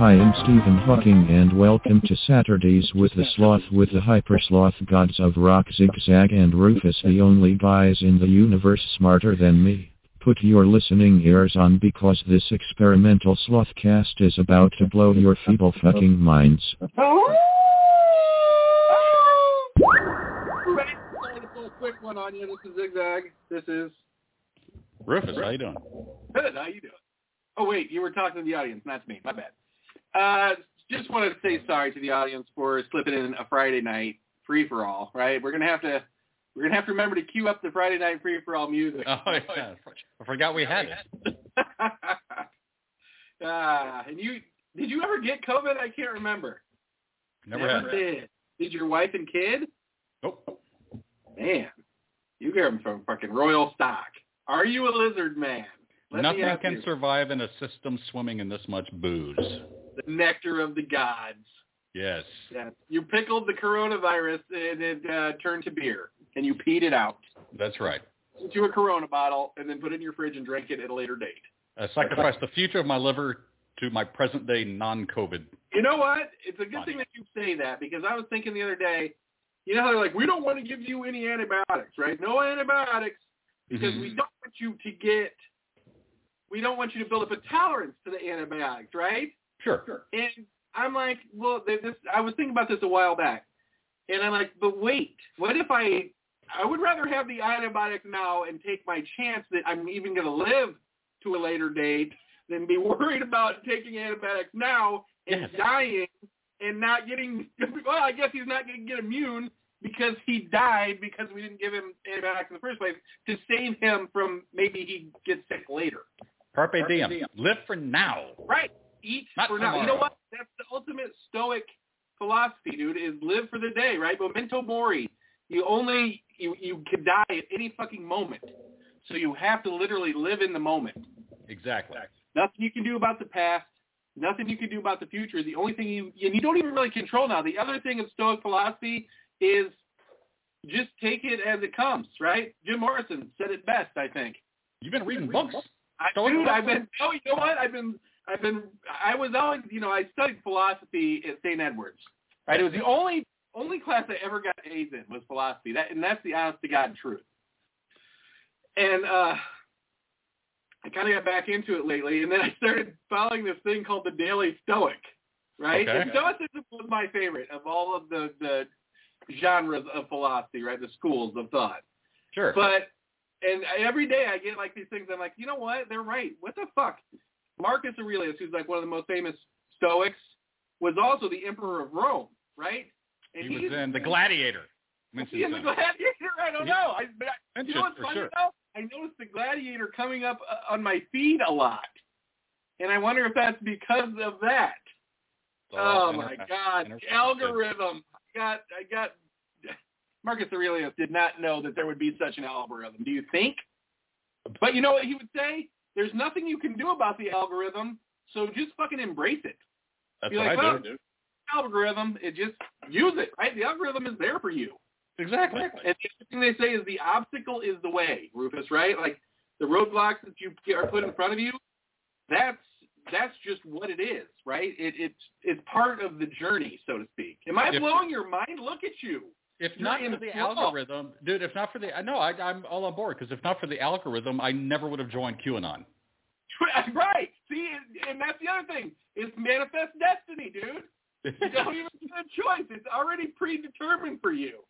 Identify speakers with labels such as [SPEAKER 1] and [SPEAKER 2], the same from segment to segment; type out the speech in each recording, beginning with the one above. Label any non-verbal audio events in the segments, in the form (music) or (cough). [SPEAKER 1] Hi, I'm Stephen Hawking and welcome to Saturdays with the Sloth with the Hypersloth Gods of Rock Zigzag and Rufus the only guys in the universe smarter than me. Put your listening ears on because this experimental slothcast is about to blow your feeble fucking minds.
[SPEAKER 2] Oh, quick one on you. This is Zigzag. This is
[SPEAKER 3] Rufus, how you doing?
[SPEAKER 2] good. How you doing? Oh wait, you were talking to the audience, not to me. My bad. Uh, just wanted to say sorry to the audience for slipping in a Friday night free for all. Right, we're gonna have to we're gonna have to remember to queue up the Friday night free for all music. (laughs)
[SPEAKER 3] Oh, yeah. I forgot we had it.
[SPEAKER 2] Ah, and you did you ever get COVID? I can't remember.
[SPEAKER 3] Never had it.
[SPEAKER 2] did. Did your wife and kid?
[SPEAKER 3] Nope.
[SPEAKER 2] Man, you get them from fucking royal stock. Are you a lizard man? Let me
[SPEAKER 3] Nothing
[SPEAKER 2] ask
[SPEAKER 3] can
[SPEAKER 2] you.
[SPEAKER 3] survive in a system swimming in this much booze.
[SPEAKER 2] the nectar of the gods.
[SPEAKER 3] Yes.
[SPEAKER 2] Yes. You pickled the coronavirus and it uh, turned to beer, and you peed it out
[SPEAKER 3] That's right.
[SPEAKER 2] into a Corona bottle, and then put it in your fridge and drank it at a later date.
[SPEAKER 3] I sacrificed the future of my liver to my present day non-COVID.
[SPEAKER 2] You know what? It's a good thing that you say that because I was thinking the other day, you know how they're like, we don't want to give you any antibiotics, right? No antibiotics because we
[SPEAKER 3] Mhm.
[SPEAKER 2] don't want you to get, we don't want you to build up a tolerance to the antibiotics, right?
[SPEAKER 3] Sure. sure.
[SPEAKER 2] And I'm like, well, th- this. I was thinking about this a while back, and I'm like, but wait, what if I? I would rather have the antibiotic now and take my chance that I'm even going to live to a later date than be (laughs) worried about taking antibiotics now and
[SPEAKER 3] Yes.
[SPEAKER 2] dying and not getting. (laughs) Well, I guess he's not going to get immune because he died because we didn't give him antibiotics in the first place to save him from maybe he gets sick later.
[SPEAKER 3] Carpe, diem. Live for now.
[SPEAKER 2] Right. Eat
[SPEAKER 3] Not
[SPEAKER 2] for now. You know
[SPEAKER 3] tomorrow.
[SPEAKER 2] what? That's the ultimate stoic philosophy, dude, is live for the day, right? Memento mori. You only you you could die at any fucking moment. So you have to literally live in the moment.
[SPEAKER 3] Exactly.
[SPEAKER 2] Nothing you can do about the past. Nothing you can do about the future. The only thing you and you don't even really control now. The other thing of Stoic philosophy is just take it as it comes, right? Jim Morrison said it best, I think.
[SPEAKER 3] You've been reading books.
[SPEAKER 2] I,
[SPEAKER 3] Stoic
[SPEAKER 2] dude, I've
[SPEAKER 3] philosophy?
[SPEAKER 2] been. Oh, you know what? I've been. I've been. I was always. You know, I studied philosophy at St. Edward's. Right. It was the only only class I ever got A's in was philosophy. That and that's the honest to God truth. And uh, I kind of got back into it lately, and then I started following this thing called the Daily Stoic. Right.
[SPEAKER 3] Okay.
[SPEAKER 2] And Stoicism was my favorite of all of the the genres of philosophy. Right. The schools of thought.
[SPEAKER 3] Sure.
[SPEAKER 2] But and every day I get like these things. I'm like, you know what? They're right. What the fuck? Marcus Aurelius, who's like one of the most famous Stoics, was also the emperor of Rome, right? And
[SPEAKER 3] he was
[SPEAKER 2] he's- (laughs)
[SPEAKER 3] in The Gladiator.
[SPEAKER 2] was he in the Gladiator? I don't
[SPEAKER 3] Yeah.
[SPEAKER 2] know. I, but I, you
[SPEAKER 3] Mentioned
[SPEAKER 2] know what's
[SPEAKER 3] for
[SPEAKER 2] funny
[SPEAKER 3] sure.
[SPEAKER 2] though? I noticed the Gladiator coming up uh, on my feed a lot, and I wonder if that's because of that. Oh my God,
[SPEAKER 3] interconnected.
[SPEAKER 2] algorithm! I got, I got. (laughs) Marcus Aurelius did not know that there would be such an algorithm. Do you think? But you know what he would say? There's nothing you can do about the algorithm, so just fucking embrace it.
[SPEAKER 3] That's
[SPEAKER 2] Be
[SPEAKER 3] what
[SPEAKER 2] like,
[SPEAKER 3] I
[SPEAKER 2] well,
[SPEAKER 3] do.
[SPEAKER 2] Algorithm, it just use it, right? The algorithm is there for you.
[SPEAKER 3] Exactly.
[SPEAKER 2] And the thing they say is the obstacle is the way, Rufus, right? Like the roadblocks that you are put in front of you, that's that's just what it is, right? It, it's it's part of the journey, so to speak. Am I
[SPEAKER 3] If-
[SPEAKER 2] blowing your mind? Look at you. (laughs)
[SPEAKER 3] If
[SPEAKER 2] You're
[SPEAKER 3] not
[SPEAKER 2] in
[SPEAKER 3] for the
[SPEAKER 2] law.
[SPEAKER 3] algorithm, dude. If not for the, I no, I, I'm all on board because if not for the algorithm, I never would have joined (laughs) QAnon.
[SPEAKER 2] Right. See, and- and that's the other thing. It's manifest destiny, dude. You don't even get a choice. It's already predetermined for you.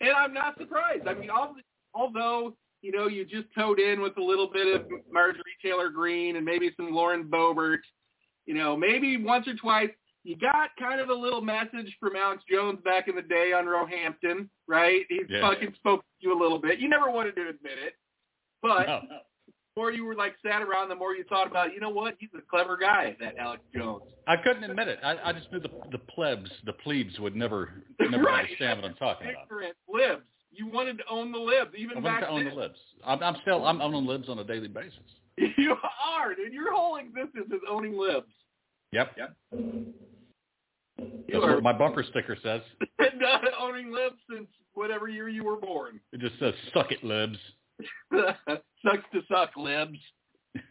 [SPEAKER 2] And I'm not surprised. I mean, all, although, you know, you just towed in with a little bit of Marjorie Taylor Greene and maybe some Lauren Boebert, you know, maybe once or twice, you got kind of a little message from Alex Jones back in the day on Roehampton, right? He
[SPEAKER 3] Yeah.
[SPEAKER 2] fucking spoke to you a little bit. You never wanted to admit it. But
[SPEAKER 3] No.
[SPEAKER 2] the more you were like sat around, the more you thought about, you know what? He's a clever guy, that Alex Jones.
[SPEAKER 3] I couldn't admit it. I, I just knew the the plebs, the plebes would never never
[SPEAKER 2] Right.
[SPEAKER 3] understand what I'm talking about.
[SPEAKER 2] ignorant libs. You wanted to own the libs, even
[SPEAKER 3] I
[SPEAKER 2] back
[SPEAKER 3] want to own the
[SPEAKER 2] then.
[SPEAKER 3] libs. I'm, I'm still I'm owning libs on a daily basis.
[SPEAKER 2] (laughs) You are, dude. Your whole existence is owning libs. (laughs)
[SPEAKER 3] Yep. Yep.
[SPEAKER 2] You
[SPEAKER 3] That's
[SPEAKER 2] are
[SPEAKER 3] what my bumper sticker says.
[SPEAKER 2] not uh, owning libs since whatever year you were born. (laughs)
[SPEAKER 3] It just says "suck it, libs." (laughs)
[SPEAKER 2] Sucks to suck, libs. (laughs)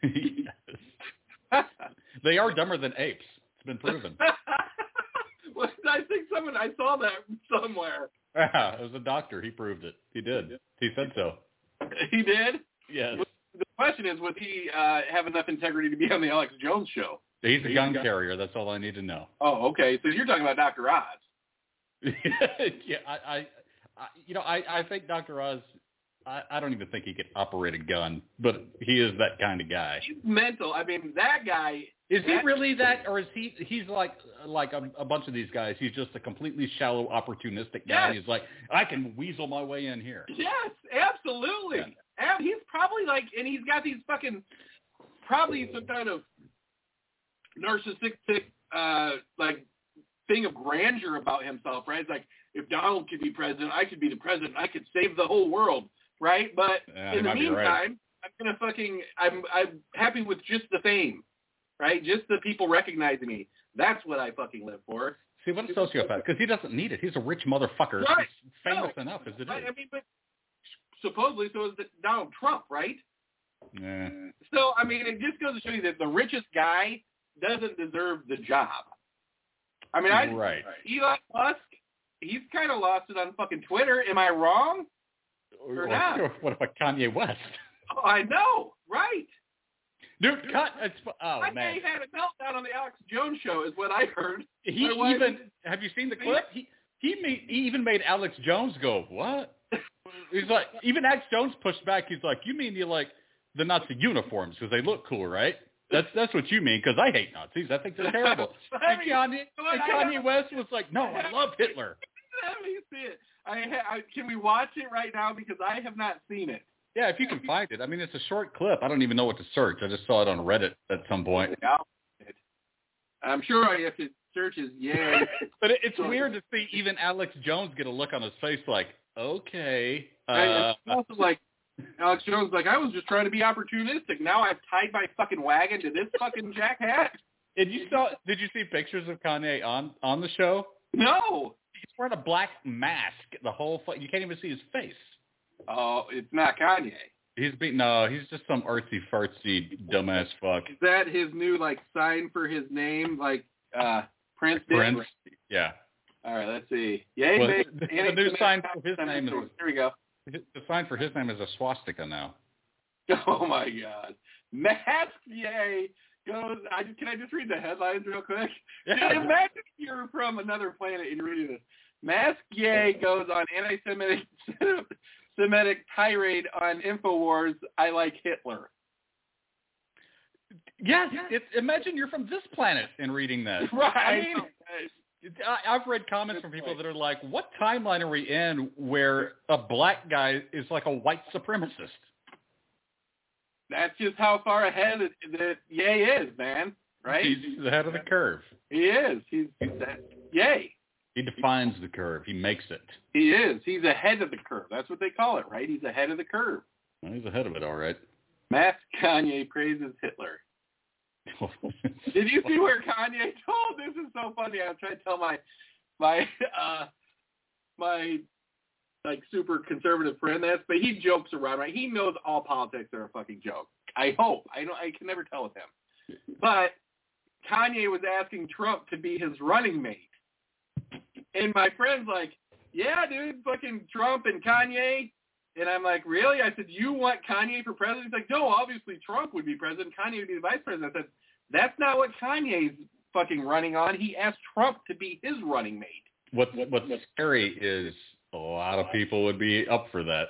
[SPEAKER 3] they are dumber than apes. It's been proven. (laughs)
[SPEAKER 2] (laughs) Well, I think someone I saw that somewhere.
[SPEAKER 3] it was a doctor. He proved it. He did. He said so.
[SPEAKER 2] He did.
[SPEAKER 3] Yes.
[SPEAKER 2] The question is, would he uh, have enough integrity to be on the Alex Jones show?
[SPEAKER 3] He's a gun carrier. That's all I need to (laughs) know.
[SPEAKER 2] Oh, okay. So you're talking about Dr. Oz.
[SPEAKER 3] yeah, I, I, I, you know, I, I think Dr. Oz. I, I don't even think he could operate a gun, but he is that kind of guy.
[SPEAKER 2] He's mental. I mean, that guy
[SPEAKER 3] Is he
[SPEAKER 2] That-
[SPEAKER 3] really that, or is he? He's like like a, a bunch of these guys. He's just a completely shallow, opportunistic guy.
[SPEAKER 2] Yes.
[SPEAKER 3] He's like, I can weasel my way in here.
[SPEAKER 2] Yes, absolutely. Ab- he's probably like, and he's got these fucking, probably some
[SPEAKER 3] Mm-hmm.
[SPEAKER 2] kind of narcissistic, uh, like thing of grandeur about himself, right? It's like, if Donald could be president, I could be the president. I could save the whole world, right? But
[SPEAKER 3] Yeah, he
[SPEAKER 2] in the
[SPEAKER 3] might be
[SPEAKER 2] meantime,
[SPEAKER 3] right.
[SPEAKER 2] I'm gonna fucking, I'm, I'm happy with just the fame, right? Just the people recognizing me. That's what I fucking live for.
[SPEAKER 3] See, what a sociopath, because he doesn't need it. He's a rich motherfucker.
[SPEAKER 2] Right.
[SPEAKER 3] He's famous
[SPEAKER 2] No.
[SPEAKER 3] enough as it
[SPEAKER 2] I, I
[SPEAKER 3] is.
[SPEAKER 2] mean, but supposedly so is Donald Trump, right?
[SPEAKER 3] Yeah.
[SPEAKER 2] So I mean, it just goes to show you that the richest guy doesn't deserve the job. I mean, I
[SPEAKER 3] Right.
[SPEAKER 2] Elon Musk, he's kind of lost it on fucking Twitter. Am I wrong?
[SPEAKER 3] Or,
[SPEAKER 2] not.
[SPEAKER 3] or (laughs) what about Kanye West?
[SPEAKER 2] Oh, I know, right?
[SPEAKER 3] Dude, cut. It's, oh
[SPEAKER 2] I
[SPEAKER 3] man,
[SPEAKER 2] he had a meltdown on the Alex Jones show, is what I heard. (laughs)
[SPEAKER 3] he
[SPEAKER 2] My wife-
[SPEAKER 3] even have you seen the clip? He he, made, he even made Alex Jones go
[SPEAKER 2] (laughs)
[SPEAKER 3] what? He's like even Alex Jones pushed back. He's like, you mean you like the Nazi uniforms because they look cool, right? That's that's what you mean because I hate Nazis. I think they're terrible.
[SPEAKER 2] (laughs) I
[SPEAKER 3] and
[SPEAKER 2] mean,
[SPEAKER 3] Kanye,
[SPEAKER 2] what
[SPEAKER 3] and
[SPEAKER 2] I
[SPEAKER 3] Kanye
[SPEAKER 2] have-
[SPEAKER 3] West was like, no, I love Hitler.
[SPEAKER 2] Let me see it. I, ha- I can we watch it right now because I have not seen it.
[SPEAKER 3] Yeah, if you can find it. I mean, it's a short clip. I don't even know what to search. I just saw it on Reddit at some point.
[SPEAKER 2] Yeah. I'm sure I have to search his
[SPEAKER 3] (laughs)
[SPEAKER 2] yeah.
[SPEAKER 3] But it, it's weird to see even Alex Jones get a look on his face like, okay. Uh,
[SPEAKER 2] And it's also like Alex Jones, like I was just trying to be opportunistic. Now I've tied my fucking wagon to this fucking jack hat.
[SPEAKER 3] Did you saw? Did you see pictures of Kanye on on the show?
[SPEAKER 2] (laughs) No.
[SPEAKER 3] He's wearing a black mask. The whole fu- you can't even see his face.
[SPEAKER 2] Oh, it's not Kanye.
[SPEAKER 3] He's be no. He's just some artsy fartsy dumbass fuck.
[SPEAKER 2] Is that his new like sign for his name, like uh Prince? did?
[SPEAKER 3] Prince. Yeah.
[SPEAKER 2] All right, let's see. Yay,
[SPEAKER 3] Well,
[SPEAKER 2] babe.
[SPEAKER 3] (laughs) the- the
[SPEAKER 2] Annie
[SPEAKER 3] new
[SPEAKER 2] Sinatra,
[SPEAKER 3] sign for his
[SPEAKER 2] Sinatra.
[SPEAKER 3] name is-
[SPEAKER 2] Here we go. (laughs)
[SPEAKER 3] The sign for his name is a swastika now.
[SPEAKER 2] Oh my God. Mask. Yay. Goes. I just can I just read the headlines real quick. Dude,
[SPEAKER 3] Yeah.
[SPEAKER 2] imagine if you're from another planet and you're reading this. Mask Yay goes on anti-Semitic (laughs) Semitic tirade on Infowars. I like Hitler.
[SPEAKER 3] Yes. It's, imagine you're from this planet and reading that.
[SPEAKER 2] (laughs)
[SPEAKER 3] I mean, I, I've read comments
[SPEAKER 2] Good
[SPEAKER 3] from people
[SPEAKER 2] point.
[SPEAKER 3] that are like, "What timeline are we in where a black guy is like a white supremacist?"
[SPEAKER 2] that's just how far ahead it, that Yay is, man. Right?
[SPEAKER 3] He's ahead of the curve.
[SPEAKER 2] he is. He's, he's that, Yay.
[SPEAKER 3] He defines the curve. He makes it.
[SPEAKER 2] He is. He's ahead of the curve. That's what they call it, right? He's ahead of the curve.
[SPEAKER 3] Well, he's ahead of it, all right. (laughs)
[SPEAKER 2] Masked Kanye praises Hitler. Did you see where Kanye (laughs) told? This is so funny. I'm trying to tell my my uh my like super conservative friend this, but he jokes around, right? He knows all politics are a fucking joke. I hope. I don't. I can never tell with him. But Kanye was asking Trump to be his running mate, and my friend's like, "Yeah, dude, fucking Trump and Kanye." And I'm like, really? I said, you want Kanye for president? He's like, no, obviously Trump would be president. Kanye would be the vice president. I said, that's not what Kanye's fucking running on. He asked Trump to be his running mate. (laughs)
[SPEAKER 3] What, what what's scary is a lot of people would be up for that.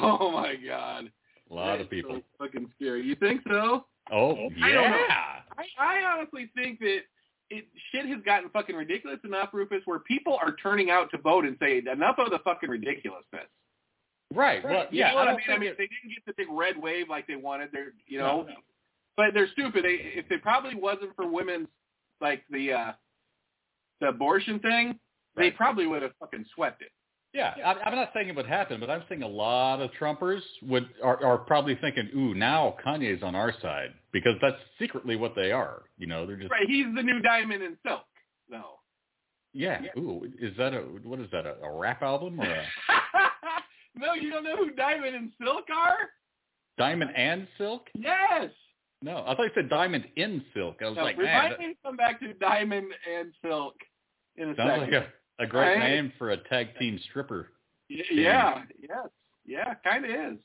[SPEAKER 2] Oh my god.
[SPEAKER 3] A lot
[SPEAKER 2] That
[SPEAKER 3] of
[SPEAKER 2] is so
[SPEAKER 3] people.
[SPEAKER 2] fucking scary. You think so?
[SPEAKER 3] Oh
[SPEAKER 2] I don't know.
[SPEAKER 3] yeah.
[SPEAKER 2] I, I honestly think that it shit has gotten fucking ridiculous enough, Rufus, where people are turning out to vote and say enough of the fucking ridiculousness.
[SPEAKER 3] Right. Well,
[SPEAKER 2] You
[SPEAKER 3] Uh, yeah.
[SPEAKER 2] know what I, mean? I
[SPEAKER 3] don't think
[SPEAKER 2] mean,
[SPEAKER 3] it-
[SPEAKER 2] if they didn't get the big red wave like they wanted, they're you know,
[SPEAKER 3] No, no.
[SPEAKER 2] but they're stupid. They, if it probably wasn't for women's like the uh the abortion thing, they
[SPEAKER 3] Right.
[SPEAKER 2] probably would have fucking swept it.
[SPEAKER 3] Yeah, I, I'm not saying it would happen, but I'm saying a lot of Trumpers would are, are probably thinking, "Ooh, now Kanye's on our side," because that's secretly what they are. You know, they're just
[SPEAKER 2] Right? He's the new diamond in silk, though.
[SPEAKER 3] yeah. Ooh, is that a what is that a, a rap album or a
[SPEAKER 2] (laughs) no, you don't know who diamond and silk are?
[SPEAKER 3] Diamond and Silk?
[SPEAKER 2] Yes.
[SPEAKER 3] No, I thought you said Diamond in Silk. I was
[SPEAKER 2] No,
[SPEAKER 3] like, man,
[SPEAKER 2] remind
[SPEAKER 3] that
[SPEAKER 2] me to come back to diamond and silk in a
[SPEAKER 3] sounds
[SPEAKER 2] second.
[SPEAKER 3] like a, a great
[SPEAKER 2] All right.
[SPEAKER 3] name for a tag team stripper.
[SPEAKER 2] Y- Yeah, yes. Yeah, kind of is.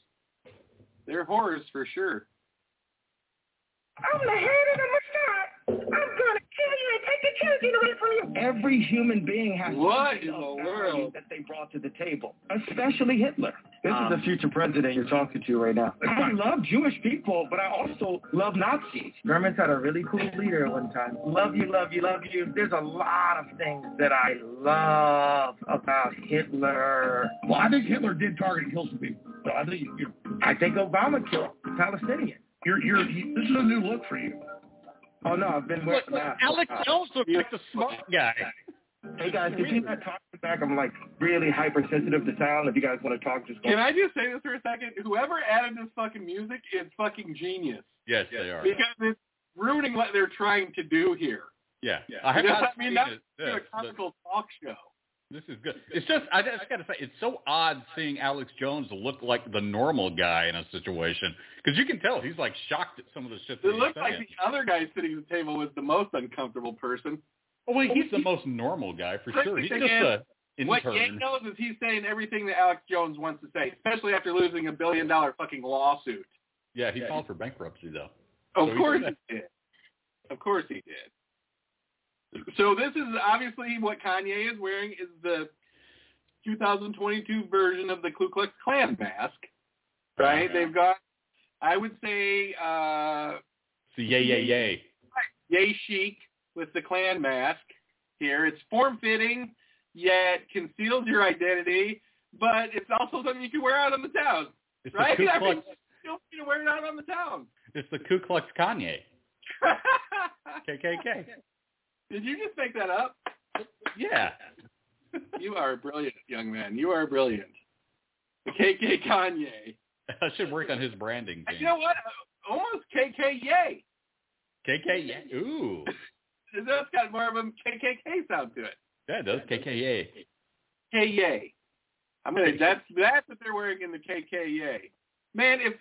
[SPEAKER 2] They're horrors for sure.
[SPEAKER 4] I'm the head of the Mossad. I'm gonna kill you and take the children away from you. Every human being has
[SPEAKER 2] What
[SPEAKER 4] something
[SPEAKER 2] in
[SPEAKER 4] of
[SPEAKER 2] the
[SPEAKER 4] value
[SPEAKER 2] world?
[SPEAKER 4] that they brought to the table, especially Hitler. This is the future president you're talking to right now. I love Jewish people, but I also love Nazis. Germans had a really cool leader at one time. Love you, love you, love you. There's a lot of things that I love about Hitler.
[SPEAKER 5] Well, I think Hitler did target and kill some people. So I think you know,
[SPEAKER 4] I think Obama killed Palestinians.
[SPEAKER 5] you're, you're, you, this is a new look for you.
[SPEAKER 4] Oh no, I've been wearing
[SPEAKER 3] Look, look,
[SPEAKER 4] masks.
[SPEAKER 3] Alex Jones looks like the smart guy.
[SPEAKER 4] Hey guys, if you not talk back, I'm like really hypersensitive to sound. If you guys want to talk, just go.
[SPEAKER 2] Can I just say this for a second? Whoever added this fucking music is fucking genius
[SPEAKER 3] Yes, they are.
[SPEAKER 2] because it's ruining what they're trying to do here.
[SPEAKER 3] Yeah, I have
[SPEAKER 2] You know
[SPEAKER 3] not
[SPEAKER 2] what I mean?
[SPEAKER 3] seen
[SPEAKER 2] That's
[SPEAKER 3] it.
[SPEAKER 2] Do a
[SPEAKER 3] this, but-
[SPEAKER 2] comical talk show.
[SPEAKER 3] This is good. It's just I just got to say it's so odd seeing Alex Jones look like the normal guy in a situation because you can tell he's like shocked at some of the shit that
[SPEAKER 2] It
[SPEAKER 3] he's
[SPEAKER 2] looked like
[SPEAKER 3] saying.
[SPEAKER 2] the other guy sitting at the table was the most uncomfortable person.
[SPEAKER 3] oh wait, he's the most normal guy for
[SPEAKER 2] Look,
[SPEAKER 3] sure.
[SPEAKER 2] the
[SPEAKER 3] He's
[SPEAKER 2] thing
[SPEAKER 3] just a
[SPEAKER 2] What Yang
[SPEAKER 3] intern.
[SPEAKER 2] knows is he's saying everything that Alex Jones wants to say, especially after losing a billion dollar fucking lawsuit.
[SPEAKER 3] Yeah, he filed for bankruptcy though.
[SPEAKER 2] Of
[SPEAKER 3] So he
[SPEAKER 2] course
[SPEAKER 3] did
[SPEAKER 2] he did. Of course he did. So this is obviously what Kanye is wearing is the 2022 version of the Ku Klux Klan mask, right?
[SPEAKER 3] Uh-huh.
[SPEAKER 2] They've got, I would say, uh,
[SPEAKER 3] So yay, yay, yay.
[SPEAKER 2] yay chic with the Klan mask here. It's form-fitting, yet conceals your identity, but it's also something you can wear out on the town, (laughs)
[SPEAKER 3] It's
[SPEAKER 2] right?
[SPEAKER 3] the Ku
[SPEAKER 2] I mean,
[SPEAKER 3] Klux.
[SPEAKER 2] feel free to wear it out on the town. (laughs)
[SPEAKER 3] It's the Ku Klux Kanye.
[SPEAKER 2] (laughs)
[SPEAKER 3] KKK.
[SPEAKER 2] Did you just make that up?
[SPEAKER 3] Yeah.
[SPEAKER 2] You are brilliant, young man. You are brilliant. KK Kanye.
[SPEAKER 3] (laughs) I should work on his branding
[SPEAKER 2] And
[SPEAKER 3] thing.
[SPEAKER 2] you know what? Almost KK Yay.
[SPEAKER 3] KKK. Ooh,
[SPEAKER 2] That's got more of a KKK sound to it.
[SPEAKER 3] that (laughs) does KKA.
[SPEAKER 2] KKA. I'm gonna. That's that's what they're wearing in the KKA. Man, if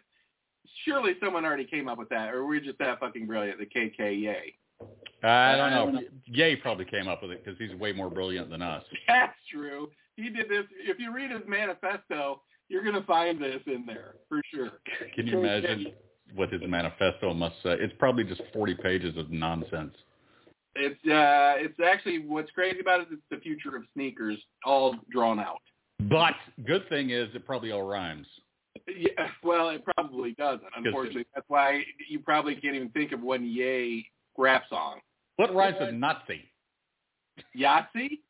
[SPEAKER 2] surely someone already came up with that, or we're just that fucking brilliant. The KKA.
[SPEAKER 3] I don't know. Yay probably came up with it because he's way more brilliant than us.
[SPEAKER 2] That's true. He did this. If you read his manifesto, you're gonna find this in there for sure.
[SPEAKER 3] Can you imagine what his manifesto must say? It's probably just 40 pages of nonsense.
[SPEAKER 2] It's uh, it's actually what's crazy about it is it's the future of sneakers, all drawn out.
[SPEAKER 3] But good thing is it probably all rhymes.
[SPEAKER 2] Yeah, well, it probably doesn't. Unfortunately, that's why you probably can't even think of one Yay rap song.
[SPEAKER 3] What rhymes with Nazi? (laughs)
[SPEAKER 2] Yahtzee?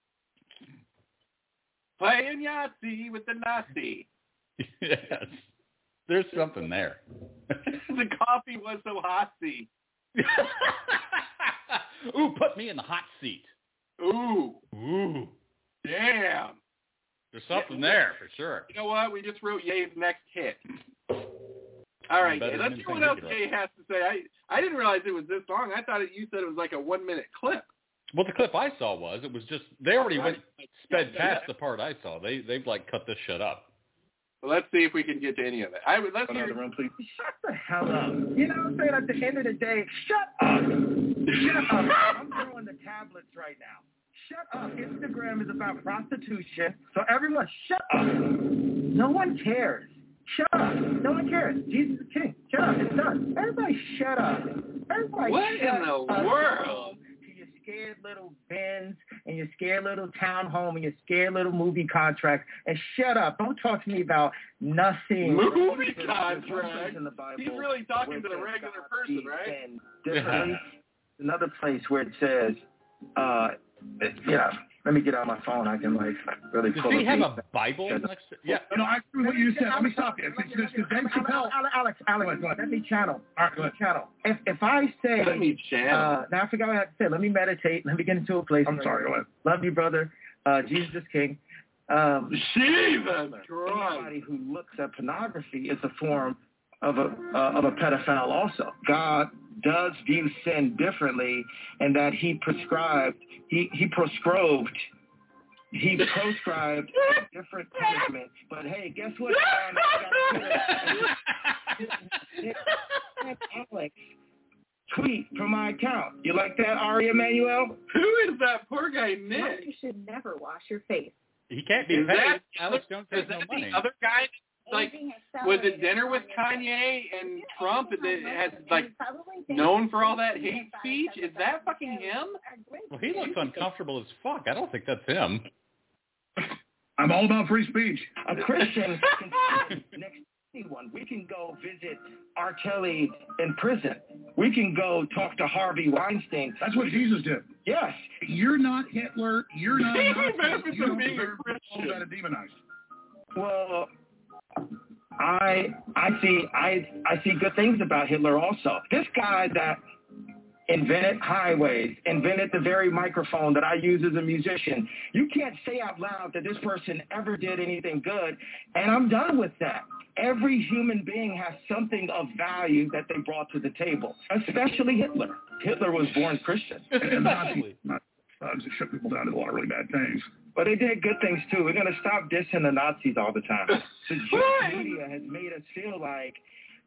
[SPEAKER 2] Playing Yahtzee with the Nazi.
[SPEAKER 3] yes. There's something there.
[SPEAKER 2] (laughs)
[SPEAKER 3] (laughs)
[SPEAKER 2] the coffee was so hotsy.
[SPEAKER 3] Ooh, put me in the hot seat.
[SPEAKER 2] Ooh,
[SPEAKER 3] Ooh.
[SPEAKER 2] damn.
[SPEAKER 3] There's something there for sure.
[SPEAKER 2] You know what? We just wrote Yay's next hit. All right,
[SPEAKER 3] Better
[SPEAKER 2] Gay.
[SPEAKER 3] than
[SPEAKER 2] Let's see
[SPEAKER 3] anything
[SPEAKER 2] what
[SPEAKER 3] we
[SPEAKER 2] else
[SPEAKER 3] could have.
[SPEAKER 2] Gay has to say. I I didn't realize it was this long. I thought it, you said it was like a one minute clip.
[SPEAKER 3] Well, the clip I saw was it was just they already went sped
[SPEAKER 2] Yeah.
[SPEAKER 3] past the part I saw. They they've like cut this shit up.
[SPEAKER 2] Well, let's see if we can get to any of it. I would let's
[SPEAKER 5] Out of
[SPEAKER 2] hear.
[SPEAKER 5] the room, please.
[SPEAKER 4] Shut the hell up. You know what I'm saying? At the end of the day, shut up. Shut up. I'm throwing the tablets right now. Shut up. Instagram is about prostitution. So everyone, shut up. No one cares. Shut up. No one cares. Jesus is king. Shut up. It's done. Everybody shut up. Everybody
[SPEAKER 2] What in
[SPEAKER 4] shut
[SPEAKER 2] the
[SPEAKER 4] up.
[SPEAKER 2] world?
[SPEAKER 4] To your scared little bins and your scared little townhome and your scared little movie contract and shut up. Don't talk to me about nothing.
[SPEAKER 2] Movie
[SPEAKER 4] There's one
[SPEAKER 2] contract.
[SPEAKER 4] place in the Bible
[SPEAKER 2] He's really talking to the
[SPEAKER 4] where
[SPEAKER 2] regular
[SPEAKER 4] God
[SPEAKER 2] person,
[SPEAKER 4] sees
[SPEAKER 2] right?
[SPEAKER 4] sin differently. Another place where it says, uh, it- yeah, let me get out my phone. I can like really
[SPEAKER 3] Does
[SPEAKER 4] pull
[SPEAKER 3] he
[SPEAKER 4] a
[SPEAKER 3] have
[SPEAKER 4] deep-
[SPEAKER 3] a Bible next to
[SPEAKER 2] (laughs)
[SPEAKER 3] yeah.
[SPEAKER 5] You know, I agree with what you said. Let me stop you. Because Dave Chappelle,
[SPEAKER 4] Alex, Alex,
[SPEAKER 5] Go
[SPEAKER 4] Alex,
[SPEAKER 5] ahead, go ahead.
[SPEAKER 4] let me channel.
[SPEAKER 5] All right, go ahead.
[SPEAKER 4] Channel. If if I say,
[SPEAKER 2] Let me channel.
[SPEAKER 4] uh, now I forgot what I had to say. Let me meditate. Let me get into a place.
[SPEAKER 5] I'm
[SPEAKER 4] where-
[SPEAKER 5] sorry, go ahead.
[SPEAKER 4] Love you, brother. Uh, Jesus is king. Um,
[SPEAKER 2] Jesus Christ.
[SPEAKER 4] anybody who looks at pornography is a form of a uh, of a pedophile also. God does view sin differently and that he prescribed he he proscribed he proscribed a different punishment. But hey, guess what? John? I got Alex tweet from my account. You like that, Ari Emanuel?
[SPEAKER 2] Who is that poor guy
[SPEAKER 6] Why
[SPEAKER 2] Nick?
[SPEAKER 6] you should never wash your face.
[SPEAKER 3] he can't be
[SPEAKER 2] Is that-
[SPEAKER 3] paid. Alex Jones
[SPEAKER 2] Is
[SPEAKER 3] has
[SPEAKER 2] that
[SPEAKER 3] no money.
[SPEAKER 2] the other guy? Like,
[SPEAKER 6] Everything has
[SPEAKER 2] Was
[SPEAKER 6] celebrated
[SPEAKER 2] it dinner with
[SPEAKER 6] on your face.
[SPEAKER 2] Kanye and
[SPEAKER 6] Yeah,
[SPEAKER 2] Trump and
[SPEAKER 6] everything
[SPEAKER 2] it has
[SPEAKER 6] has celebrated.
[SPEAKER 2] like
[SPEAKER 7] (laughs)
[SPEAKER 6] You probably think
[SPEAKER 2] known for all that hate
[SPEAKER 6] everybody
[SPEAKER 2] speech?
[SPEAKER 6] says
[SPEAKER 2] Is that
[SPEAKER 6] about
[SPEAKER 2] fucking
[SPEAKER 6] you
[SPEAKER 2] him?
[SPEAKER 6] are great
[SPEAKER 3] Well, he looks
[SPEAKER 6] people.
[SPEAKER 3] uncomfortable as fuck. I don't think that's him.
[SPEAKER 5] I'm all about free speech.
[SPEAKER 2] (laughs)
[SPEAKER 4] a Christian can stand next to anyone. We can go visit R. Kelly in prison. We can go talk to Harvey Weinstein.
[SPEAKER 5] That's what Jesus did.
[SPEAKER 4] Yes.
[SPEAKER 5] You're not Hitler. You're
[SPEAKER 4] (laughs)
[SPEAKER 5] not.
[SPEAKER 2] He
[SPEAKER 5] Nazi.
[SPEAKER 2] benefits
[SPEAKER 5] You
[SPEAKER 2] from
[SPEAKER 5] don't
[SPEAKER 2] being a
[SPEAKER 5] deserve all
[SPEAKER 2] Christian.
[SPEAKER 5] that are demonized.
[SPEAKER 4] Well, I I see I I see good things about Hitler also. This guy that invented highways, invented the very microphone that I use as a musician. You can't say out loud that this person ever did anything good, and I'm done with that. Every human being has something of value that they brought to the table, especially Hitler. Hitler was born Christian,
[SPEAKER 5] And Nazis,
[SPEAKER 3] Especially.
[SPEAKER 5] not thugs that shut people down to a lot of really bad things.
[SPEAKER 4] but they did good things too. We're gonna stop dissing the Nazis all the
[SPEAKER 2] (laughs)
[SPEAKER 4] time. the
[SPEAKER 2] Right.
[SPEAKER 4] Jewish media has made us feel like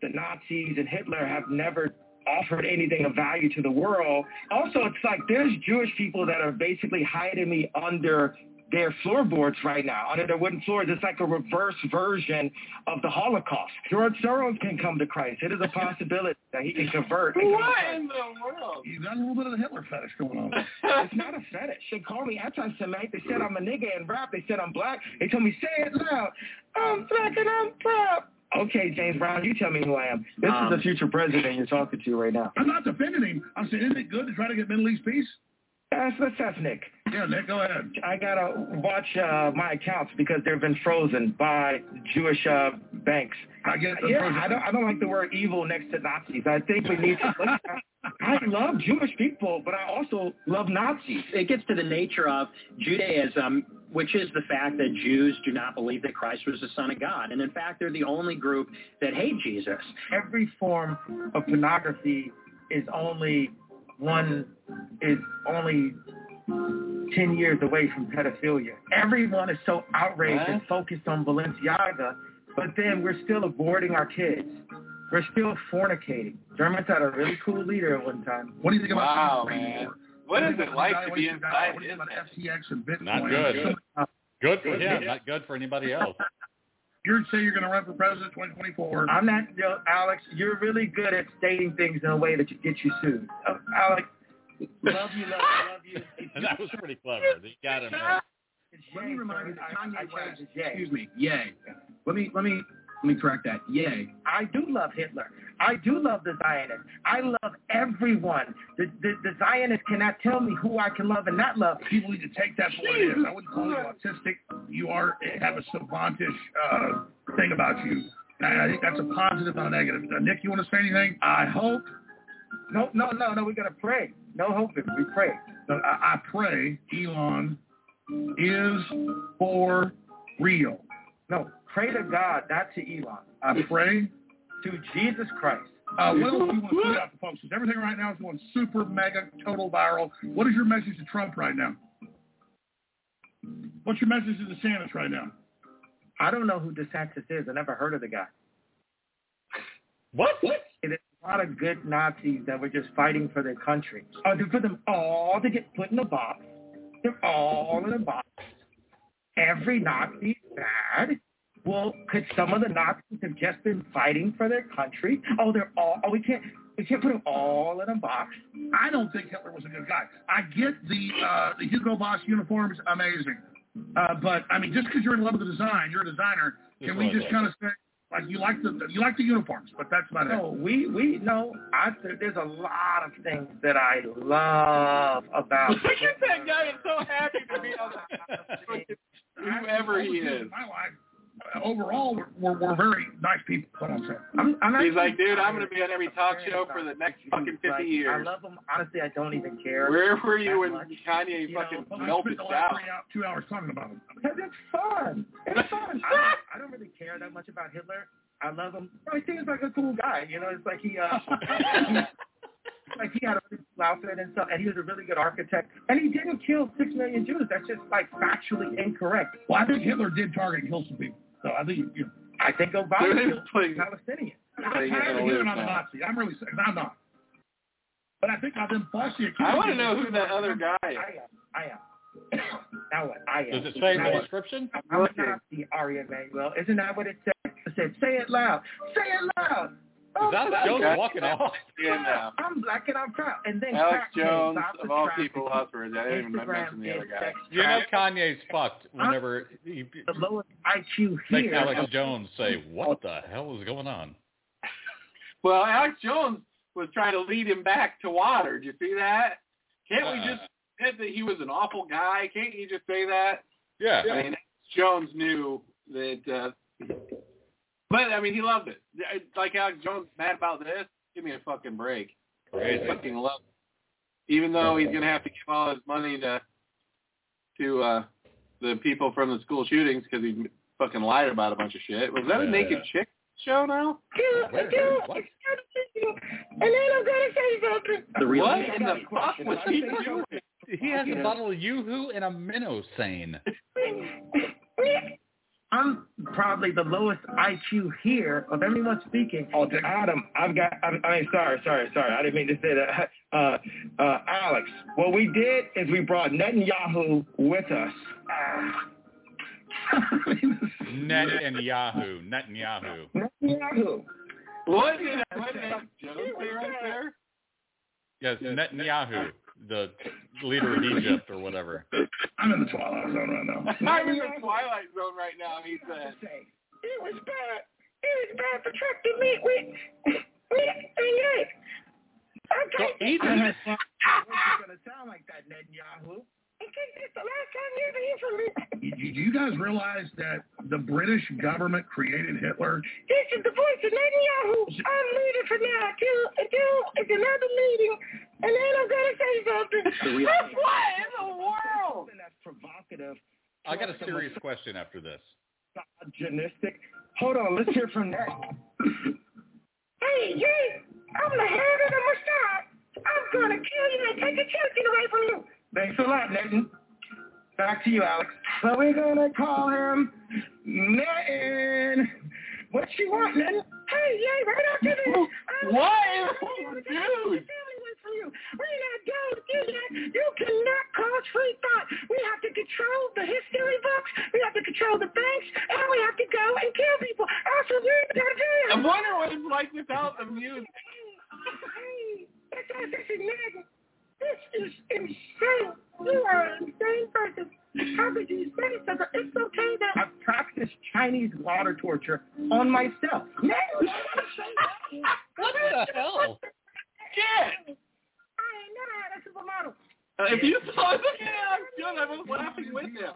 [SPEAKER 4] the Nazis and Hitler have never offered anything of value to the world. Also, it's like there's Jewish people that are basically hiding me under their floorboards right now, under their wooden floors. It's like a reverse version of the Holocaust. George Soros can come to Christ. It is a possibility that he can convert. and come to
[SPEAKER 2] What
[SPEAKER 4] Christ.
[SPEAKER 2] in the world?
[SPEAKER 5] He's got a little bit of the Hitler fetish going on.
[SPEAKER 4] It's not a fetish. They called me anti-Semitic. They said I'm a nigga in rap. They said I'm black. They told me, say it loud. I'm black and I'm proud. Okay, James Brown, you tell me who I am. This
[SPEAKER 2] Um,
[SPEAKER 4] is the future president you're talking to right now.
[SPEAKER 5] I'm not defending him. I'm saying, isn't it good to try to get Middle East peace?
[SPEAKER 4] That's, that's ethnic.
[SPEAKER 5] Yeah, Nick, go ahead.
[SPEAKER 4] I gotta watch uh, my accounts because they've been frozen by Jewish uh, banks.
[SPEAKER 5] I get the
[SPEAKER 4] Yeah,
[SPEAKER 5] Trojan-
[SPEAKER 4] I don't, I don't like the word evil next to Nazis. I think we need
[SPEAKER 5] (laughs)
[SPEAKER 4] to. Look, I love Jewish people, but I also love Nazis.
[SPEAKER 8] it gets to the nature of Judaism, which is the fact that Jews do not believe that Christ was the Son of God. And in fact, they're the only group that hate Jesus.
[SPEAKER 4] every form of pornography is only one is only 10 years away from pedophilia. Everyone is so outraged and focused on Balenciaga, but then we're still aborting our kids. We're still fornicating. Germans had a really cool leader at one time.
[SPEAKER 5] What do you think
[SPEAKER 2] Wow,
[SPEAKER 5] about Bitcoin
[SPEAKER 2] man.
[SPEAKER 5] war?
[SPEAKER 2] What
[SPEAKER 5] do you
[SPEAKER 2] is
[SPEAKER 5] think
[SPEAKER 2] it
[SPEAKER 5] about
[SPEAKER 2] like
[SPEAKER 5] the
[SPEAKER 2] to be
[SPEAKER 5] valuation of dollar?
[SPEAKER 2] inside
[SPEAKER 5] What do you think
[SPEAKER 2] his
[SPEAKER 5] about
[SPEAKER 2] (laughs)
[SPEAKER 5] FTX and Bitcoin?
[SPEAKER 3] Not good. Good for him, not good for anybody else.
[SPEAKER 5] You're saying you're going to run for president 2024.
[SPEAKER 4] I'm not, you know, Alex, you're really good at stating things in a way that you get you sued. Uh, Alex, love
[SPEAKER 3] (laughs)
[SPEAKER 4] you, love you, love you.
[SPEAKER 3] that was pretty clever. They got him. there.
[SPEAKER 4] It's
[SPEAKER 5] Let me
[SPEAKER 4] Jay,
[SPEAKER 5] remind you
[SPEAKER 4] sir.
[SPEAKER 5] that
[SPEAKER 4] I- I
[SPEAKER 5] Kanye West,
[SPEAKER 4] changed it, Jay.
[SPEAKER 5] excuse me, yay. Let me, let me, let me correct that. Yay.
[SPEAKER 4] I do love Hitler. I do love the Zionists. I love everyone. The, the, the Zionists cannot tell me who I can love and not love.
[SPEAKER 5] People need to take that for what it is. I wouldn't call you autistic. You are have a savantish uh, thing about you. And I think that's a positive, not a negative. Uh, Nick, you want to say anything? I hope.
[SPEAKER 4] No, no, no, no. We're gonna pray. No hoping. We pray.
[SPEAKER 5] that I, I pray Elon is for real.
[SPEAKER 4] No, pray to God, not to Elon.
[SPEAKER 5] I pray
[SPEAKER 4] to Jesus Christ.
[SPEAKER 5] Uh, what else do you want to put out to folks? Because everything right now is going super, mega, total viral. What is your message to Trump right now? What's your message to the DeSantis right now?
[SPEAKER 4] I don't know who DeSantis is. I never heard of the guy.
[SPEAKER 3] What? What?
[SPEAKER 4] And there's a lot of good Nazis that were just fighting for their country. Oh, to put them all to get put in a box. They're all in a box. Every Nazi is bad. Well, could some of the Nazis have just been fighting for their country? Oh, they're all. Oh, we can't. We can't put them all in a box.
[SPEAKER 5] I don't think Hitler was a good guy. I get the uh, the Hugo Boss uniforms, amazing. Uh, but I mean, just because you're in love with the design, you're a designer. Can
[SPEAKER 3] Just
[SPEAKER 5] we
[SPEAKER 3] like
[SPEAKER 5] just
[SPEAKER 3] that.
[SPEAKER 5] kind of say like you like the you like the uniforms, but that's about it.
[SPEAKER 4] No, we we no. I there's a lot of things that I love about.
[SPEAKER 2] Look at that guy is so happy to be on the (laughs) whoever he is.
[SPEAKER 5] My life. uh, Overall, we're, we're, we're very nice people. That's What I'm saying.
[SPEAKER 4] I'm, I'm
[SPEAKER 2] He's
[SPEAKER 4] actually
[SPEAKER 2] like, dude, I'm gonna
[SPEAKER 4] tired
[SPEAKER 2] be on every
[SPEAKER 4] of
[SPEAKER 2] talk
[SPEAKER 4] hearing
[SPEAKER 2] show
[SPEAKER 4] about
[SPEAKER 2] for the next
[SPEAKER 4] Jews.
[SPEAKER 2] fucking
[SPEAKER 4] Like,
[SPEAKER 2] 50 years.
[SPEAKER 4] I love them. Honestly, I don't even care.
[SPEAKER 2] Where were you when
[SPEAKER 4] That much.
[SPEAKER 2] Kanye
[SPEAKER 4] You
[SPEAKER 2] fucking
[SPEAKER 5] Well, I
[SPEAKER 2] melted
[SPEAKER 5] spent the last
[SPEAKER 2] down?
[SPEAKER 5] three hou- two hours talking about them.
[SPEAKER 4] Because it's fun. It's
[SPEAKER 2] (laughs)
[SPEAKER 4] fun. I, don't- I don't really care that much about Hitler. I love him. You know, he seems like a cool guy. You know, it's like
[SPEAKER 2] (laughs)
[SPEAKER 4] he, uh, like he had a really cool outfit and stuff, and he was a really good architect. And he didn't kill six million Jews. That's just like factually incorrect.
[SPEAKER 5] Well, I think Hitler did target and kill some people. So I think you. Know,
[SPEAKER 4] I think
[SPEAKER 2] (laughs)
[SPEAKER 4] Obama
[SPEAKER 2] Dude,
[SPEAKER 4] killed
[SPEAKER 2] it's like-
[SPEAKER 4] Palestinians.
[SPEAKER 5] I'm
[SPEAKER 2] Hitler
[SPEAKER 5] tired of hearing I'm a
[SPEAKER 2] is not.
[SPEAKER 5] Nazi. I'm really. and I'm not. But I think I've been falsely accused.
[SPEAKER 2] I want to know who that other guy
[SPEAKER 4] I
[SPEAKER 2] is.
[SPEAKER 4] am. I am. now what? I am.
[SPEAKER 3] Does it say in
[SPEAKER 4] Now
[SPEAKER 3] the
[SPEAKER 4] what?
[SPEAKER 3] description?
[SPEAKER 4] I'm a Nazi, Arya Manuel. Isn't that what it said? It said, say it loud. Say it loud.
[SPEAKER 3] Is
[SPEAKER 4] Oh,
[SPEAKER 3] that
[SPEAKER 4] black
[SPEAKER 3] Jones
[SPEAKER 2] guy.
[SPEAKER 3] walking off?
[SPEAKER 2] Yeah, now.
[SPEAKER 4] I'm black and I'm proud. And then
[SPEAKER 2] Alex
[SPEAKER 4] crack
[SPEAKER 2] Jones,
[SPEAKER 4] me, stop
[SPEAKER 2] of
[SPEAKER 4] the
[SPEAKER 2] all
[SPEAKER 4] trafficking.
[SPEAKER 2] people, hustlers. I didn't even
[SPEAKER 4] Instagram
[SPEAKER 2] mention the other
[SPEAKER 4] is
[SPEAKER 2] guy.
[SPEAKER 4] sex
[SPEAKER 3] You know
[SPEAKER 4] trafficking.
[SPEAKER 3] Kanye's fucked whenever he
[SPEAKER 4] the lowest IQ
[SPEAKER 3] makes
[SPEAKER 4] here.
[SPEAKER 3] Alex Jones say, what the hell is going on?
[SPEAKER 2] Well, Alex Jones was trying to lead him back to water. Did you see that? Can't we
[SPEAKER 3] Uh.
[SPEAKER 2] just admit that he was an awful guy? Can't you just say that?
[SPEAKER 3] Yeah.
[SPEAKER 2] I mean, Alex Jones knew that. Uh, but I mean, he loved it. Like Alex Jones, mad about this? Give me a fucking break.
[SPEAKER 3] Crazy.
[SPEAKER 2] fucking love it. Even though he's going to have to give all his money to to uh, the people from the school shootings because he fucking lied about a bunch of shit. Was that a
[SPEAKER 3] Yeah.
[SPEAKER 2] naked chick show now?
[SPEAKER 3] Where- where- what?
[SPEAKER 8] The real
[SPEAKER 2] What
[SPEAKER 8] thing.
[SPEAKER 2] in the fuck was he doing?
[SPEAKER 3] He has a bottle of yoo-hoo and a minnow sane.
[SPEAKER 4] I'm probably the lowest IQ here of anyone speaking.
[SPEAKER 5] Oh, Dick.
[SPEAKER 4] Adam, I've got. I, I mean, sorry, sorry, sorry. I didn't mean to say that. (laughs) Uh, uh, Alex, what we did is we brought Netanyahu with us.
[SPEAKER 3] Net and Yahoo. Net and Yahoo.
[SPEAKER 4] Netanyahu.
[SPEAKER 2] What did what did Alex Jones say right there?
[SPEAKER 3] Yes, Netanyahu, the leader of Egypt or whatever.
[SPEAKER 5] I'm in the twilight zone right
[SPEAKER 2] (laughs)
[SPEAKER 5] now.
[SPEAKER 2] I'm in the twilight zone right now. He (laughs) said,
[SPEAKER 4] It was bad. It was bad for Trump to meet with. Netanyahu.
[SPEAKER 3] So even
[SPEAKER 4] It's gonna sound like that, Netanyahu. It's the last time you hear from me.
[SPEAKER 5] You- you- Do you guys realize that the British government created Hitler?
[SPEAKER 4] This is the voice of Netanyahu. I'm leaving for now until until it's another meeting, and then I'm gonna say something.
[SPEAKER 8] The real thing.
[SPEAKER 2] "What in the world?"
[SPEAKER 4] That's provocative,
[SPEAKER 3] I got a serious question after this.
[SPEAKER 4] misogynistic. Hold on, let's hear (laughs) from that. Hey, hey, I'm the head of the Mossad. I'm gonna kill you and take the children away from you. Thanks a lot, Nathan. Back to you, Alex. So we're gonna call him Nathan. What you want, Nathan? Hey, yeah, right after this. I'm
[SPEAKER 2] What
[SPEAKER 4] I'm
[SPEAKER 2] is
[SPEAKER 4] gonna
[SPEAKER 2] dude?
[SPEAKER 4] take the family away from you. We're not going to do that. You cannot cause free thought. We have to control the history books. We have to control the banks, and we have to go and kill people. That's what we're gonna do.
[SPEAKER 2] I wonder what it's like without the music.
[SPEAKER 4] Hey, that's all this is mad. This is insane. You are an insane person. How could you say something? It's okay that I practiced Chinese water torture on myself. No,
[SPEAKER 3] What the hell?
[SPEAKER 2] Shit! If you saw the yeah, Alex Jones, I was laughing with him.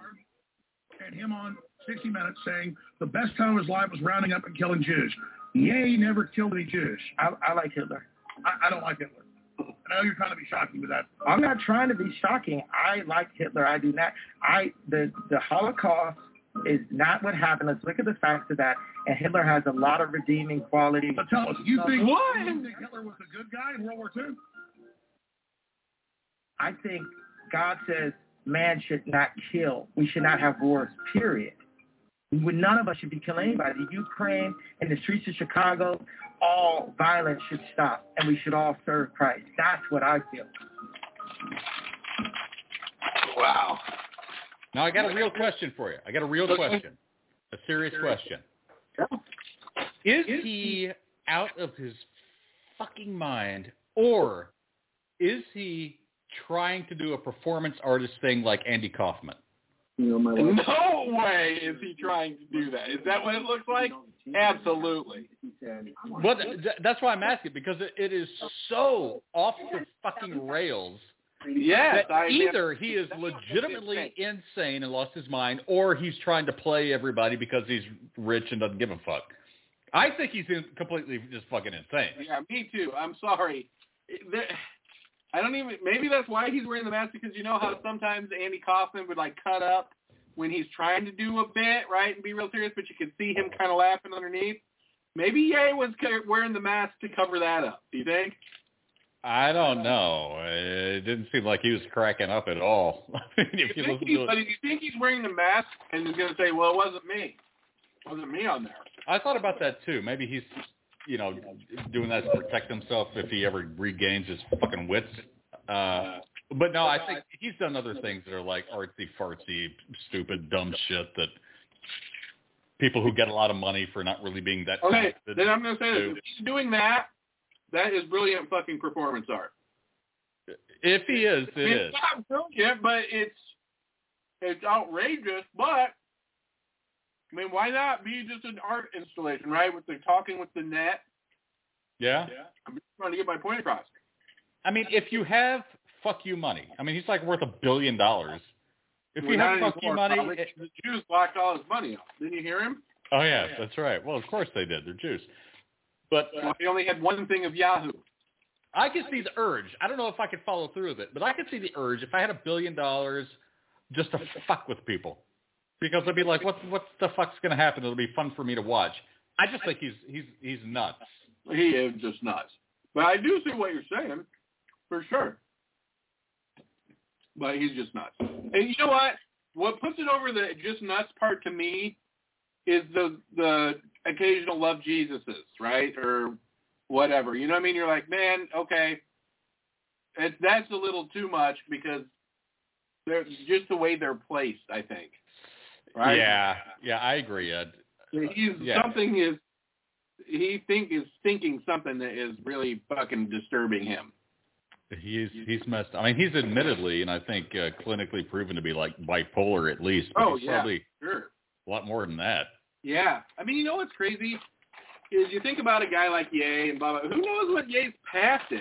[SPEAKER 5] And him on 60 Minutes saying the best time of his life was rounding up and killing Jews. Yay, never killed any Jews.
[SPEAKER 4] I, I like Hitler.
[SPEAKER 5] I, I don't like Hitler. And I know you're trying to be shocking with that.
[SPEAKER 4] I'm not trying to be shocking. I like Hitler. I do not. I the the Holocaust is not what happened. Let's look at the facts of that. And Hitler has a lot of redeeming qualities.
[SPEAKER 5] But tell us, you think,
[SPEAKER 2] What?
[SPEAKER 5] you think Hitler was a good guy in World War II?
[SPEAKER 4] I think God says man should not kill. We should not have wars, period. We- None of us should be killing anybody. The Ukraine and the streets of Chicago, all violence should stop, and we should all serve Christ. That's what I feel.
[SPEAKER 2] Wow.
[SPEAKER 3] Now I got a real question for you. I got a real question. A serious question. Is he out of his fucking mind or is he trying to do a performance artist thing like Andy Kaufman?
[SPEAKER 2] No way is he trying to do that. Is that what it looks like? Absolutely.
[SPEAKER 3] Well, th- th- that's why I'm asking because it, it is so off the fucking rails
[SPEAKER 2] Yes.
[SPEAKER 3] that
[SPEAKER 2] I
[SPEAKER 3] either he is legitimately insane and lost his mind, or he's trying to play everybody because he's rich and doesn't give a fuck. I think he's in, completely just fucking insane.
[SPEAKER 2] Yeah, me too. I'm sorry. It- there- I don't even. Maybe that's why he's wearing the mask because you know how sometimes Andy Kaufman would like cut up when he's trying to do a bit, right, and be real serious, but you could see him kind of laughing underneath. Maybe Ye was ca- wearing the mask to cover that up. Do you think?
[SPEAKER 3] I don't know. It didn't seem like he was cracking up at all. (laughs) I mean, if you
[SPEAKER 2] think
[SPEAKER 3] listen
[SPEAKER 2] he's,
[SPEAKER 3] to
[SPEAKER 2] but
[SPEAKER 3] it,
[SPEAKER 2] if you think he's wearing the mask and he's gonna say, "Well, it wasn't me, it wasn't me on there."
[SPEAKER 3] I thought about that too. Maybe he's, you know, doing that to protect himself if he ever regains his fucking wits. Uh, but no, I think he's done other things that are like artsy fartsy, stupid, dumb shit that people who get a lot of money for not really being that.
[SPEAKER 2] Okay,
[SPEAKER 3] talented
[SPEAKER 2] then I'm gonna say
[SPEAKER 3] do.
[SPEAKER 2] this: if he's doing that, that is brilliant fucking performance art.
[SPEAKER 3] If he is, it
[SPEAKER 2] it's
[SPEAKER 3] is.
[SPEAKER 2] not brilliant, but it's it's outrageous. But I mean, why not be just an art installation, right? With the talking with the net.
[SPEAKER 3] Yeah.
[SPEAKER 2] I'm just trying to get my point across.
[SPEAKER 3] I mean, if you have fuck you money, I mean, he's like worth a billion dollars. If
[SPEAKER 2] We're
[SPEAKER 3] you have
[SPEAKER 2] not
[SPEAKER 3] fuck you
[SPEAKER 2] anymore,
[SPEAKER 3] money,
[SPEAKER 2] probably.
[SPEAKER 3] it-
[SPEAKER 2] the Jews blocked all his money off. Didn't you hear him?
[SPEAKER 3] oh yeah, that's right. Well, of course they did. They're Jews. But
[SPEAKER 2] So he only had one thing of Yahoo.
[SPEAKER 3] I could see the urge. I don't know if I could follow through with it, but I could see the urge if I had a billion dollars just to fuck with people. Because I'd be like, what what the fuck's gonna happen? It'll be fun for me to watch. I just think he's he's he's nuts.
[SPEAKER 2] He is just nuts. But I do see what you're saying, for sure. But he's just nuts. And you know what? What puts it over the just nuts part to me is the the occasional love Jesuses, right? Or whatever. You know what I mean? You're like, man, okay, it, that's a little too much because they're just the way they're placed. I think. Right.
[SPEAKER 3] Yeah, yeah, I agree, Ed.
[SPEAKER 2] He's
[SPEAKER 3] Yeah.
[SPEAKER 2] something is he think is thinking something that is really fucking disturbing him.
[SPEAKER 3] He's he's messed. I mean, he's admittedly and I think uh, clinically proven to be like bipolar at least. But
[SPEAKER 2] Oh,
[SPEAKER 3] he's
[SPEAKER 2] yeah.
[SPEAKER 3] Probably
[SPEAKER 2] Sure.
[SPEAKER 3] a lot more than that.
[SPEAKER 2] Yeah. I mean, you know what's crazy is you think about a guy like Ye and blah blah. Who knows what Ye's past is?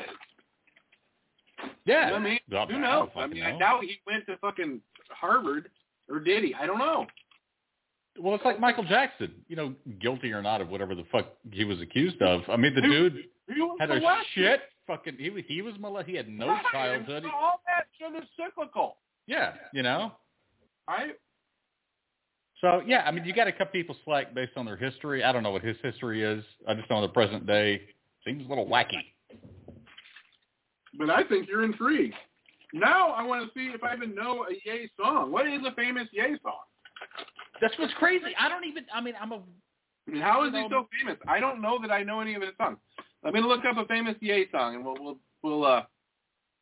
[SPEAKER 2] You
[SPEAKER 3] Yeah.
[SPEAKER 2] know what I mean,
[SPEAKER 3] Well,
[SPEAKER 2] who
[SPEAKER 3] I
[SPEAKER 2] knows?
[SPEAKER 3] don't
[SPEAKER 2] I,
[SPEAKER 3] fucking
[SPEAKER 2] mean,
[SPEAKER 3] know.
[SPEAKER 2] I doubt he went to fucking Harvard or did he? I don't know.
[SPEAKER 3] Well, it's like Michael Jackson, you know, guilty or not of whatever the fuck he was accused of. I mean, the
[SPEAKER 2] Dude,
[SPEAKER 3] dude
[SPEAKER 2] He was
[SPEAKER 3] had a
[SPEAKER 2] molested.
[SPEAKER 3] shit
[SPEAKER 2] (laughs)
[SPEAKER 3] fucking. He was he was molested. He had no
[SPEAKER 2] Right,
[SPEAKER 3] childhood.
[SPEAKER 2] and so All that shit is cyclical,
[SPEAKER 3] Yeah, you know.
[SPEAKER 2] right?
[SPEAKER 3] So yeah, I mean, you got to cut people slack based on their history. I don't know what his history is. I just know the present day seems a little wacky.
[SPEAKER 2] But I think you're intrigued. Now I want to see if I even know a Ye song. What is a famous Ye song?
[SPEAKER 3] That's what's crazy. I don't even. I mean, I'm a.
[SPEAKER 2] And How is he
[SPEAKER 3] Um,
[SPEAKER 2] so famous? I don't know that I know any of his songs. I'm gonna look up a famous Ye song, and we'll we'll we'll uh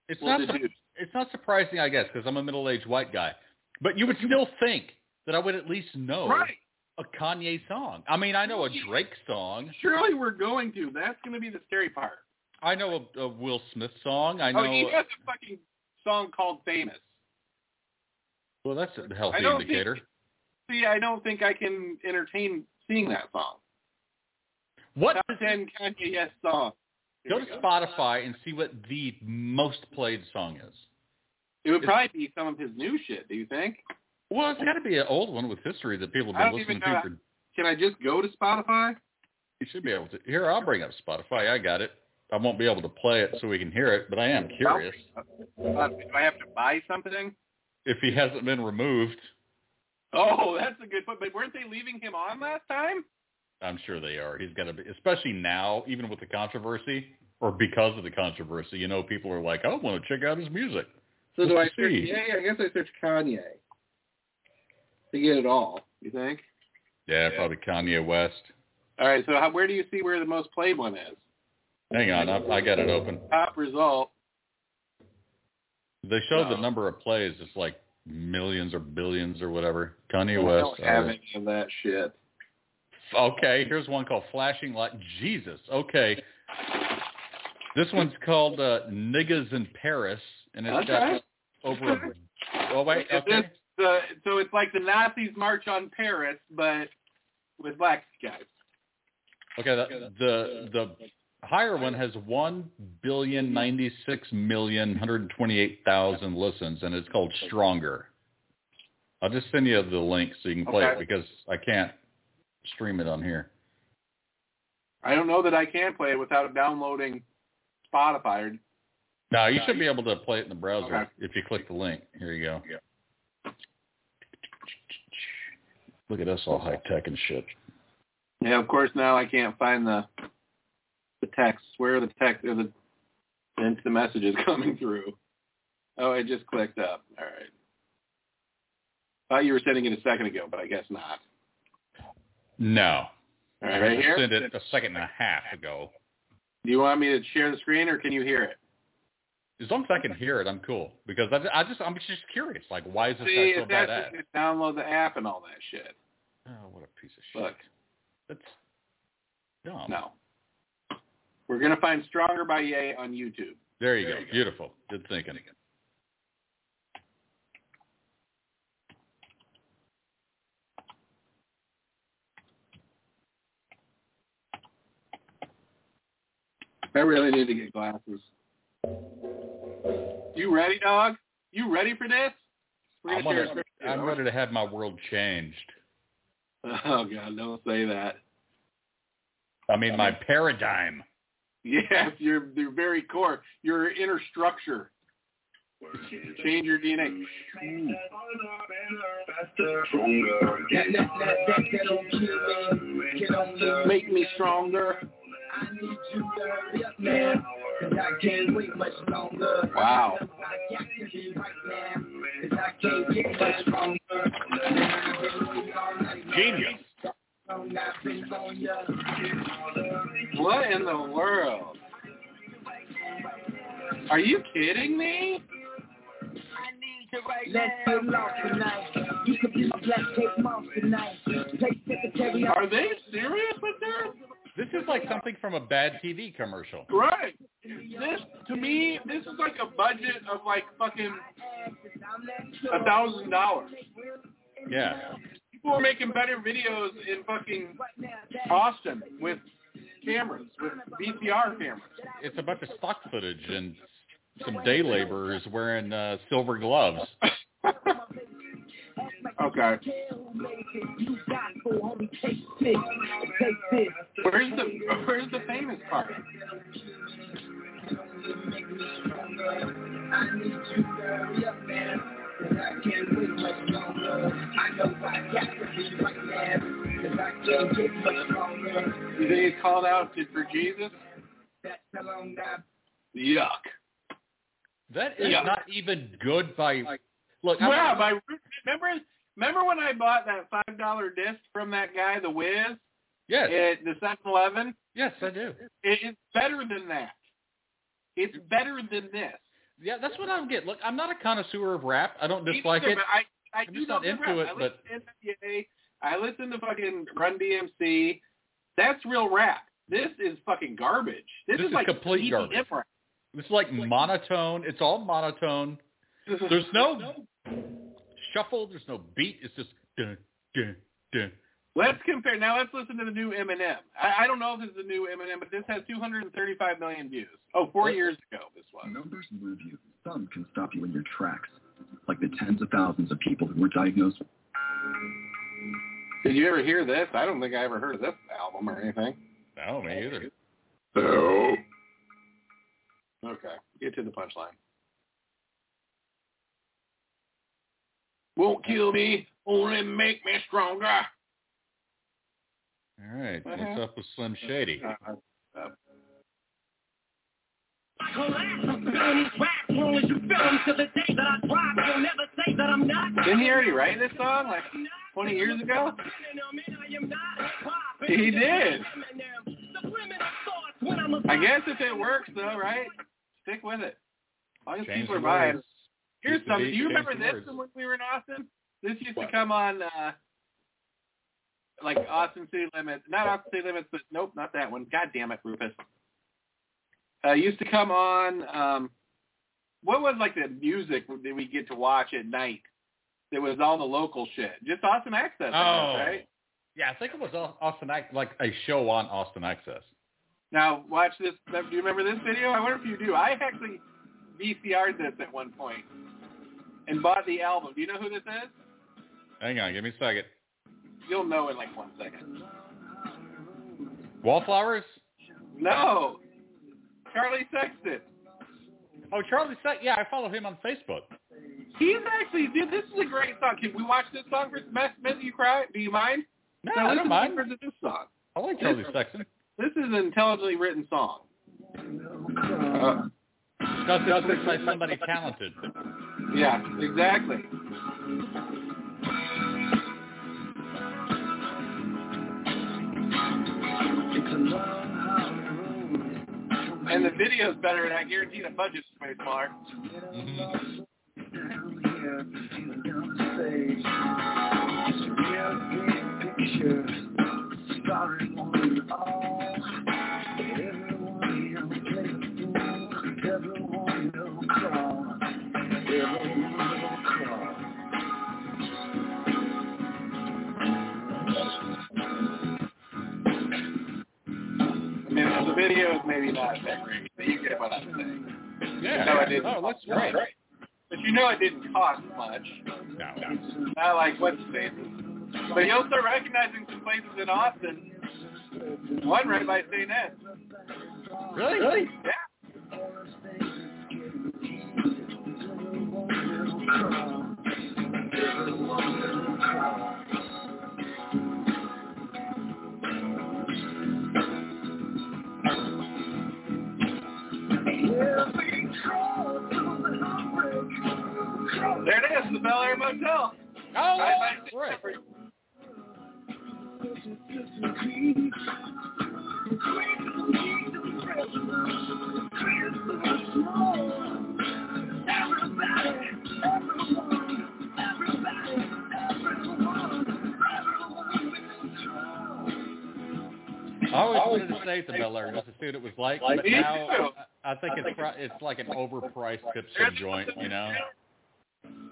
[SPEAKER 3] It's
[SPEAKER 2] we'll
[SPEAKER 3] not. sur-
[SPEAKER 2] deduce.
[SPEAKER 3] It's not surprising, I guess, because I'm a middle-aged white guy. But you would still think that I would at least know
[SPEAKER 2] Right?
[SPEAKER 3] a Kanye song. I mean, I know a Drake song.
[SPEAKER 2] Surely we're going to. That's gonna be the scary part.
[SPEAKER 3] I know a, a Will Smith song. I know.
[SPEAKER 2] Oh, he has a fucking song called Famous.
[SPEAKER 3] well, that's a healthy
[SPEAKER 2] I don't think-
[SPEAKER 3] indicator.
[SPEAKER 2] See, I don't think I can entertain seeing that song.
[SPEAKER 3] What?
[SPEAKER 2] Top ten Kanye Yes song. Here
[SPEAKER 3] Go
[SPEAKER 2] we
[SPEAKER 3] to
[SPEAKER 2] go.
[SPEAKER 3] Spotify and see what the most played song is.
[SPEAKER 2] It would probably be some of his new shit. Do you think?
[SPEAKER 3] Well, it's got to be an old one with history that people
[SPEAKER 2] I
[SPEAKER 3] have
[SPEAKER 2] don't
[SPEAKER 3] been
[SPEAKER 2] even
[SPEAKER 3] listening to.
[SPEAKER 2] know.
[SPEAKER 3] For,
[SPEAKER 2] Can I just go to Spotify?
[SPEAKER 3] you should be able to. Here, I'll bring up Spotify. I got it. I won't be able to play it so we can hear it, but I am curious
[SPEAKER 2] Uh, do I have to buy something?
[SPEAKER 3] if he hasn't been removed.
[SPEAKER 2] Oh, that's a good point. But weren't they leaving him on last time?
[SPEAKER 3] I'm sure they are. He's got to be, especially now, even with the controversy or because of the controversy. You know, people are like, I want to check out his music.
[SPEAKER 2] So do I
[SPEAKER 3] Let's
[SPEAKER 2] search?
[SPEAKER 3] see.
[SPEAKER 2] Yeah, yeah, I guess I search Kanye to get it all. You think?
[SPEAKER 3] Yeah, probably Kanye West.
[SPEAKER 2] All right. So how, where do you see where the most played one is?
[SPEAKER 3] Hang on, I, I got it open.
[SPEAKER 2] Top result.
[SPEAKER 3] They show the
[SPEAKER 2] No.
[SPEAKER 3] number of plays. It's like millions or billions or whatever. Kanye
[SPEAKER 2] I
[SPEAKER 3] West.
[SPEAKER 2] don't have
[SPEAKER 3] artist.
[SPEAKER 2] any of that shit.
[SPEAKER 3] Okay, here's one called Flashing Light. Jesus. Okay. This one's called uh, Niggas in Paris, and it's
[SPEAKER 2] (laughs) Okay.
[SPEAKER 3] got over. A, oh wait.
[SPEAKER 2] Is
[SPEAKER 3] Okay.
[SPEAKER 2] this the, so it's like the Nazis march on Paris, but with black guys.
[SPEAKER 3] Okay, the the, the higher one has one billion ninety six million hundred twenty eight thousand listens, and it's called Stronger. I'll just send you the link so you can play
[SPEAKER 2] Okay.
[SPEAKER 3] it because I can't stream it on here.
[SPEAKER 2] I don't know that I can play it without downloading Spotify. Or,
[SPEAKER 3] No, you should be able to play it in the browser
[SPEAKER 2] Okay.
[SPEAKER 3] if you click the link. Here you go. Look at us all high tech and shit.
[SPEAKER 2] yeah, of course now I can't find the the text. Where are the text or the and the messages (laughs) coming through? Oh, it just clicked up. All right. Thought you were sending it a second ago, but I guess not.
[SPEAKER 3] No,
[SPEAKER 2] All
[SPEAKER 3] I
[SPEAKER 2] right, right here.
[SPEAKER 3] sent it a second and a half ago.
[SPEAKER 2] Do you want me to share the screen or can you hear it?
[SPEAKER 3] As long as I can hear it, I'm cool because I, I just I'm just curious. Like, why is this
[SPEAKER 2] See,
[SPEAKER 3] guy so
[SPEAKER 2] it's
[SPEAKER 3] bad
[SPEAKER 2] actually going
[SPEAKER 3] at?
[SPEAKER 2] to download the app and all that shit.
[SPEAKER 3] Oh, what a piece of shit.
[SPEAKER 2] Look.
[SPEAKER 3] That's dumb.
[SPEAKER 2] No. We're going to find Stronger by Ye on YouTube.
[SPEAKER 3] There you go. Beautiful. Good thinking.
[SPEAKER 2] I really need to get glasses. You ready, dog? You ready for this? We're
[SPEAKER 3] I'm,
[SPEAKER 2] gonna share a
[SPEAKER 3] gonna-
[SPEAKER 2] script too.
[SPEAKER 3] I'm ready to have my world changed.
[SPEAKER 2] Oh god, don't say that. (laughs)
[SPEAKER 3] I mean, my paradigm.
[SPEAKER 2] Yes, your your very core, your inner structure. Change your DNA. Make me stronger. Wow.
[SPEAKER 3] Genius.
[SPEAKER 2] What in the world? Are you kidding me?
[SPEAKER 7] Let's get lost tonight. You could be my black cake mom tonight. Play secretary.
[SPEAKER 2] Are they serious with this?
[SPEAKER 3] This is like something from a bad TV commercial.
[SPEAKER 2] Right. This to me, this is like a budget of like fucking a thousand dollars.
[SPEAKER 3] Yeah.
[SPEAKER 2] People are making better videos in fucking Austin with cameras, with VCR cameras.
[SPEAKER 3] It's a bunch of stock footage and some day laborers wearing uh, silver gloves.
[SPEAKER 2] (laughs) okay. Where's the Where's the famous part? You think it's called out to, for Jesus? Yuck.
[SPEAKER 3] That is
[SPEAKER 2] Yeah.
[SPEAKER 3] not even good by. Look, I'm-
[SPEAKER 2] Wow, my remember remember when I bought that five dollar disc from that guy, the Wiz,
[SPEAKER 3] yes,
[SPEAKER 2] at the Seven Eleven?
[SPEAKER 3] yes, I do.
[SPEAKER 2] It, it's better than that. It's better than this.
[SPEAKER 3] Yeah, that's what I get. Look, I'm not a connoisseur of rap. I don't dislike
[SPEAKER 2] Either,
[SPEAKER 3] it.
[SPEAKER 2] but I, I do
[SPEAKER 3] just
[SPEAKER 2] love
[SPEAKER 3] not
[SPEAKER 2] the
[SPEAKER 3] into
[SPEAKER 2] rap.
[SPEAKER 3] it,
[SPEAKER 2] I
[SPEAKER 3] but-
[SPEAKER 2] listen to NWA. I listen to fucking Run DMC. That's real rap. This is fucking garbage. This,
[SPEAKER 3] This
[SPEAKER 2] is
[SPEAKER 3] is
[SPEAKER 2] like
[SPEAKER 3] complete
[SPEAKER 2] easy
[SPEAKER 3] garbage.
[SPEAKER 2] F rap.
[SPEAKER 3] It's like monotone. It's all monotone. There's no shuffle. There's no beat. It's just dun dun dun.
[SPEAKER 2] Let's compare. Now let's listen to the new Eminem. I, I don't know if this is the new Eminem, but this has 235 million views. Oh, four years ago, this was.
[SPEAKER 9] Numbers move you. Some can stop you in your tracks, like the tens of thousands of people who were diagnosed.
[SPEAKER 2] Did you ever hear this? I don't think I ever heard of this album or anything.
[SPEAKER 3] No, me either.
[SPEAKER 2] No. Okay, get to the punchline. Won't kill me, only make me stronger.
[SPEAKER 3] All right.
[SPEAKER 2] What
[SPEAKER 3] What's
[SPEAKER 2] happened?
[SPEAKER 3] up with Slim Shady?
[SPEAKER 7] Collapse of felonies, rap, only to film till the day that I drop. You'll never say that I'm not.
[SPEAKER 2] Didn't he already write this song like 20 years ago? He did. I guess if it works though, right? Stick with it. All these
[SPEAKER 3] Change
[SPEAKER 2] people are
[SPEAKER 3] the
[SPEAKER 2] buying.
[SPEAKER 3] words.
[SPEAKER 2] Here's
[SPEAKER 3] Used to
[SPEAKER 2] something.
[SPEAKER 3] be-
[SPEAKER 2] Do you
[SPEAKER 3] change
[SPEAKER 2] remember
[SPEAKER 3] the
[SPEAKER 2] this
[SPEAKER 3] words.
[SPEAKER 2] from when we were in Austin? This used
[SPEAKER 3] What?
[SPEAKER 2] to come on, uh, like Austin City Limits. Not Austin City Limits, but nope, not that one. God damn it, Rufus. Uh, used to come on. Um, what was like the music that we get to watch at night? That was all the local shit. Just Austin Access, I guess,
[SPEAKER 3] Oh.
[SPEAKER 2] right?
[SPEAKER 3] Yeah, I think it was Au- Austin, Ac- like a show on Austin Access.
[SPEAKER 2] Now watch this. Do you remember this video? I wonder if you do. I actually VCR'd this at one point and bought the album. Do you know who this is?
[SPEAKER 3] Hang on, give me a second.
[SPEAKER 2] You'll know in like one second.
[SPEAKER 3] Wallflowers?
[SPEAKER 2] No, Charlie Sexton.
[SPEAKER 3] Oh, Charlie Sa- Yeah, I follow him on Facebook.
[SPEAKER 2] He's actually, dude. This is a great song. Can we watch this song for Smith? Smith, you cry? Do you mind?
[SPEAKER 3] No,
[SPEAKER 2] Now
[SPEAKER 3] I
[SPEAKER 2] listen
[SPEAKER 3] don't mind.
[SPEAKER 2] To this song.
[SPEAKER 3] I like Charlie Sexton.
[SPEAKER 2] This is an intelligently written song. Uh,
[SPEAKER 3] Does it written by somebody talented?
[SPEAKER 2] Yeah, exactly. And the video's better, and I guarantee the budget's way smaller. I mean, the video's maybe not that great, but you get what I'm saying.
[SPEAKER 3] Yeah.
[SPEAKER 2] No, I didn't.
[SPEAKER 3] (laughs) Oh, it looks great.
[SPEAKER 2] But you know it didn't cost much.
[SPEAKER 3] No.
[SPEAKER 2] Not like what's faces. But you'll start recognizing some places in Austin. One right by St. Ed.
[SPEAKER 3] Really?
[SPEAKER 2] Yeah. There it is, the Bel Air Motel.
[SPEAKER 3] Oh,
[SPEAKER 2] Right by St.
[SPEAKER 3] right.
[SPEAKER 2] Edward.
[SPEAKER 3] I always wanted to stay at the Bel Air just to see what it was like. But
[SPEAKER 2] Me
[SPEAKER 3] now
[SPEAKER 2] too.
[SPEAKER 3] I I think it's pro- it's like an overpriced
[SPEAKER 2] There's-
[SPEAKER 3] hipster joint, you know?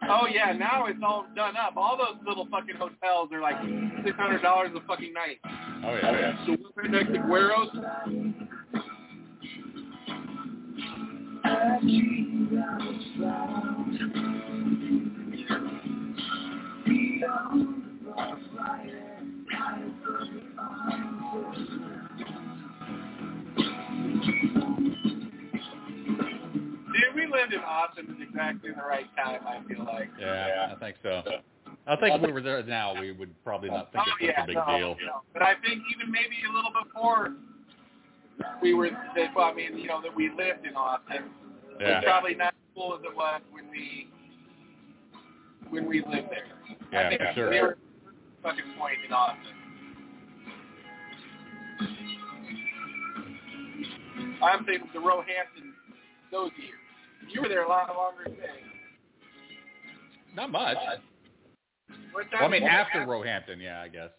[SPEAKER 2] Oh yeah, now it's all done up. All those little fucking hotels are like six hundred dollars a fucking night.
[SPEAKER 3] Oh yeah.
[SPEAKER 2] So we're next to Guero's. Dude, we lived in Austin at exactly the right time, I feel like.
[SPEAKER 3] Yeah, Oh, I think so. I think if we were there now, we would probably not think it's such a big
[SPEAKER 2] Oh, no,
[SPEAKER 3] deal.
[SPEAKER 2] no. But I think even maybe a little before we were, that, well, I mean, you know, that we lived in Austin.
[SPEAKER 3] Yeah.
[SPEAKER 2] It's probably not as cool as it was when we when we lived there.
[SPEAKER 3] Yeah,
[SPEAKER 2] I think
[SPEAKER 3] for
[SPEAKER 2] it's
[SPEAKER 3] sure.
[SPEAKER 2] a clear fucking point in Austin. I'm thinking the Roehampton those years. You were there a lot longer than me.
[SPEAKER 3] Not much.
[SPEAKER 2] What
[SPEAKER 3] Well, I
[SPEAKER 2] time
[SPEAKER 3] mean,
[SPEAKER 2] was it?
[SPEAKER 3] after Roehampton, yeah, I guess.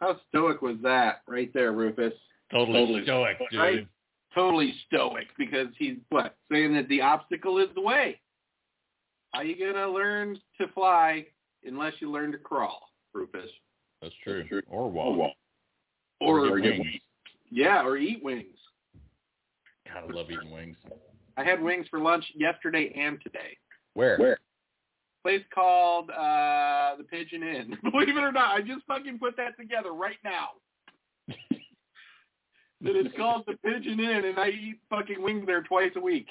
[SPEAKER 2] How stoic was that right there, Rufus?
[SPEAKER 3] Totally, stoic, dude.
[SPEAKER 2] Right? Totally stoic because he's what saying that the obstacle is the way. How you gonna learn to fly unless you learn to crawl, Rufus?
[SPEAKER 3] That's true. Or walk.
[SPEAKER 2] Or,
[SPEAKER 3] Or get wings.
[SPEAKER 2] yeah, or eat wings.
[SPEAKER 3] God, I love eating wings.
[SPEAKER 2] I had wings for lunch yesterday and today.
[SPEAKER 3] Where?
[SPEAKER 8] Where?
[SPEAKER 2] Place called uh the Pigeon Inn. (laughs) Believe it or not, I just fucking put that together right now. that it's called the Pigeon Inn, and I eat fucking wings there twice a week.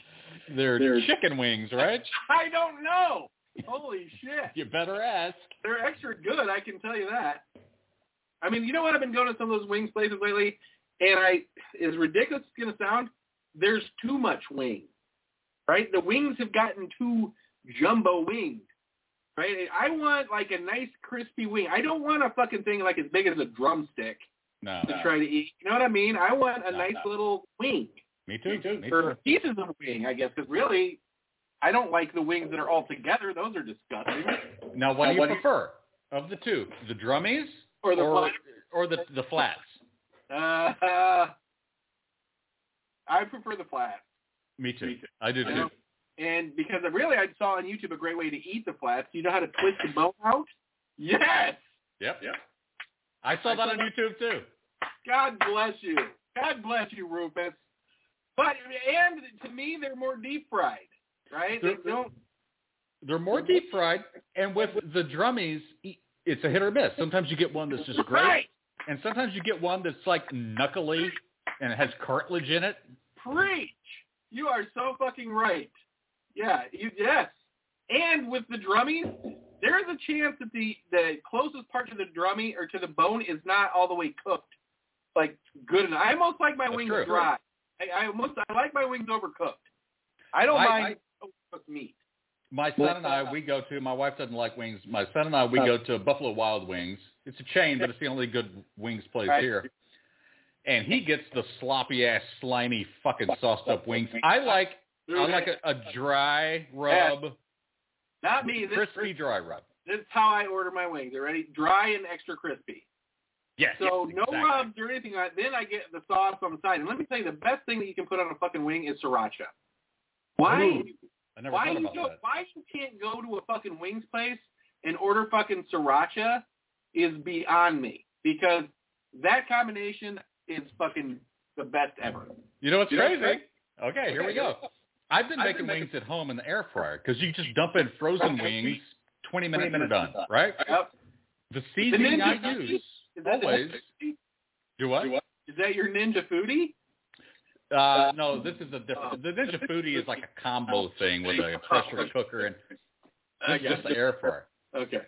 [SPEAKER 3] They're,
[SPEAKER 8] They're-
[SPEAKER 3] chicken wings, right?
[SPEAKER 2] I don't know. Holy shit.
[SPEAKER 3] You better ask.
[SPEAKER 2] They're extra good, I can tell you that. I mean, you know what? I've been going to some of those wings places lately, and I, as ridiculous as it's going to sound, there's too much wing, right? The wings have gotten too jumbo winged, right? I want like a nice crispy wing. I don't want a fucking thing like as big as a drumstick
[SPEAKER 3] No.
[SPEAKER 2] to try to eat. You know what I mean? I want a
[SPEAKER 3] No,
[SPEAKER 2] nice
[SPEAKER 3] no.
[SPEAKER 2] little wing
[SPEAKER 3] Me too. Me too.
[SPEAKER 2] or pieces of wing, I guess, because really, I don't like the wings that are all together. Those are disgusting.
[SPEAKER 3] Now,
[SPEAKER 8] Now,
[SPEAKER 3] what do you
[SPEAKER 8] what do you-
[SPEAKER 3] prefer of the two? The drummies
[SPEAKER 2] Or the
[SPEAKER 3] or,
[SPEAKER 2] flat-
[SPEAKER 3] or the the flats?
[SPEAKER 2] (laughs) Uh, I prefer the flats,
[SPEAKER 3] Me too.
[SPEAKER 2] Me too.
[SPEAKER 3] I do
[SPEAKER 2] I
[SPEAKER 3] too.
[SPEAKER 2] know. and because I really I saw on YouTube a great way to eat the flats. You know how to twist the bone out? Yes.
[SPEAKER 3] Yep. Yep. I saw
[SPEAKER 2] I
[SPEAKER 3] that
[SPEAKER 2] saw
[SPEAKER 3] on YouTube too.
[SPEAKER 2] God bless you. God bless you, Rufus. But and to me, they're more deep fried, right? They
[SPEAKER 3] They're-
[SPEAKER 2] don't.
[SPEAKER 3] They're more deep fried, and with the drummies, e- it's a hit or miss. Sometimes you get one that's just great,
[SPEAKER 2] Right.
[SPEAKER 3] and sometimes you get one that's like knuckly and it has cartilage in it.
[SPEAKER 2] Preach. You are so fucking right. Yeah, you, yes. And with the drummies, there is a chance that the, the closest part to the drummy or to the bone is not all the way cooked. Like good enough. I almost like my
[SPEAKER 3] That's
[SPEAKER 2] wings
[SPEAKER 3] true.
[SPEAKER 2] dry. I, I almost I like my wings overcooked. I don't
[SPEAKER 3] I-
[SPEAKER 2] mind overcooked meat.
[SPEAKER 3] My son and I, we go to. My wife doesn't like wings. My son and I,
[SPEAKER 2] Oh.
[SPEAKER 3] we go to Buffalo Wild Wings. It's a chain, but it's the only good wings place
[SPEAKER 2] Right.
[SPEAKER 3] here. And he gets the sloppy ass, slimy, fucking sauced up wings. I like, I like a, a dry rub,
[SPEAKER 2] not me. This,
[SPEAKER 3] crispy dry rub.
[SPEAKER 2] this is how I order my wings. They're ready, dry and extra crispy.
[SPEAKER 3] (laughs) Yes.
[SPEAKER 2] So
[SPEAKER 3] yes,
[SPEAKER 2] no
[SPEAKER 3] exactly.
[SPEAKER 2] rubs or anything. Like, then I get the sauce on the side. And let me tell you, the best thing that you can put on a fucking wing is sriracha. Why?
[SPEAKER 3] Ooh, I never
[SPEAKER 2] why
[SPEAKER 3] thought
[SPEAKER 2] you
[SPEAKER 3] about
[SPEAKER 2] go,
[SPEAKER 3] that.
[SPEAKER 2] why you can't go to a fucking wings place and order fucking sriracha is beyond me because that combination is fucking the best ever.
[SPEAKER 3] You know what's
[SPEAKER 2] You know what's
[SPEAKER 3] crazy? Okay, here we go. I've been
[SPEAKER 2] I've
[SPEAKER 3] making
[SPEAKER 2] been making-
[SPEAKER 3] wings at home in the air fryer because you just dump in
[SPEAKER 2] (laughs)
[SPEAKER 3] frozen wings, 20 minutes and they're done, right?
[SPEAKER 2] Yep.
[SPEAKER 3] The seasoning
[SPEAKER 2] ninja
[SPEAKER 3] I
[SPEAKER 2] cookies?
[SPEAKER 3] use
[SPEAKER 2] Is that the
[SPEAKER 3] always
[SPEAKER 2] ninja foodie?
[SPEAKER 3] do what?
[SPEAKER 2] Is that your ninja foodie?
[SPEAKER 3] Uh, um, no, this is a
[SPEAKER 2] Uh,
[SPEAKER 3] different. The Ninja Foodie is like a combo thing with a (laughs) pressure cooker and
[SPEAKER 2] I
[SPEAKER 3] this
[SPEAKER 2] (laughs)
[SPEAKER 3] is just
[SPEAKER 2] got
[SPEAKER 3] the air fryer.
[SPEAKER 2] Okay.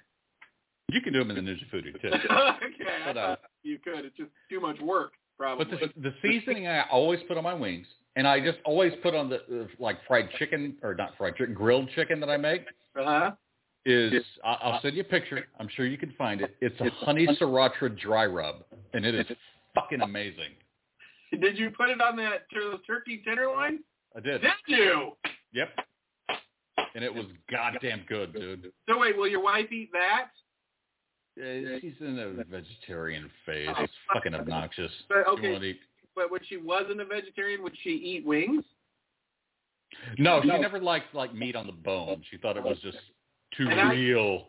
[SPEAKER 3] You can do them in the Ninja Foodie too.
[SPEAKER 2] (laughs) okay. I
[SPEAKER 3] But, uh,
[SPEAKER 2] thought you could. It's just too much work, probably.
[SPEAKER 3] But the, the seasoning I always put on my wings, and I just always put on the uh, like fried chicken or not fried chicken, grilled chicken that I make.
[SPEAKER 2] uh-huh.
[SPEAKER 3] is I- I'll send you a picture. I'm sure you can find it. It's a honey sriracha dry rub, and it is fucking amazing.
[SPEAKER 2] Did you put it on that tur- turkey tenderloin?
[SPEAKER 3] I did.
[SPEAKER 2] Did you?
[SPEAKER 3] Yep. And it was goddamn good, dude.
[SPEAKER 2] So wait, will your wife eat that?
[SPEAKER 3] Uh, She's in a vegetarian phase.
[SPEAKER 2] Oh.
[SPEAKER 3] It's fucking obnoxious.
[SPEAKER 2] But,
[SPEAKER 3] She
[SPEAKER 2] (laughs) okay.
[SPEAKER 3] won't eat-
[SPEAKER 2] But when she wasn't a vegetarian, would she eat wings?
[SPEAKER 3] No, she never liked like meat on the bone. She thought it was just too
[SPEAKER 2] And I-
[SPEAKER 3] real.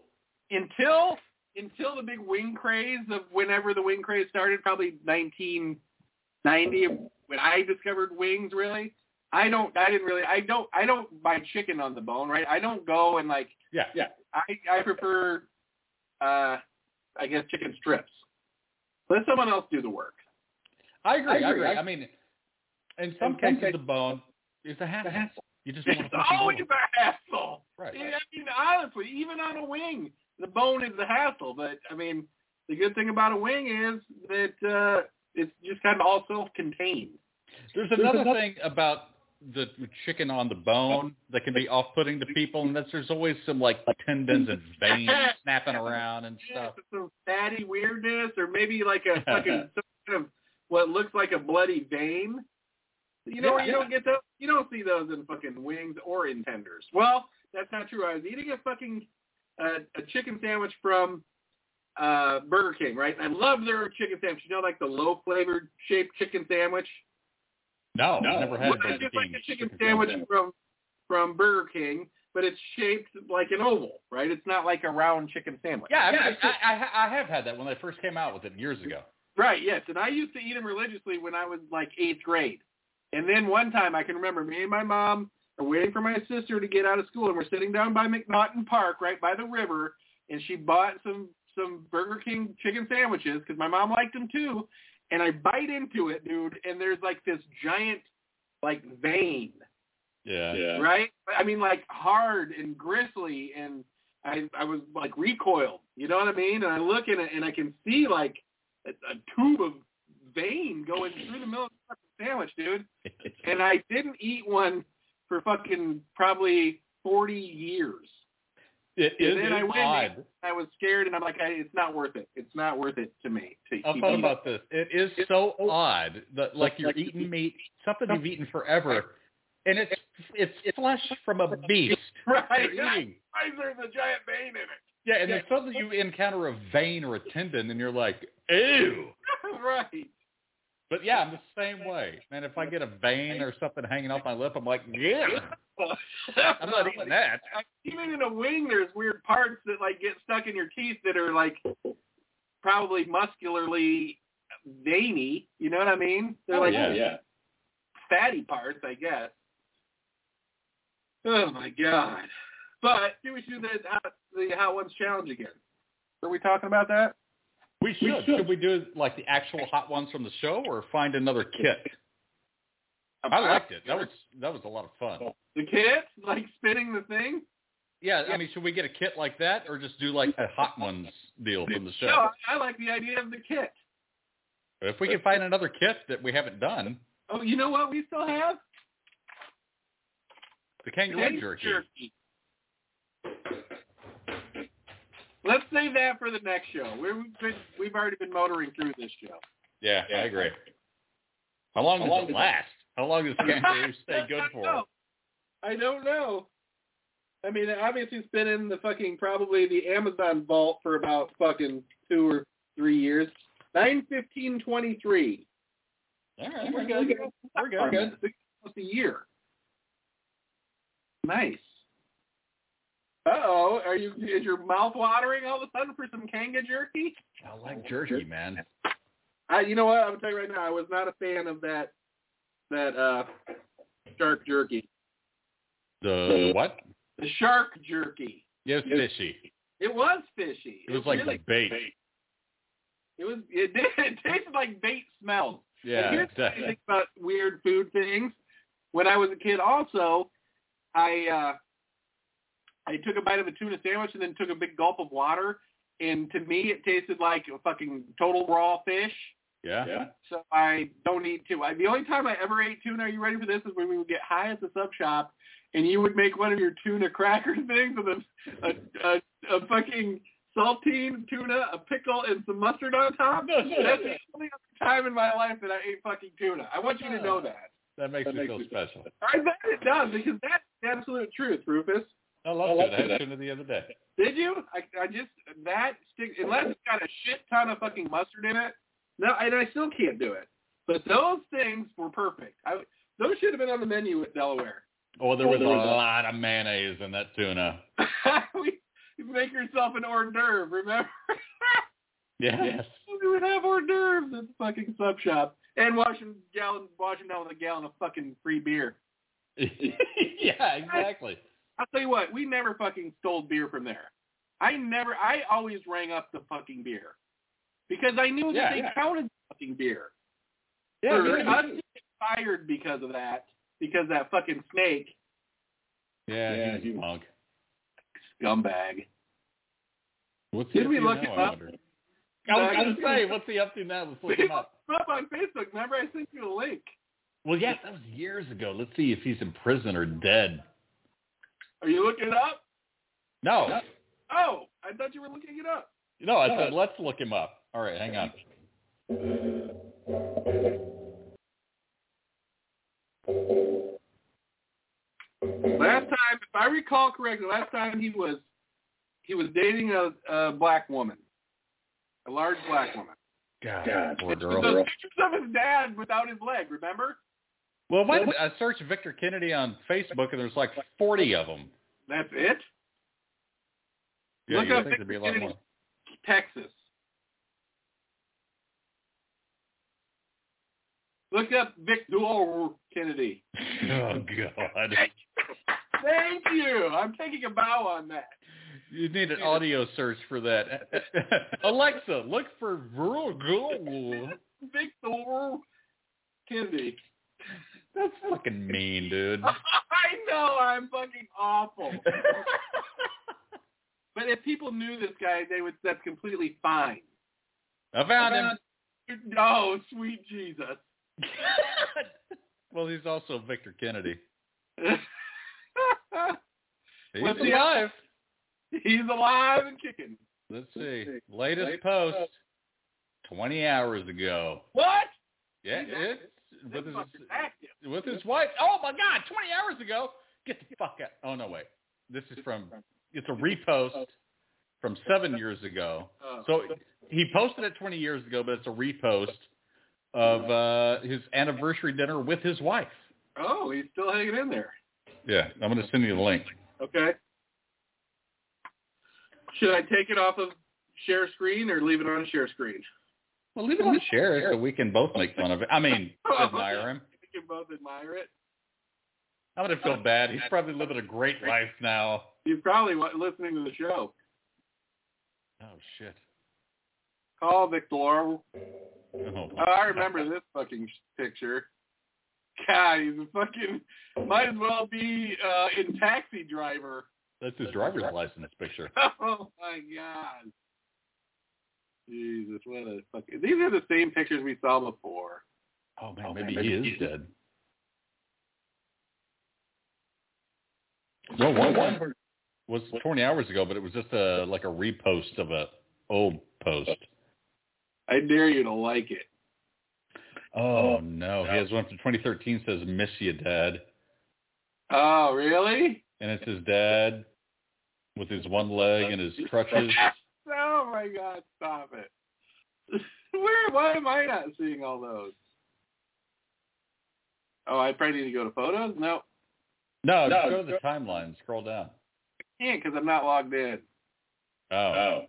[SPEAKER 2] until until the big wing craze of whenever the wing craze started, probably 1990, when I discovered wings. Really, I don't. I didn't really. I don't. I don't buy chicken on the bone. Right. I don't go and like.
[SPEAKER 3] Yeah, yeah.
[SPEAKER 2] I I prefer. Uh, I guess chicken strips. Let someone else do the work.
[SPEAKER 3] I agree. I agree. I mean, in some cases, the bone is a hassle. You just don't want
[SPEAKER 2] It's
[SPEAKER 3] to fucking
[SPEAKER 2] always
[SPEAKER 3] bone.
[SPEAKER 2] a hassle.
[SPEAKER 3] Right.
[SPEAKER 2] Yeah, I mean, honestly, even on a wing, the bone is the hassle. But I mean, the good thing about a wing is that uh, it's just kind of all self-contained.
[SPEAKER 3] There's another thing about the chicken on the bone that can be off-putting to people, and that's there's always some like tendons and veins snapping around and
[SPEAKER 2] Yes,
[SPEAKER 3] stuff.
[SPEAKER 2] it's (laughs) some fatty weirdness, or maybe like a
[SPEAKER 3] (laughs)
[SPEAKER 2] fucking some kind of what looks like a bloody vein. You know,
[SPEAKER 3] Yeah,
[SPEAKER 2] you don't get those. You don't see those in fucking wings or in tenders. Well, that's not true. I was eating a fucking uh, a chicken sandwich from uh, Burger King, right? And I love their chicken sandwich. You know, like the low flavored shaped chicken sandwich.
[SPEAKER 3] No, I've never had
[SPEAKER 2] Well,
[SPEAKER 3] Burger
[SPEAKER 2] it's just
[SPEAKER 3] King.
[SPEAKER 2] like a chicken sandwich from from Burger King, but it's shaped like an oval, right? It's not like a round chicken sandwich.
[SPEAKER 3] Yeah, I, I, I, I have had that when they first came out with it years ago.
[SPEAKER 2] Right, yes. And I used to eat them religiously when I was like eighth grade. And then one time I can remember me and my mom are waiting for my sister to get out of school and we're sitting down by McNaughton Park right by the river and she bought some some Burger King chicken sandwiches because my mom liked them too. And I bite into it, dude, and there's like this giant like vein
[SPEAKER 3] Yeah. yeah.
[SPEAKER 2] right? I mean, like hard and gristly, and I I was like recoiled. You know what I mean? And I look in it, and I can see like a, a tube of vein going through the middle of the fucking sandwich, dude. And I didn't eat one for fucking probably forty years.
[SPEAKER 3] It
[SPEAKER 2] And
[SPEAKER 3] is
[SPEAKER 2] then I went.
[SPEAKER 3] odd.
[SPEAKER 2] I was scared, and I'm like, I, it's not worth it. It's not worth it to me. To
[SPEAKER 3] I've
[SPEAKER 2] keep
[SPEAKER 3] thought
[SPEAKER 2] eating.
[SPEAKER 3] about this. It is so odd that like you're eating meat, something you've eaten forever, and it's it's flesh from a beast.
[SPEAKER 2] (laughs) right.
[SPEAKER 3] You're eating.
[SPEAKER 2] Why is there a giant vein in it? (laughs)
[SPEAKER 3] Yeah, and then suddenly you encounter a vein or a tendon, and you're like, ew.
[SPEAKER 2] right.
[SPEAKER 3] But yeah, I'm the same way, man. If I get a vein or something hanging off my lip, I'm like, yeah, I'm not
[SPEAKER 2] (laughs)
[SPEAKER 3] eating that.
[SPEAKER 2] I- even in a wing, there's weird parts that like get stuck in your teeth that are like probably muscularly veiny. You know what I mean? They're like
[SPEAKER 3] Oh, yeah.
[SPEAKER 2] fatty parts, I guess. Oh my god! But do we do the how, the how one's challenge again? Are we talking about that?
[SPEAKER 3] We should. should. we do like the actual hot ones from the show, or find another kit? I liked it. That was that was a lot of fun.
[SPEAKER 2] the kit, like spinning the thing.
[SPEAKER 3] Oh. Yeah, I mean, should we get a kit like that, or just do like a hot ones deal from the show?
[SPEAKER 2] No, I, I like the idea of the kit.
[SPEAKER 3] If we can find another kit that we haven't done,
[SPEAKER 2] Oh, you know what? We still have
[SPEAKER 3] the kangaroo
[SPEAKER 2] Thank
[SPEAKER 3] jerky.
[SPEAKER 2] jerky. Let's save that for the next show. We're, we've been, we've already been motoring through this
[SPEAKER 3] (laughs)
[SPEAKER 2] show.
[SPEAKER 3] Yeah, I agree. How long does it last? How long (laughs) does kangaroo stay good
[SPEAKER 2] I don't
[SPEAKER 3] for?
[SPEAKER 2] know. I don't know. I mean, obviously it's been in the fucking probably the Amazon vault for about fucking two or three years. Nine fifteen twenty three.
[SPEAKER 3] All right,
[SPEAKER 2] We're good.
[SPEAKER 3] We're good.
[SPEAKER 2] Almost a year. Nice. Uh oh, are you? Is your mouth watering all of a sudden for some kanga jerky?
[SPEAKER 3] I like jerky, man.
[SPEAKER 2] I, you know what? I'm telling you right now, I was not a fan of that that uh shark jerky.
[SPEAKER 3] The what?
[SPEAKER 2] The shark jerky.
[SPEAKER 3] Yes, fishy.
[SPEAKER 2] It was fishy.
[SPEAKER 3] It was like
[SPEAKER 2] really,
[SPEAKER 3] bait.
[SPEAKER 2] it was it did (laughs) it tasted like bait smells. And
[SPEAKER 3] Yeah,
[SPEAKER 2] here's the
[SPEAKER 3] exactly.
[SPEAKER 2] thing about weird food things. When I was a kid, also, I uh, I took a bite of a tuna sandwich and then took a big gulp of water, and to me, it tasted like a fucking total raw fish.
[SPEAKER 3] Yeah. yeah.
[SPEAKER 2] So I don't eat tuna. I- The only time I ever ate tuna, are you ready for this? Is when we would get high at the sub shop, and you would make one of your tuna cracker (laughs) things with a a, a, a fucking saltine tuna, a pickle, and some mustard on top. That's the only other time in my life that I ate fucking tuna. I want you to know that.
[SPEAKER 3] That makes me feel special.
[SPEAKER 2] I bet it does because that's the absolute truth, Rufus.
[SPEAKER 3] I love it. I had tuna the other day.
[SPEAKER 2] Did you? I, I just that stick unless it's got a shit ton of fucking mustard in it. No, and I still can't do it. But those things were perfect. I, those should have been on the menu at Delaware. (laughs)
[SPEAKER 3] Oh, there was a lot of mayonnaise in that tuna.
[SPEAKER 2] we you make yourself an hors d'oeuvre. Remember,
[SPEAKER 3] Yes.
[SPEAKER 2] (laughs)
[SPEAKER 3] (laughs)
[SPEAKER 2] we would have hors d'oeuvres at the fucking sub shop and wash them gallon, wash them down with a gallon of fucking free beer.
[SPEAKER 3] (laughs) yeah, exactly.
[SPEAKER 2] I'll tell you what, we never fucking stole beer from there. I never, I always rang up the fucking beer because I knew that
[SPEAKER 3] Yeah,
[SPEAKER 2] they
[SPEAKER 3] yeah.
[SPEAKER 2] counted fucking beer.
[SPEAKER 3] Yeah,
[SPEAKER 2] for
[SPEAKER 3] yeah.
[SPEAKER 2] us to get fired because of that, because that fucking snake
[SPEAKER 3] Yeah, he's a punk.
[SPEAKER 2] scumbag.
[SPEAKER 3] What's
[SPEAKER 2] Did
[SPEAKER 3] he
[SPEAKER 2] we
[SPEAKER 3] up to
[SPEAKER 2] look
[SPEAKER 3] now,
[SPEAKER 2] him
[SPEAKER 3] I
[SPEAKER 2] up?
[SPEAKER 3] wonder? I was going to say, what's he up to now? Let's look him up.
[SPEAKER 2] (laughs) Up on Facebook, remember I sent you a link.
[SPEAKER 3] Well, yes, that was years ago. Let's see if he's in prison or dead.
[SPEAKER 2] Are you looking it up?
[SPEAKER 3] No,
[SPEAKER 2] Oh, I thought you were looking it up.
[SPEAKER 3] no, I said let's look him up. All right, hang on.
[SPEAKER 2] Last time, if I recall correctly, last time he was he was dating a, a black woman. A large black woman.
[SPEAKER 3] God,
[SPEAKER 5] God,
[SPEAKER 3] poor
[SPEAKER 5] it's
[SPEAKER 3] girl.
[SPEAKER 2] Those pictures of his dad without his leg, remember?
[SPEAKER 3] Well, why did I searched Victor Kennedy on Facebook and there's like 40 of them.
[SPEAKER 2] That's it?
[SPEAKER 3] Yeah,
[SPEAKER 2] Look
[SPEAKER 3] you
[SPEAKER 2] up
[SPEAKER 3] think there'd be a lot
[SPEAKER 2] Victor
[SPEAKER 3] more.
[SPEAKER 2] Texas. Look up Vic Dual Kennedy.
[SPEAKER 3] (laughs) Oh God,
[SPEAKER 2] Thank you. I'm taking a bow on that.
[SPEAKER 3] you need an audio search for that. (laughs) Alexa, look for Virgil.
[SPEAKER 2] Vic Dual Kennedy.
[SPEAKER 3] That's fucking mean,
[SPEAKER 2] (laughs)
[SPEAKER 3] dude.
[SPEAKER 2] I know I'm fucking
[SPEAKER 3] (laughs)
[SPEAKER 2] awful. but if people knew this guy, they would. That's completely fine.
[SPEAKER 3] I found him.
[SPEAKER 2] No, sweet Jesus.
[SPEAKER 3] Well, he's also Victor Kennedy. He's
[SPEAKER 2] Let's see.
[SPEAKER 3] alive.
[SPEAKER 2] He's alive and kicking.
[SPEAKER 3] Let's see. Latest post, 20 hours ago.
[SPEAKER 2] What?
[SPEAKER 3] Yeah,
[SPEAKER 2] He's
[SPEAKER 3] it's
[SPEAKER 2] This
[SPEAKER 3] with
[SPEAKER 2] fucker's
[SPEAKER 3] his,
[SPEAKER 2] active.
[SPEAKER 3] with his wife. Oh my God, 20 hours ago. Get the fuck out. Oh no, wait. This is from. It's a repost from seven years ago.
[SPEAKER 2] Uh,
[SPEAKER 3] So he posted it 20 years ago, but it's a repost of uh, his anniversary dinner with his wife.
[SPEAKER 2] oh, he's still hanging in there.
[SPEAKER 3] Yeah, I'm gonna send you the link.
[SPEAKER 2] Okay. Should I take it off of share screen or leave it on share screen?
[SPEAKER 3] Well, leave it on share so we can both make fun of it. I mean, admire him.
[SPEAKER 2] We can both admire it.
[SPEAKER 3] I'm gonna feel bad. He's probably living a great life now.
[SPEAKER 2] You probably wa- listening to the show.
[SPEAKER 3] Oh shit.
[SPEAKER 2] Call Victor.
[SPEAKER 3] Oh,
[SPEAKER 2] Oh, I remember this fucking sh- picture. God, he's a fucking might as well be uh, in Taxi Driver.
[SPEAKER 3] That's his driver's license picture.
[SPEAKER 2] (laughs) Oh my god. Jesus, what a fucking. These are the same pictures we saw before.
[SPEAKER 3] Oh man, maybe, he is dead. No, one, one was 20 hours ago, but it was just a like a repost of a old post.
[SPEAKER 2] I dare you to like it.
[SPEAKER 3] Oh no, he has one from 2013 says "Miss you, Dad,"
[SPEAKER 2] Oh, really?
[SPEAKER 3] and it's his dad with his one leg and his crutches.
[SPEAKER 2] (laughs) oh my god, stop it. (laughs) Where? Why am I not seeing all those? Oh, I probably need to go to photos. No,
[SPEAKER 3] No, just go to the timeline, scroll down.
[SPEAKER 2] I can't because I'm not logged in,
[SPEAKER 3] Oh.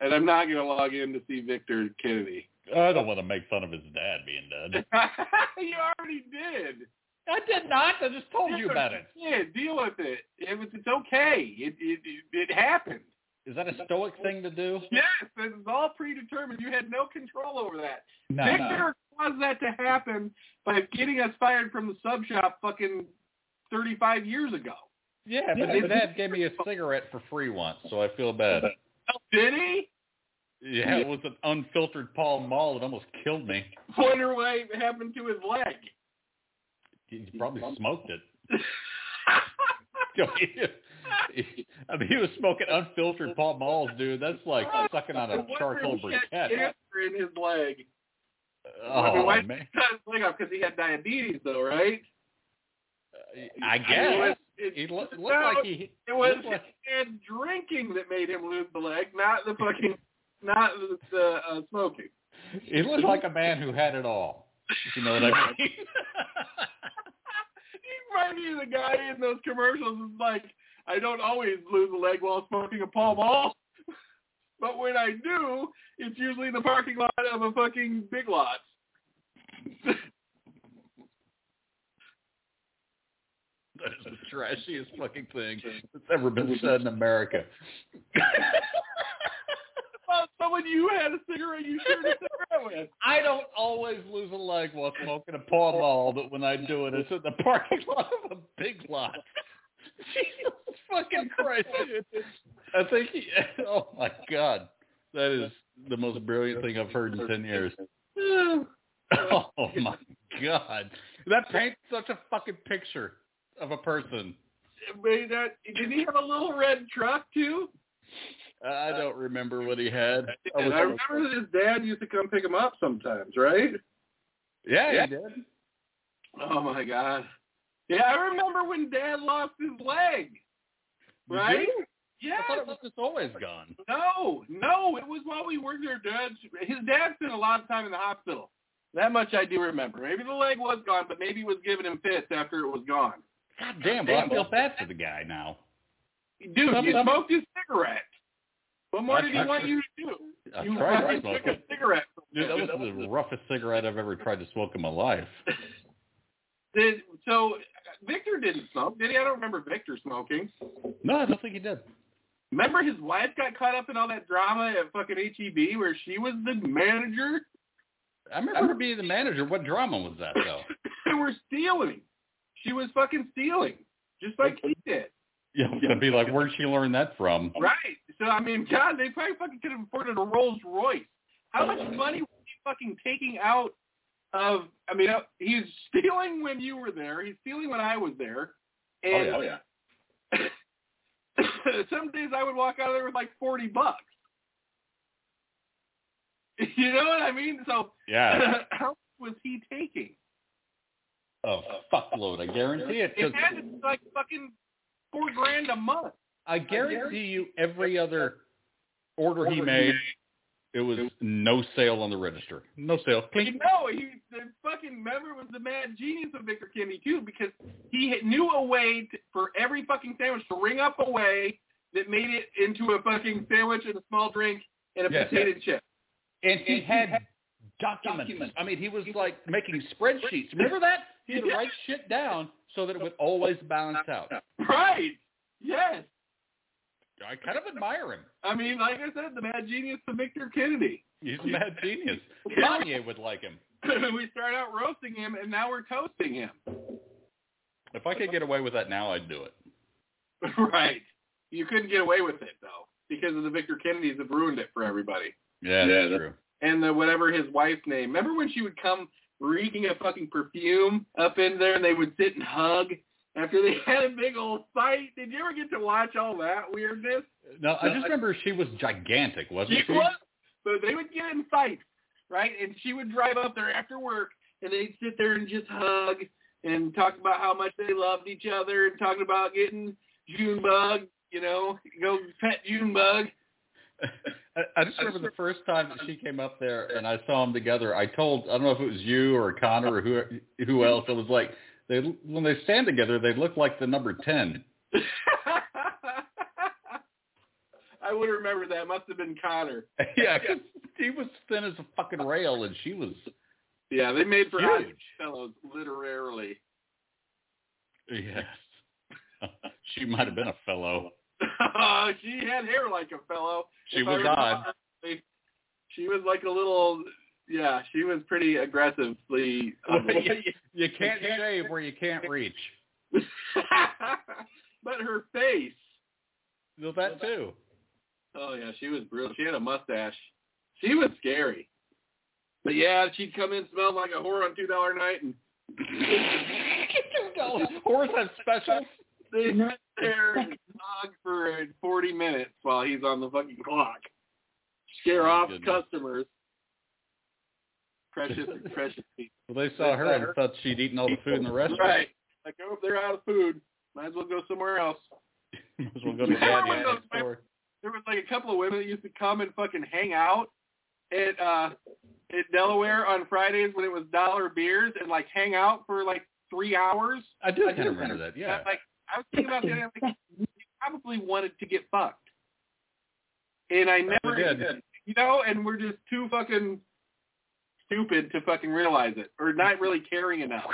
[SPEAKER 2] and I'm not going to log in to see Victor Kennedy. (laughs)
[SPEAKER 3] Oh. I don't want to make fun of his dad being dead.
[SPEAKER 2] you already did.
[SPEAKER 3] (laughs) I did not. I just told you about it.
[SPEAKER 2] Yeah, deal with it. It was. It's okay. It it it, it happened.
[SPEAKER 3] Is that a stoic thing to do?
[SPEAKER 2] Yes, it was all predetermined. You had no control over that.
[SPEAKER 3] No.
[SPEAKER 2] Victor caused that to happen by getting us fired from the sub shop fucking 35 years ago.
[SPEAKER 3] Yeah, but
[SPEAKER 2] Yeah,
[SPEAKER 3] his
[SPEAKER 2] but
[SPEAKER 3] dad gave me a cigarette for free once, so I feel (laughs) bad.
[SPEAKER 2] Oh, did he?
[SPEAKER 3] Yeah, it was an unfiltered Paul Mall that almost killed me.
[SPEAKER 2] Wonder why it happened to his
[SPEAKER 3] (laughs)
[SPEAKER 2] leg.
[SPEAKER 3] He probably smoked it. (laughs) I mean, he was smoking unfiltered Paul Malls, dude. That's like sucking on a
[SPEAKER 2] Wonder
[SPEAKER 3] charcoal
[SPEAKER 2] if he had
[SPEAKER 3] briquette.
[SPEAKER 2] cancer in his leg. Wonder
[SPEAKER 3] Oh,
[SPEAKER 2] why he
[SPEAKER 3] man.
[SPEAKER 2] cut his leg off because he had diabetes, though, right?
[SPEAKER 3] I
[SPEAKER 2] It
[SPEAKER 3] guess.
[SPEAKER 2] was, it,
[SPEAKER 3] He looked, looked
[SPEAKER 2] No,
[SPEAKER 3] like he...
[SPEAKER 2] it was
[SPEAKER 3] looked
[SPEAKER 2] his
[SPEAKER 3] like-
[SPEAKER 2] dad's drinking that made him lose the leg, not the fucking, not the, the uh, smoking.
[SPEAKER 3] He looked like a man who had it all. If you know what I
[SPEAKER 2] (laughs)
[SPEAKER 3] mean. (laughs)
[SPEAKER 2] he might be the guy in those commercials is like, I don't always lose a leg while smoking a Pall Mall, (laughs) but when I do, it's usually in the parking lot of a fucking Big Lots.
[SPEAKER 3] That is the trashiest fucking thing that's ever been said in America.
[SPEAKER 2] Well, someone you had a cigarette, you shared (laughs) a cigarette with.
[SPEAKER 3] I don't always lose a leg while smoking a Pall Mall, but when I do it, it's in the parking lot of a Big Lot. (laughs) Jesus fucking Christ! dude. I think. He, (laughs) oh my God, that is the most brilliant thing I've heard in ten (sighs) years. Oh my God, that paints such a fucking picture of a person.
[SPEAKER 2] Maybe that, did he have a little red truck too?
[SPEAKER 3] I don't remember what he had.
[SPEAKER 2] I remember that his dad used to come pick him up sometimes, right?
[SPEAKER 3] Yeah, he did.
[SPEAKER 2] Oh my god. Yeah, I remember when Dad lost his leg.
[SPEAKER 3] Did
[SPEAKER 2] Right?
[SPEAKER 3] you?
[SPEAKER 2] Yeah.
[SPEAKER 3] I thought it was just always gone.
[SPEAKER 2] No, no, it was while thought we worked their dad's. His dad spent a lot of time in the hospital. That much I do remember. Maybe the leg was gone, but maybe he was giving him fits after it was gone.
[SPEAKER 3] God damn, well, I feel bad for the guy now.
[SPEAKER 2] Dude,
[SPEAKER 3] Some-
[SPEAKER 2] you
[SPEAKER 3] some-
[SPEAKER 2] smoked his cigarette. What more
[SPEAKER 3] I
[SPEAKER 2] did he
[SPEAKER 3] tried
[SPEAKER 2] want
[SPEAKER 3] to-
[SPEAKER 2] you to do?
[SPEAKER 3] I
[SPEAKER 2] you
[SPEAKER 3] tried to
[SPEAKER 2] fucking
[SPEAKER 3] smoke
[SPEAKER 2] took a
[SPEAKER 3] it.
[SPEAKER 2] cigarette. from
[SPEAKER 3] Dude, that
[SPEAKER 2] him.
[SPEAKER 3] was the roughest cigarette I've ever tried to smoke in my life.
[SPEAKER 2] Did, so Victor didn't smoke, did he? I don't remember Victor smoking.
[SPEAKER 3] No, I don't think he did.
[SPEAKER 2] Remember his wife got caught up in all that drama at fucking HEB where she was the manager? (laughs)
[SPEAKER 3] I remember her being the manager. What drama was that though?
[SPEAKER 2] they were stealing. She was fucking stealing, just like he did.
[SPEAKER 3] (laughs) Yeah, I'd be like, where'd she learn that from?
[SPEAKER 2] Right. So I mean, God, they probably fucking could have afforded a Rolls Royce. How much money was he fucking taking out of? I mean, uh, he's (laughs) stealing when you were there. He's stealing when I was there.
[SPEAKER 3] Oh
[SPEAKER 2] And
[SPEAKER 3] yeah, oh, yeah.
[SPEAKER 2] (laughs) some days I would walk out of there with like forty bucks. (laughs) You know what I mean? So
[SPEAKER 3] (laughs) Yeah,
[SPEAKER 2] (coughs) how much was he taking?
[SPEAKER 3] a fuckload. I guarantee it. 'cause
[SPEAKER 2] It had to be like fucking four grand a month.
[SPEAKER 3] I guarantee you, every other order he made, it was no sale on the register. No sale. Clink.
[SPEAKER 2] No, he the fucking member was the mad genius of Victor Kennedy too, because he had- knew a way to, for every fucking sandwich to ring up a way that made it into a fucking sandwich and a small drink and a
[SPEAKER 3] Yes.
[SPEAKER 2] potato chip.
[SPEAKER 3] And he had documents. I mean, he was like making spreadsheets. Remember that? He (laughs) had to write shit down so that it would always balance out.
[SPEAKER 2] Right? Yes.
[SPEAKER 3] I kind of admire him.
[SPEAKER 2] I mean, like I said, the mad genius of Victor Kennedy. (coughs)
[SPEAKER 3] He's a mad (laughs) genius. Kanye would like him.
[SPEAKER 2] we start out roasting him, and now we're toasting him.
[SPEAKER 3] If I could get away with that now, I'd do it.
[SPEAKER 2] (laughs) right. You couldn't get away with it though, because of the Victor Kennedys have ruined it for everybody.
[SPEAKER 3] Yeah, that's true.
[SPEAKER 2] and the whatever his wife's name. Remember when she would come reeking of fucking perfume up in there, and they would sit and hug after they (laughs) had a big old fight? Did you ever get to watch all that weirdness?
[SPEAKER 3] No, I just remember she was gigantic, wasn't
[SPEAKER 2] She
[SPEAKER 3] she?
[SPEAKER 2] was. So they would get in fights, right? And she would drive up there after work, and they'd sit there and just hug and talk about how much they loved each other, and talking about getting Junebug, you know, go pet Junebug.
[SPEAKER 3] (laughs) I, I just remember the first time that she came up there and I saw them together. I told I don't know if it was you or Connor or who who else. It was like they when they stand together, they look like the number ten. (laughs)
[SPEAKER 2] (laughs) I would remember that. Must have been Connor.
[SPEAKER 3] yeah, 'cause he was thin as a fucking rail, and she was
[SPEAKER 2] Yeah, they made for
[SPEAKER 3] Huge.
[SPEAKER 2] Hodge fellows literarily. (laughs)
[SPEAKER 3] yes. (laughs) she might have been a (laughs) fellow.
[SPEAKER 2] she had hair like a fellow.
[SPEAKER 3] She
[SPEAKER 2] If I
[SPEAKER 3] was
[SPEAKER 2] remember
[SPEAKER 3] odd.
[SPEAKER 2] correctly, She was like a little. Yeah, she was pretty aggressively.
[SPEAKER 3] (laughs) you, you can't shave where you can't reach.
[SPEAKER 2] (laughs) but her face.
[SPEAKER 3] Well, that too.
[SPEAKER 2] Oh yeah, she was brutal. She had a mustache. She was scary. But yeah, she'd come in smelling like a whore on two dollar night, and (laughs)
[SPEAKER 3] Horse have specials.
[SPEAKER 2] they sit there and hog for forty minutes while he's on the fucking clock. Scare
[SPEAKER 3] Oh,
[SPEAKER 2] off
[SPEAKER 3] goodness.
[SPEAKER 2] customers.
[SPEAKER 3] (laughs)
[SPEAKER 2] Precious, precious people.
[SPEAKER 3] Well, they saw her and thought she'd eaten all the food in the restaurant. (laughs)
[SPEAKER 2] Right. Like, oh, if they're out of food, might as well go somewhere else.
[SPEAKER 3] Might as
[SPEAKER 2] (laughs)
[SPEAKER 3] well go to the
[SPEAKER 2] Remember
[SPEAKER 3] daddy
[SPEAKER 2] those-
[SPEAKER 3] next door.
[SPEAKER 2] There was like a couple of women that used to come and fucking hang out at uh at Delaware on Fridays when it was dollar beers and like hang out for like three hours.
[SPEAKER 3] I do kind of remember that. Yeah.
[SPEAKER 2] And, Like I was thinking about that. and I'm Like, you probably wanted to get fucked, and I never
[SPEAKER 3] did.
[SPEAKER 2] You know, and we're just too fucking stupid to fucking realize it, or not really caring enough.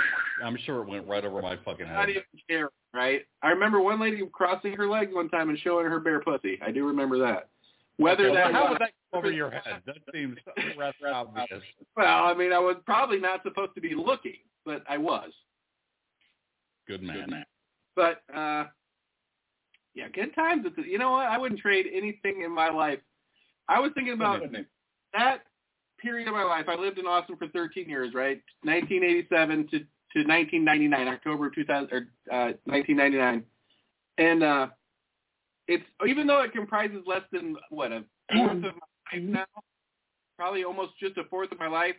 [SPEAKER 3] I'm sure it went right over my fucking head.
[SPEAKER 2] Not even caring, right? I remember one lady crossing her legs one time and showing her bare pussy. I do remember that. Whether
[SPEAKER 3] Well,
[SPEAKER 2] that
[SPEAKER 3] how
[SPEAKER 2] was,
[SPEAKER 3] would that go over your head? That seems
[SPEAKER 2] (laughs)
[SPEAKER 3] rather obvious.
[SPEAKER 2] well, I mean, I was probably not supposed to be looking, but I was.
[SPEAKER 3] Good man.
[SPEAKER 2] But uh yeah, good times. It's, you know what? I wouldn't trade anything in my life. I was thinking about that period of my life. I lived in Austin for 13 years, right? 1987 to to 1999, October of 2000 or uh, 1999, and uh it's even though it comprises less than what a fourth of my life now, probably almost just a fourth of my life.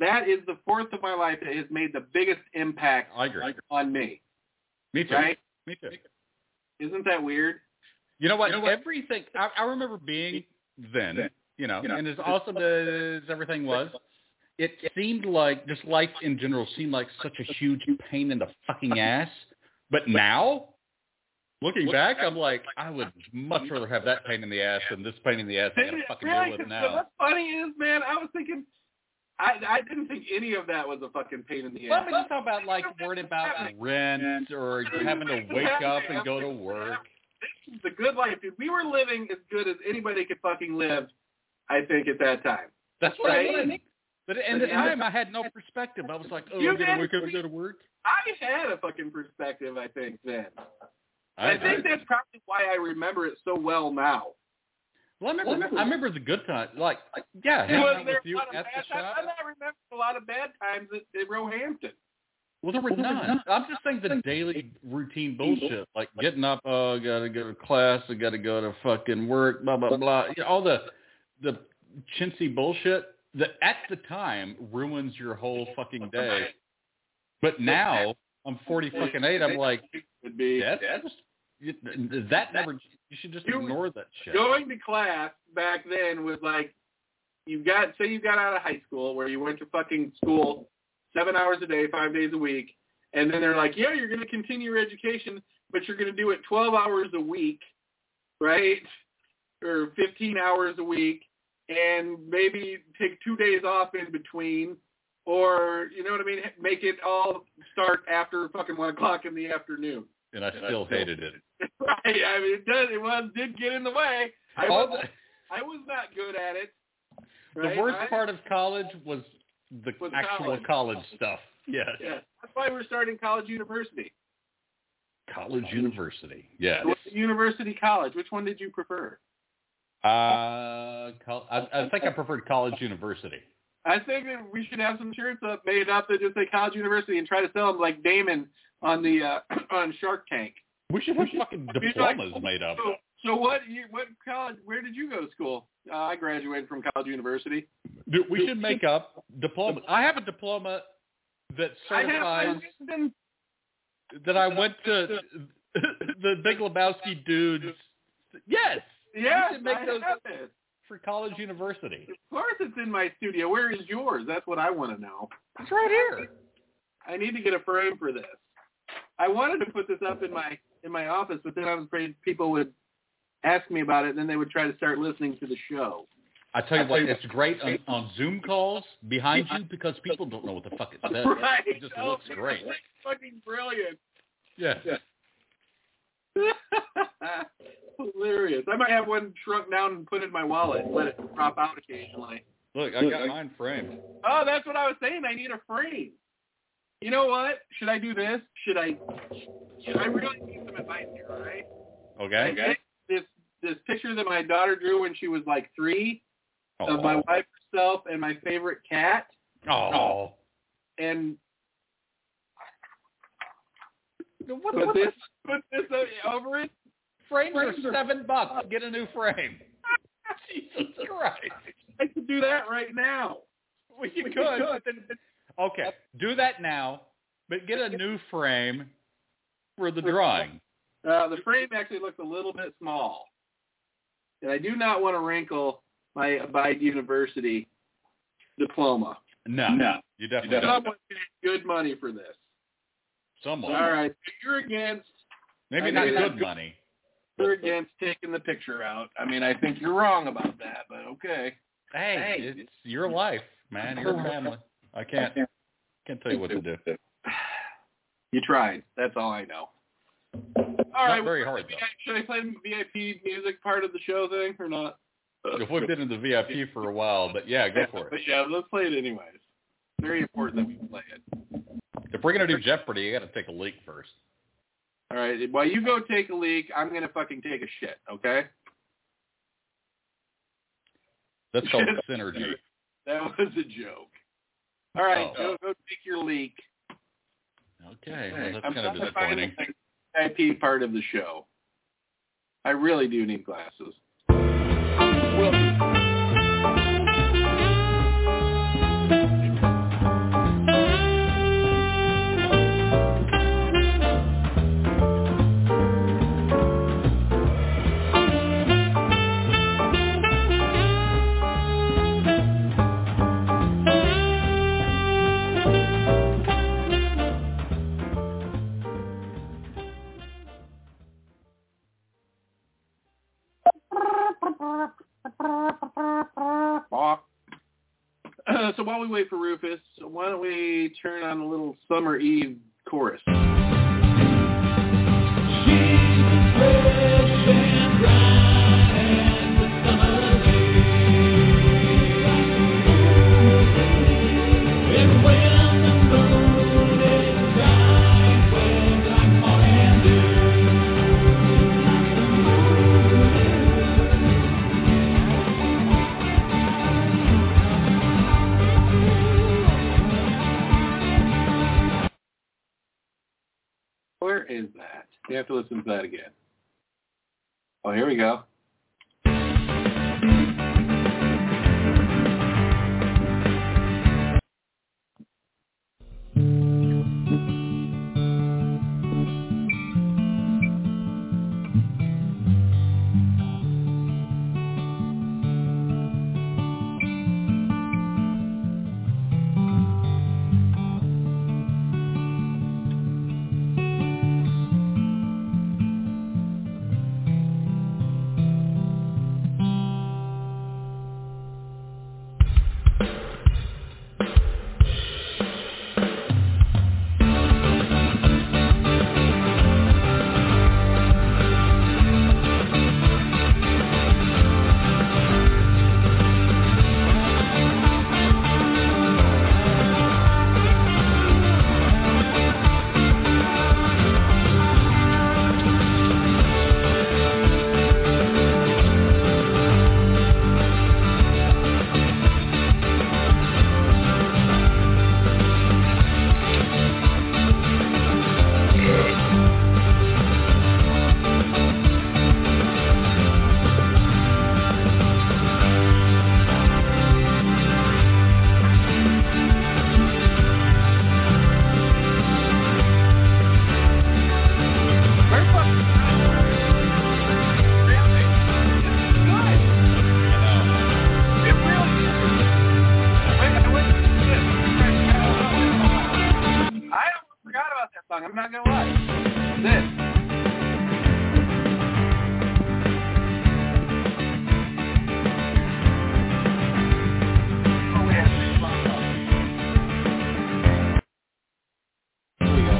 [SPEAKER 2] That is the fourth of my life that has made the biggest impact
[SPEAKER 3] I agree.
[SPEAKER 2] on me.
[SPEAKER 3] Me too.
[SPEAKER 2] Right?
[SPEAKER 3] Me too.
[SPEAKER 2] Isn't that weird?
[SPEAKER 3] You know what? Everything. I, I remember being then. you know,
[SPEAKER 5] You know.
[SPEAKER 3] and as awesome as everything was, it seemed like just life in general seemed like such a huge pain in the fucking ass. But now, looking back, I'm like, I would much rather have that pain in the ass than this pain in the ass I gotta
[SPEAKER 2] Didn't it-
[SPEAKER 3] fucking
[SPEAKER 2] really?
[SPEAKER 3] deal with
[SPEAKER 2] 'Cause
[SPEAKER 3] now.
[SPEAKER 2] What's funny is, man, I was thinking, I I didn't think any of that was a fucking pain in the
[SPEAKER 3] Well, I
[SPEAKER 2] ass.
[SPEAKER 3] mean, just talk about like worrying about rent or having to wake up and go to work.
[SPEAKER 2] This is the good life, dude. We were living as good as anybody could fucking live. I think at that time.
[SPEAKER 3] That's what I
[SPEAKER 2] Right.
[SPEAKER 3] mean. But at the time, I had no perspective. I was like, oh,
[SPEAKER 2] You
[SPEAKER 3] I'm gonna
[SPEAKER 2] did.
[SPEAKER 3] wake up and go to work.
[SPEAKER 2] I had a fucking perspective, I think, then.
[SPEAKER 3] I,
[SPEAKER 2] I think that's probably why I remember it so well now.
[SPEAKER 3] Well, I remember, I remember the good time. Like, yeah, hanging
[SPEAKER 2] Was
[SPEAKER 3] out
[SPEAKER 2] there
[SPEAKER 3] with you
[SPEAKER 2] a lot of
[SPEAKER 3] at the
[SPEAKER 2] bad times?
[SPEAKER 3] shop.
[SPEAKER 2] I, I remember a lot of bad times at, at Roehampton.
[SPEAKER 3] Well, there was none. I'm just saying the daily routine bullshit, like getting up, oh, gotta go to class, I gotta go to fucking work, blah blah blah. You know, all the the chintzy bullshit that at the time ruins your whole fucking day. But now I'm 40 fucking eight. I'm like,
[SPEAKER 2] Would be
[SPEAKER 3] that's just you, that never. You should just
[SPEAKER 2] You-
[SPEAKER 3] ignore that shit.
[SPEAKER 2] going to class back then was like you got say you got out of high school where you went to fucking school seven hours a day, five days a week, and then they're like, yeah, you're going to continue your education, but you're going to do it 12 hours a week, right, or 15 hours a week, and maybe take two days off in between. Or you know what I mean? Make it all start after fucking one o'clock in the afternoon. (laughs)
[SPEAKER 3] And I still hated it.
[SPEAKER 2] right? I mean, it does. It was did get in the way. I
[SPEAKER 3] All
[SPEAKER 2] was
[SPEAKER 3] the-
[SPEAKER 2] I was not good at it.
[SPEAKER 3] The
[SPEAKER 2] right?
[SPEAKER 3] worst
[SPEAKER 2] I-
[SPEAKER 3] part of college was the
[SPEAKER 2] Was
[SPEAKER 3] actual
[SPEAKER 2] college.
[SPEAKER 3] college, stuff. Yes.
[SPEAKER 2] (laughs) Yeah, that's why we're starting college university.
[SPEAKER 3] College university. Yes.
[SPEAKER 2] University college. Which one did you prefer?
[SPEAKER 3] Uh, col- I, I think I preferred college university.
[SPEAKER 2] I think that we should have some shirts up made up that just say college university and try to sell them like Damon on the uh, (clears throat) on Shark Tank.
[SPEAKER 3] We should have fucking
[SPEAKER 2] He's like- oh,
[SPEAKER 3] diplomas made up.
[SPEAKER 2] So, so what? You, what college? Where did you go to school? Uh, I graduated from college university.
[SPEAKER 3] Dude, we should make up diplomas. I have a diploma that
[SPEAKER 2] I
[SPEAKER 3] certifies
[SPEAKER 2] have been
[SPEAKER 3] that I went to (laughs) the Big Lebowski dudes. Yes.
[SPEAKER 2] yes,
[SPEAKER 3] should make
[SPEAKER 2] I
[SPEAKER 3] those-
[SPEAKER 2] have it.
[SPEAKER 3] For college university.
[SPEAKER 2] Of course, it's in my studio. Where is yours? That's what I want to know.
[SPEAKER 3] It's right here.
[SPEAKER 2] I need to get a frame for this. I wanted to put this up in my in my office, but then I was afraid people would ask me about it, and then they would try to start listening to the show.
[SPEAKER 3] I tell you what, it's great on, on Zoom calls behind you because people don't know what the fuck it (laughs) says.
[SPEAKER 2] (laughs) Right?
[SPEAKER 3] It just
[SPEAKER 2] Oh,
[SPEAKER 3] looks
[SPEAKER 2] man,
[SPEAKER 3] great.
[SPEAKER 2] that's Fucking brilliant. (laughs)
[SPEAKER 3] Yeah.
[SPEAKER 2] Hilarious. I might have one shrunk down and put in my wallet and let it drop out occasionally.
[SPEAKER 3] Look, I got mine framed.
[SPEAKER 2] Oh, that's what I was saying. I need a frame. You know what? Should I do this? Should I? Should I really need some advice here, all right?
[SPEAKER 3] Okay.
[SPEAKER 2] I picked This this picture that my daughter drew when she was like three of my
[SPEAKER 3] Aw.
[SPEAKER 2] wife herself and my favorite cat
[SPEAKER 3] Oh.
[SPEAKER 2] and
[SPEAKER 3] What,
[SPEAKER 2] put this put this o- over it.
[SPEAKER 3] frames are seven bucks. Get a new (laughs) frame. Jesus Christ.
[SPEAKER 2] I could do that right now.
[SPEAKER 3] Well, you could. but then- okay, do that now, but get a new frame for the drawing.
[SPEAKER 2] Uh, the frame actually looks a little bit small, and I do not want to wrinkle my Abide University diploma.
[SPEAKER 3] No.
[SPEAKER 5] No.
[SPEAKER 3] You definitely
[SPEAKER 2] Someone
[SPEAKER 3] don't.
[SPEAKER 2] paid good money for this.
[SPEAKER 3] Someone.
[SPEAKER 2] All right, so you're against
[SPEAKER 3] Maybe
[SPEAKER 2] I
[SPEAKER 3] not
[SPEAKER 2] mean,
[SPEAKER 3] good
[SPEAKER 2] I-
[SPEAKER 3] money.
[SPEAKER 2] you're against taking the picture out. I mean, I think you're wrong about that, but okay.
[SPEAKER 3] Hey,
[SPEAKER 2] Hey.
[SPEAKER 3] it's your life, man. Your family. I can't can't tell you what to do.
[SPEAKER 2] You tried. That's all I know. All
[SPEAKER 3] Not
[SPEAKER 2] right.
[SPEAKER 3] very hard
[SPEAKER 2] should
[SPEAKER 3] though.
[SPEAKER 2] I- Should I play the VIP music part of the show thing or not?
[SPEAKER 3] If
[SPEAKER 2] (laughs)
[SPEAKER 3] we've been in the VIP for a while, but yeah, go for
[SPEAKER 2] But
[SPEAKER 3] it.
[SPEAKER 2] yeah, let's play it anyways. Very important that we play it.
[SPEAKER 3] If we're gonna do Jeopardy, you got to take a leak first.
[SPEAKER 2] All right. While you go take a leak, I'm gonna fucking take a shit. Okay.
[SPEAKER 3] That's called
[SPEAKER 2] (laughs)
[SPEAKER 3] synergy.
[SPEAKER 2] That was a joke. All right.
[SPEAKER 3] Oh.
[SPEAKER 2] Go, go take your leak.
[SPEAKER 3] Okay, well, that's
[SPEAKER 2] I'm
[SPEAKER 3] kind
[SPEAKER 2] trying
[SPEAKER 3] of
[SPEAKER 2] to find
[SPEAKER 3] disappointing.
[SPEAKER 2] the VIP part of the show. I really do need glasses. Uh, Ah. (clears throat) so while we wait for Rufus, why don't we turn on a little summer eve chorus? Where is that? You have to listen to that again. Oh, here we go. I almost forgot about that song. I'm not gonna lie. This. Oh, wait, I think it's my song. Here we go.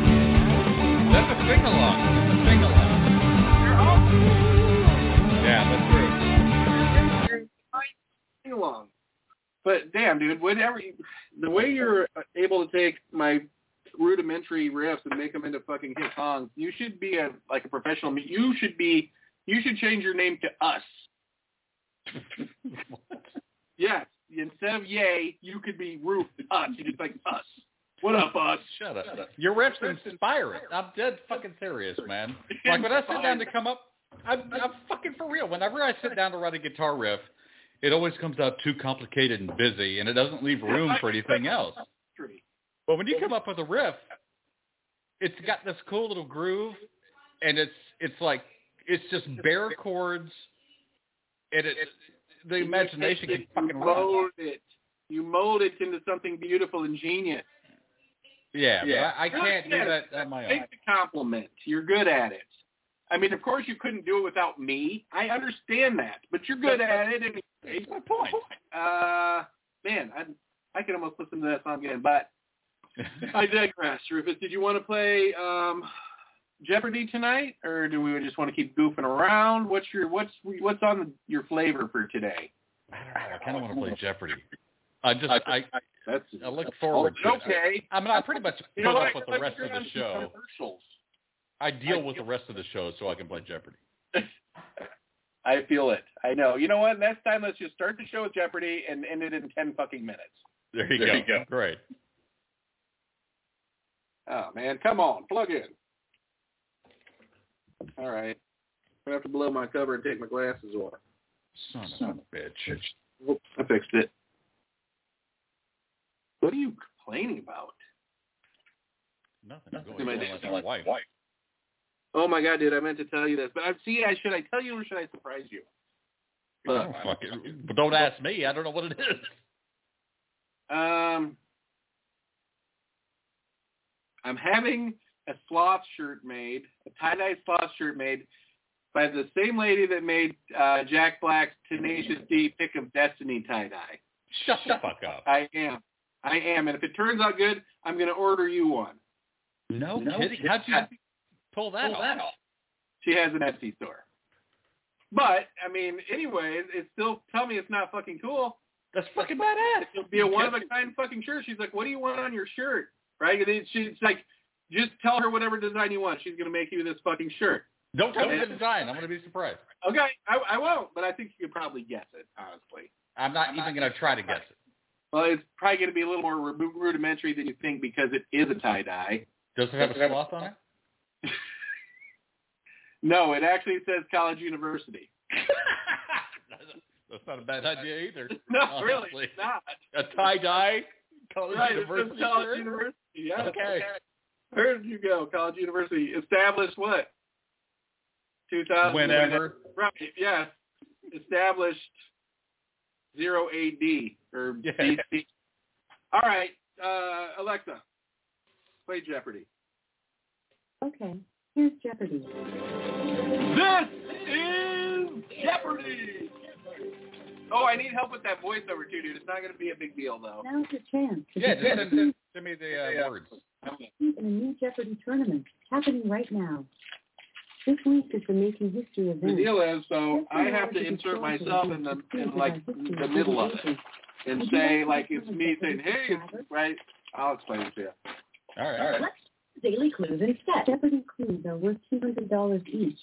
[SPEAKER 3] That's a sing along. That's a sing along. Yeah, that's true.
[SPEAKER 2] Sing along. But damn, dude, whatever. you- The way you're able to take my rudimentary riffs and make them into fucking hit songs, you should be a like a professional. mu- You should be. You should change your name to
[SPEAKER 3] (laughs)
[SPEAKER 2] us. Yes. Instead of yay, you could be roof us. You just like us. What up, us?
[SPEAKER 3] Shut up. Your reps inspire it. I'm dead fucking serious, man. Like when I sit down to come up, I'm, I'm fucking for real. Whenever I sit down to write a guitar riff, it always comes out too complicated and busy, and it doesn't leave room for anything else.
[SPEAKER 2] Tree.
[SPEAKER 3] But when you come up with a riff, it's got this cool little groove, and it's it's like it's just bare chords, and it the imagination can fucking
[SPEAKER 2] You
[SPEAKER 3] run.
[SPEAKER 2] mold it. You mold it into something beautiful and genius.
[SPEAKER 3] Yeah,
[SPEAKER 2] Yeah.
[SPEAKER 3] yeah. I, I can't do that on my own.
[SPEAKER 2] Take the compliment. You're good at it. I mean, of course, you couldn't do it without me. I understand that, but you're good at it. And
[SPEAKER 3] That's my point.
[SPEAKER 2] uh, man, I I could almost listen to that song again,
[SPEAKER 3] (laughs)
[SPEAKER 2] but I digress. Rufus, did you want to play um, Jeopardy tonight, or do we just want to keep goofing around? What's your what's what's on your flavor for today?
[SPEAKER 3] I don't know. I kind of want to play Jeopardy. I just I
[SPEAKER 2] That's
[SPEAKER 3] I look forward to it.
[SPEAKER 2] okay.
[SPEAKER 3] I mean, I pretty much
[SPEAKER 2] You
[SPEAKER 3] put
[SPEAKER 2] know what?
[SPEAKER 3] up with the
[SPEAKER 2] Let's
[SPEAKER 3] rest of
[SPEAKER 2] turn on
[SPEAKER 3] the
[SPEAKER 2] some
[SPEAKER 3] show.
[SPEAKER 2] Commercials.
[SPEAKER 3] I deal with the rest of the show so I can play Jeopardy.
[SPEAKER 2] I feel it. I know. You know what? Next time, let's just start the show with Jeopardy and end it in ten fucking minutes.
[SPEAKER 3] There you
[SPEAKER 5] There
[SPEAKER 3] go.
[SPEAKER 5] you go.
[SPEAKER 3] Great.
[SPEAKER 2] Oh man, come on, plug in. All right, I have to blow my cover and take my glasses off.
[SPEAKER 3] Son of a bitch.
[SPEAKER 2] Whoops, I fixed it. What are you complaining about?
[SPEAKER 3] Nothing.
[SPEAKER 2] Am I
[SPEAKER 3] Going on
[SPEAKER 2] doing
[SPEAKER 3] like my wife.
[SPEAKER 2] Oh my god, dude, I meant to tell you this, but I'm see. I should I tell you or should I surprise you?
[SPEAKER 3] Oh, fuck it. But don't ask me. I don't know what it is.
[SPEAKER 2] Um, I'm having a sloth shirt made, a tie-dye sloth shirt made by the same lady that made uh, Jack Black's Tenacious D Pick of Destiny tie-dye.
[SPEAKER 3] Shut the fuck up.
[SPEAKER 2] I am. I am. And if it turns out good, I'm going to order you one.
[SPEAKER 3] No,
[SPEAKER 2] No
[SPEAKER 3] kidding.
[SPEAKER 2] kidding.
[SPEAKER 3] How'd you pull that off?
[SPEAKER 2] She has an Etsy store. But, I mean, anyways, it's still, tell me it's not fucking cool.
[SPEAKER 3] That's fucking badass.
[SPEAKER 2] It'll be a one of a kind fucking shirt. She's like, what do you want on your shirt? Right? And then she's like, just tell her whatever design you want. She's going to make you this fucking shirt.
[SPEAKER 3] Don't tell me the design. I'm going to be surprised.
[SPEAKER 2] Okay, I, I won't, but I think you could probably guess it, honestly.
[SPEAKER 3] I'm not even going to try to guess it.
[SPEAKER 2] Well, it's probably going to be a little more ru- rudimentary than you think because it is a tie-dye.
[SPEAKER 3] Does it have a sloth (laughs) on it?
[SPEAKER 2] No, it actually says college university. (laughs)
[SPEAKER 3] That's not a bad idea either.
[SPEAKER 2] No, really,
[SPEAKER 3] honestly.
[SPEAKER 2] it's not.
[SPEAKER 3] A tie-dye college
[SPEAKER 2] Right, it says
[SPEAKER 3] university
[SPEAKER 2] college
[SPEAKER 3] shirt?
[SPEAKER 2] university. Yeah.
[SPEAKER 3] Okay.
[SPEAKER 2] There you go, college university. Established what? 2000.
[SPEAKER 3] Whenever.
[SPEAKER 2] Right, yes. Established 0 AD or
[SPEAKER 3] Yeah.
[SPEAKER 2] BC. All right, uh, Alexa, play Jeopardy.
[SPEAKER 6] Okay, here's Jeopardy.
[SPEAKER 2] This is Jeopardy! Oh, I need help with that voiceover too, dude. It's not going to be a big deal, though.
[SPEAKER 6] Now's your chance to
[SPEAKER 3] Yeah,
[SPEAKER 6] be
[SPEAKER 3] just send,
[SPEAKER 6] participant
[SPEAKER 3] send, send me the uh, words.
[SPEAKER 6] in a new Jeopardy tournament happening right now. This week is the Making History
[SPEAKER 2] The
[SPEAKER 6] event.
[SPEAKER 2] deal is, so I
[SPEAKER 6] History
[SPEAKER 2] have
[SPEAKER 6] hours
[SPEAKER 2] to
[SPEAKER 6] is
[SPEAKER 2] insert
[SPEAKER 6] important
[SPEAKER 2] myself
[SPEAKER 6] to
[SPEAKER 2] in the
[SPEAKER 6] speak
[SPEAKER 2] in
[SPEAKER 6] about
[SPEAKER 2] like
[SPEAKER 6] history
[SPEAKER 2] the
[SPEAKER 6] and
[SPEAKER 2] middle of it
[SPEAKER 6] education.
[SPEAKER 2] and say like it's me saying, "Hey, it's- right." I'll explain it to you.
[SPEAKER 3] All right. All right.
[SPEAKER 6] Daily clues instead. Jeopardy clues are worth $200 each.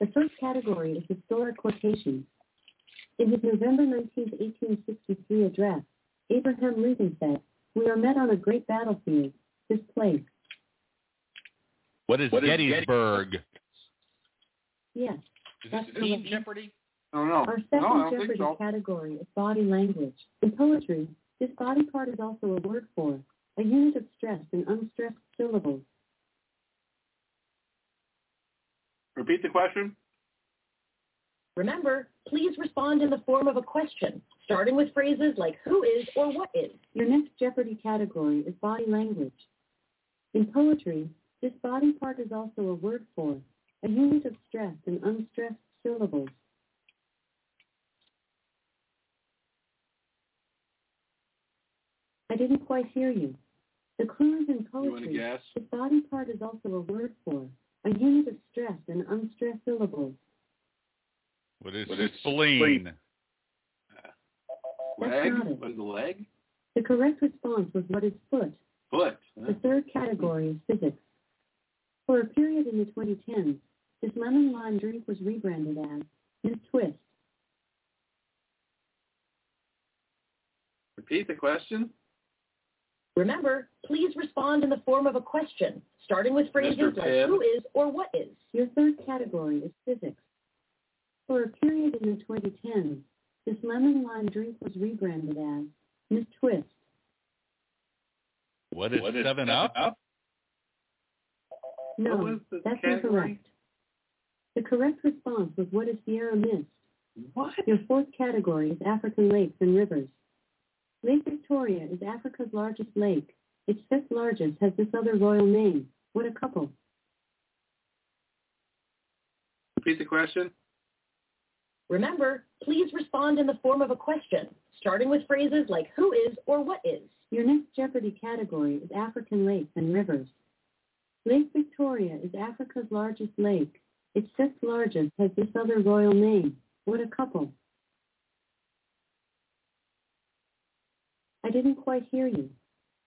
[SPEAKER 6] The first category is historic quotations. In his November 19, 1863 address, Abraham Lincoln said, we are met on a great battlefield, this place,
[SPEAKER 3] What is Gettysburg?
[SPEAKER 6] yes.
[SPEAKER 3] Is this Teen Jeopardy?
[SPEAKER 2] I don't know.
[SPEAKER 6] Our second
[SPEAKER 2] No, I don't think
[SPEAKER 6] Jeopardy
[SPEAKER 2] so.
[SPEAKER 6] category is body language. In poetry, this body part is also a word for a unit of stressed and unstressed syllables.
[SPEAKER 2] Repeat the question.
[SPEAKER 10] Remember, please respond in the form of a question, starting with phrases like who is or what is.
[SPEAKER 6] Your next Jeopardy category is body language. In poetry, this body part is also a word for a unit of stressed and unstressed syllables. I didn't quite hear you. The clues
[SPEAKER 2] You
[SPEAKER 6] in
[SPEAKER 2] want to
[SPEAKER 6] poetry,
[SPEAKER 2] guess?
[SPEAKER 6] this body part is also a word for a unit of stressed and unstressed syllables.
[SPEAKER 3] What is spleen?
[SPEAKER 6] That's
[SPEAKER 2] Leg?
[SPEAKER 6] not it.
[SPEAKER 2] What is a leg?
[SPEAKER 6] The correct response was what is foot.
[SPEAKER 2] Foot.
[SPEAKER 6] The third category is physics. For a period in the 2010s, this lemon lime drink was rebranded as Miss Twist.
[SPEAKER 2] Repeat the question.
[SPEAKER 10] Remember, please respond in the form of a question, starting with phrases
[SPEAKER 2] Mr.
[SPEAKER 10] like
[SPEAKER 2] Pibb.
[SPEAKER 10] who is or what is.
[SPEAKER 6] Your third category is physics. For a period in the 2010s, this lemon lime drink was rebranded as Miss Twist.
[SPEAKER 3] What is seven up?
[SPEAKER 2] What
[SPEAKER 6] No,
[SPEAKER 2] was the
[SPEAKER 6] that's
[SPEAKER 2] category?
[SPEAKER 6] incorrect. The correct response was what is Sierra Mist.
[SPEAKER 2] What?
[SPEAKER 6] (laughs) Your fourth category is African lakes and rivers. Lake Victoria is Africa's largest lake. Its fifth largest has this other royal name. What a couple.
[SPEAKER 2] Repeat the question.
[SPEAKER 10] Remember, please respond in the form of a question, starting with phrases like who is or what is.
[SPEAKER 6] Your next Jeopardy category is African lakes and rivers. Lake Victoria is Africa's largest lake. Its fifth largest has this other royal name. What a couple. I didn't quite hear you.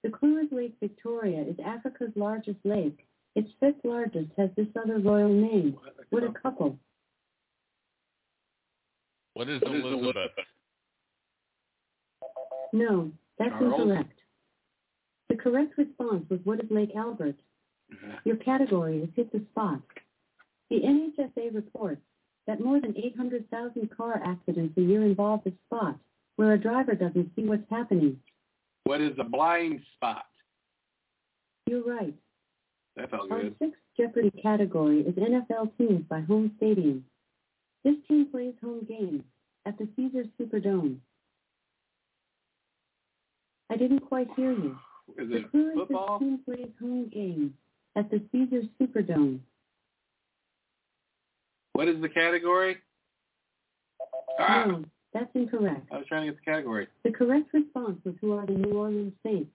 [SPEAKER 6] The clue is Lake Victoria is Africa's largest lake. Its fifth largest has this other royal name. What a couple.
[SPEAKER 3] What is Elizabeth?
[SPEAKER 6] No, that's
[SPEAKER 2] Charles?
[SPEAKER 6] incorrect. The correct response was what is Lake Albert? Your category is hit the spot. The NHSA reports that more than 800,000 car accidents a year involve the spot where a driver doesn't see what's happening.
[SPEAKER 2] What is a blind spot?
[SPEAKER 6] You're right.
[SPEAKER 2] That felt
[SPEAKER 6] Our
[SPEAKER 2] Oh, good.
[SPEAKER 6] sixth Jeopardy category is NFL teams by home stadium. This team plays home games at the Caesars Superdome. I didn't quite hear you.
[SPEAKER 2] Is
[SPEAKER 6] The
[SPEAKER 2] it
[SPEAKER 6] clue is
[SPEAKER 2] football?
[SPEAKER 6] This team plays home games at the Caesars Superdome.
[SPEAKER 2] What is the category? Ah,
[SPEAKER 6] No, that's incorrect.
[SPEAKER 2] I was trying to get the category.
[SPEAKER 6] The correct response was who are the New Orleans Saints.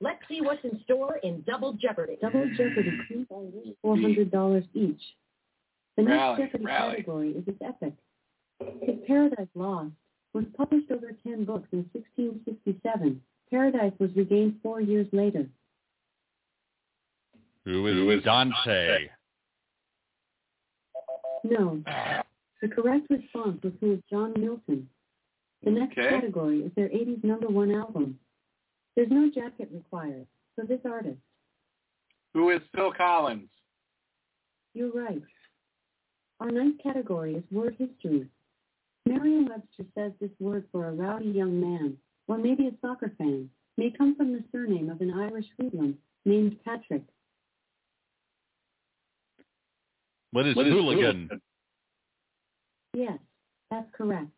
[SPEAKER 10] Let's see what's in store in Double Jeopardy.
[SPEAKER 6] Double Jeopardy clues are worth four hundred dollars each. The
[SPEAKER 2] Rally,
[SPEAKER 6] next Jeopardy
[SPEAKER 2] rally.
[SPEAKER 6] category is its epic. His Paradise Lost was published over ten books in 1667. Paradise was regained four years later.
[SPEAKER 3] Who is, Dante?
[SPEAKER 6] No.
[SPEAKER 2] Ah.
[SPEAKER 6] The correct response was who is John Milton. The next
[SPEAKER 2] Okay.
[SPEAKER 6] category is their 80s number one album. There's no jacket required, so this artist,
[SPEAKER 2] Who is Phil Collins?
[SPEAKER 6] you're right. Our ninth category is word history. Merriam-Webster says this word for a rowdy young man, or maybe a soccer fan, may come from the surname of an Irish hoodlum named Patrick.
[SPEAKER 3] What is
[SPEAKER 5] What is
[SPEAKER 3] hooligan?
[SPEAKER 6] Yes, that's correct.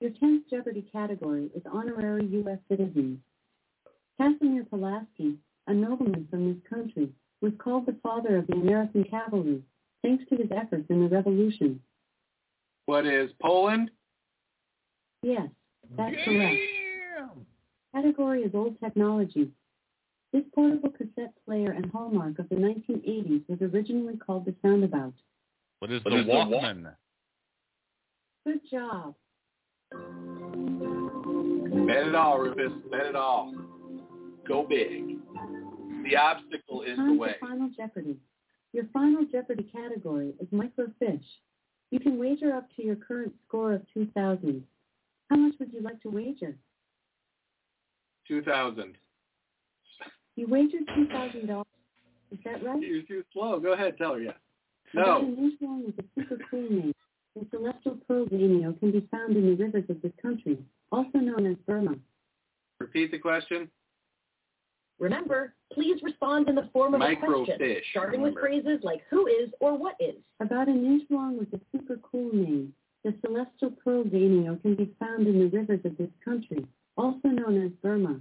[SPEAKER 6] Your 10th Jeopardy category is honorary U.S. citizens. Casimir Pulaski, a nobleman from this country, was called the father of the American cavalry thanks to his efforts in the Revolution.
[SPEAKER 2] What is Poland?
[SPEAKER 6] Yes, that's correct. Category is old technology. This portable cassette player and hallmark of the 1980s was originally called the Soundabout.
[SPEAKER 3] What is
[SPEAKER 5] What
[SPEAKER 3] the
[SPEAKER 5] is the Walk-
[SPEAKER 3] Walkman?
[SPEAKER 6] Good job.
[SPEAKER 2] Bet it all, Rufus. Bet it all. Go big. The obstacle is the
[SPEAKER 6] Time
[SPEAKER 2] way.
[SPEAKER 6] for Final Jeopardy. Your Final Jeopardy category is microfiche. You can wager up to your current score of 2,000. How much would you like to wager?
[SPEAKER 2] 2000.
[SPEAKER 6] You wagered $2,000. Is that right?
[SPEAKER 2] You're too slow. Go ahead. Tell her yes.
[SPEAKER 6] You got
[SPEAKER 2] No.
[SPEAKER 6] a new one with a super cool name. The celestial pearl ganio can be found in the rivers of this country, also known as Burma.
[SPEAKER 2] Repeat the question.
[SPEAKER 10] Remember, please respond in the form of a question,
[SPEAKER 2] Microfiche,
[SPEAKER 10] starting
[SPEAKER 2] remember.
[SPEAKER 10] with phrases like who is or what is.
[SPEAKER 6] About an inch long with a super cool name, the celestial pearl ganio can be found in the rivers of this country, also known as Burma.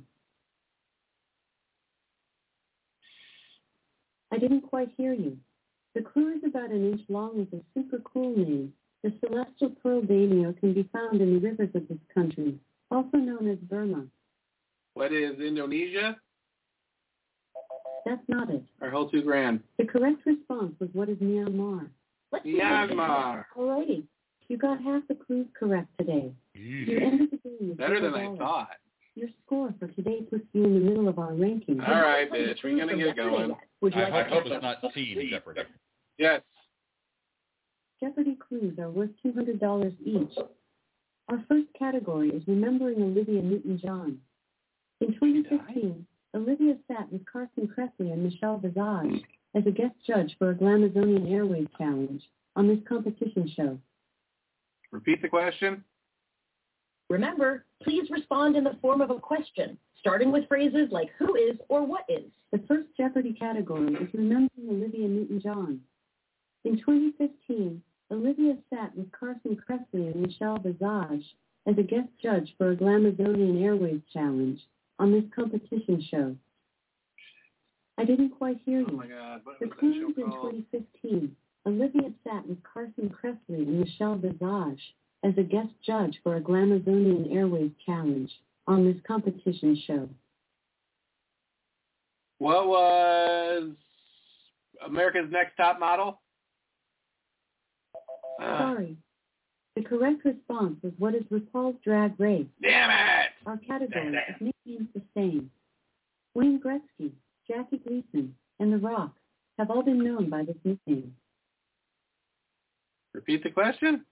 [SPEAKER 6] I didn't quite hear you. The clue is about an inch long with a super cool name. The celestial pearl ganio can be found in the rivers of this country, also known as Burma.
[SPEAKER 2] What is Indonesia?
[SPEAKER 6] That's not it.
[SPEAKER 2] Our whole two grand.
[SPEAKER 6] The correct response was what is Myanmar?
[SPEAKER 10] Let's see what's in store.
[SPEAKER 2] Myanmar.
[SPEAKER 6] Alrighty. You got half the clues correct today. You ended the game with
[SPEAKER 2] Better than I
[SPEAKER 6] $0.
[SPEAKER 2] thought.
[SPEAKER 6] Your score for today puts you in the middle of our ranking.
[SPEAKER 2] All right,
[SPEAKER 10] Have you
[SPEAKER 2] bitch. We're
[SPEAKER 10] played
[SPEAKER 2] gonna
[SPEAKER 10] from
[SPEAKER 2] get
[SPEAKER 10] Jeopardy
[SPEAKER 2] going.
[SPEAKER 10] yet? Would you
[SPEAKER 3] I,
[SPEAKER 10] like to
[SPEAKER 3] I hope
[SPEAKER 10] check
[SPEAKER 3] it's
[SPEAKER 10] out-
[SPEAKER 3] not Team Jeopardy.
[SPEAKER 2] Yes.
[SPEAKER 6] Jeopardy clues are worth $200 each. Our first category is remembering Olivia Newton-John. In 2015, Olivia sat with Carson Kressley and Michelle Visage as a guest judge for a Glamazonian Airways Challenge on this competition show.
[SPEAKER 2] Repeat the question.
[SPEAKER 10] Remember, please respond in the form of a question, starting with phrases like who is or what is.
[SPEAKER 6] The first Jeopardy category is remembering Olivia Newton-John. In 2015, Olivia sat with Carson Kressley and Michelle Visage as a guest judge for a Glamazonian Airways Challenge on this competition show. I didn't quite hear
[SPEAKER 2] Oh
[SPEAKER 6] you.
[SPEAKER 2] my God. What
[SPEAKER 6] The
[SPEAKER 2] was that
[SPEAKER 6] clues
[SPEAKER 2] show
[SPEAKER 6] in
[SPEAKER 2] called?
[SPEAKER 6] 2015, Olivia sat with Carson Kressley and Michelle Visage as a guest judge for a Glamazonian Airways Challenge on this competition show.
[SPEAKER 2] What was America's Next Top Model? Ah,
[SPEAKER 6] Sorry. The correct response was what is RuPaul's Drag Race.
[SPEAKER 2] damn it!
[SPEAKER 6] Our category is nicknames the same. Wayne Gretzky, Jackie Gleason, and The Rock have all been known by this nickname.
[SPEAKER 2] Repeat the question.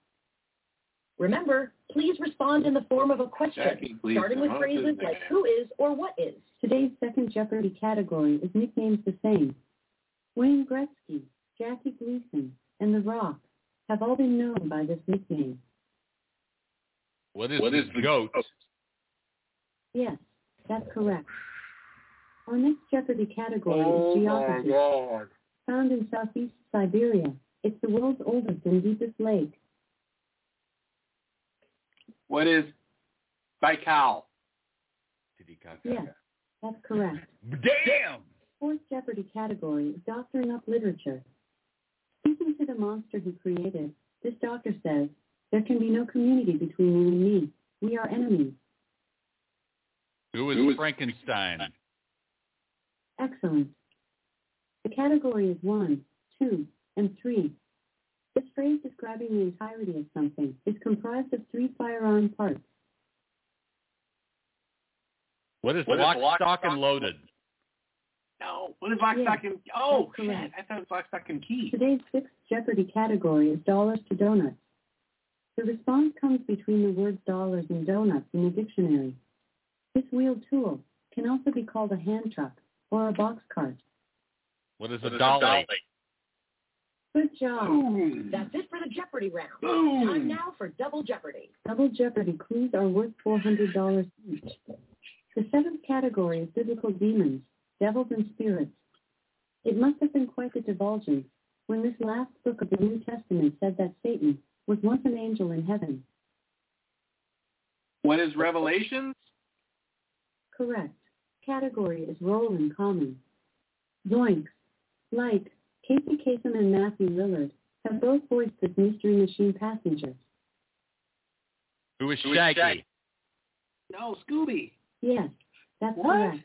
[SPEAKER 10] Remember, please respond in the form of a
[SPEAKER 2] Jackie
[SPEAKER 10] question,
[SPEAKER 2] Gleason,
[SPEAKER 10] starting with
[SPEAKER 2] huh?
[SPEAKER 10] phrases
[SPEAKER 2] Isn't
[SPEAKER 10] like
[SPEAKER 2] it?
[SPEAKER 10] who is or what is.
[SPEAKER 6] Today's second Jeopardy category is nicknames the same. Wayne Gretzky, Jackie Gleason, and The Rock have all been known by this nickname.
[SPEAKER 3] What is, the goat?
[SPEAKER 6] Yes, that's correct. Our next Jeopardy category
[SPEAKER 2] Oh
[SPEAKER 6] is
[SPEAKER 2] my
[SPEAKER 6] geography,
[SPEAKER 2] god.
[SPEAKER 6] found in southeast Siberia. It's the world's oldest and deepest lake.
[SPEAKER 2] What is Baikal?
[SPEAKER 6] Yes, that's correct.
[SPEAKER 3] Damn!
[SPEAKER 6] Fourth Jeopardy category is doctoring up literature. Speaking to the monster who created, this doctor says, there can be no community between you and me. We are enemies.
[SPEAKER 3] Who is Frankenstein?
[SPEAKER 6] Excellent. The category is one, two, and three. This phrase describing the entirety of something is comprised of three firearm parts.
[SPEAKER 3] What is
[SPEAKER 2] What is
[SPEAKER 3] lock,
[SPEAKER 2] lock,
[SPEAKER 3] stock, and loaded?
[SPEAKER 2] No. What is lock,
[SPEAKER 6] Yes,
[SPEAKER 2] stock, and oh
[SPEAKER 6] that's
[SPEAKER 2] shit!
[SPEAKER 6] correct.
[SPEAKER 2] I thought it was lock, stock, and key.
[SPEAKER 6] Today's sixth Jeopardy category is dollars to donuts. The response comes between the words dollars and donuts in the dictionary. This wheeled tool can also be called a hand truck or a box cart.
[SPEAKER 3] What is a dolly?
[SPEAKER 6] Good job.
[SPEAKER 2] Boom.
[SPEAKER 10] That's it for the Jeopardy round.
[SPEAKER 2] Boom.
[SPEAKER 10] Time now for Double Jeopardy.
[SPEAKER 6] Double Jeopardy clues are worth $400 each. The seventh category is biblical demons, devils, and spirits. It must have been quite the divulgence when this last book of the New Testament said that Satan was once an angel in heaven.
[SPEAKER 2] What is Revelations?
[SPEAKER 6] Correct. Category is role in common. Zoinks, like Casey Kasem and Matthew Lillard, have both voiced this mystery machine passenger.
[SPEAKER 3] Who is Shaggy?
[SPEAKER 2] No, Scooby.
[SPEAKER 6] Yes, that's
[SPEAKER 2] What?
[SPEAKER 6] correct.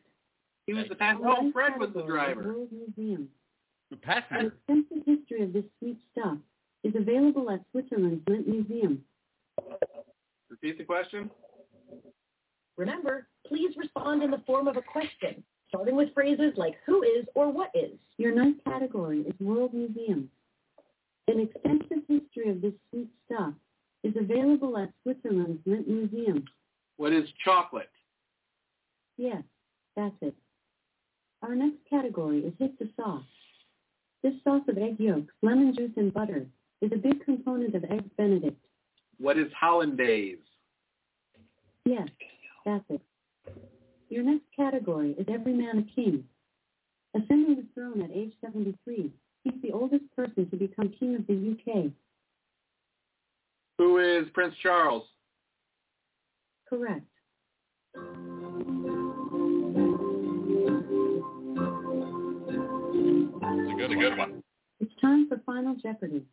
[SPEAKER 2] He was the passenger. Oh,
[SPEAKER 6] Last
[SPEAKER 2] Fred was the
[SPEAKER 6] category is
[SPEAKER 2] driver.
[SPEAKER 6] World Museum.
[SPEAKER 3] The passenger.
[SPEAKER 6] An extensive history of this sweet stuff is available at Switzerland's Lint Museum.
[SPEAKER 2] Repeat the question.
[SPEAKER 10] Remember, please respond in the form of a question, starting with phrases like who is or what is.
[SPEAKER 6] Your ninth category is World Museums. An extensive history of this sweet stuff is available at Switzerland's Lint Museum.
[SPEAKER 2] What is chocolate?
[SPEAKER 6] Yes, that's it. Our next category is hit the sauce. This sauce of egg yolks, lemon juice, and butter is a big component of eggs benedict.
[SPEAKER 2] What is hollandaise?
[SPEAKER 6] Yes, that's it. Your next category is every man a king. Ascending the throne at age 73, he's the oldest person to become king of the UK.
[SPEAKER 2] Who is Prince Charles?
[SPEAKER 6] Correct.
[SPEAKER 3] It's a good, good one.
[SPEAKER 6] It's time for Final Jeopardy.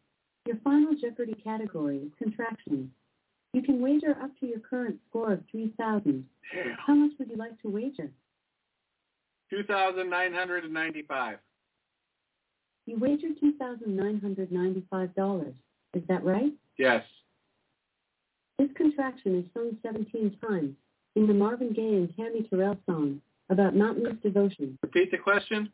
[SPEAKER 6] Your Final Jeopardy category is contractions. You can wager up to your current score of 3,000. How much would you like to wager?
[SPEAKER 2] Two thousand nine hundred and ninety-five.
[SPEAKER 6] You wagered $2,995. Is that right?
[SPEAKER 2] Yes.
[SPEAKER 6] This contraction is sung 17 times in the Marvin Gaye and Tammy Terrell song about mountainous devotion.
[SPEAKER 2] Repeat the question.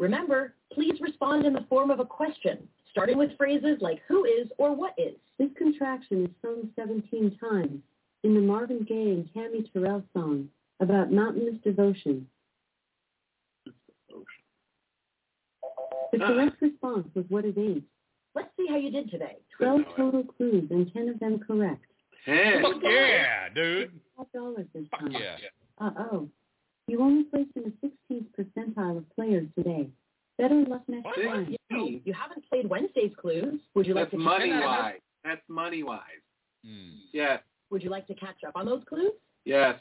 [SPEAKER 10] Remember, please respond in the form of a question, starting with phrases like who is or what is.
[SPEAKER 6] This contraction is sung 17 times in the Marvin Gaye and Tammy Terrell song about mountainous devotion. The correct response was what is eight.
[SPEAKER 10] Let's see how you did today.
[SPEAKER 6] 12 total clues and 10 of them correct.
[SPEAKER 2] Heck.
[SPEAKER 3] Fuck yeah, dude.
[SPEAKER 6] $5 this
[SPEAKER 3] Fuck
[SPEAKER 6] time.
[SPEAKER 3] yeah.
[SPEAKER 6] Uh-oh. You only placed in the 16th percentile of players today. Better luck next
[SPEAKER 3] What?
[SPEAKER 6] time.
[SPEAKER 10] You, know, you haven't played Wednesday's clues. Would you like
[SPEAKER 2] That's
[SPEAKER 10] to
[SPEAKER 2] money
[SPEAKER 10] catch up?
[SPEAKER 2] wise. That's money wise.
[SPEAKER 3] Hmm.
[SPEAKER 2] Yes.
[SPEAKER 10] Would you like to catch up on those clues?
[SPEAKER 2] Yes.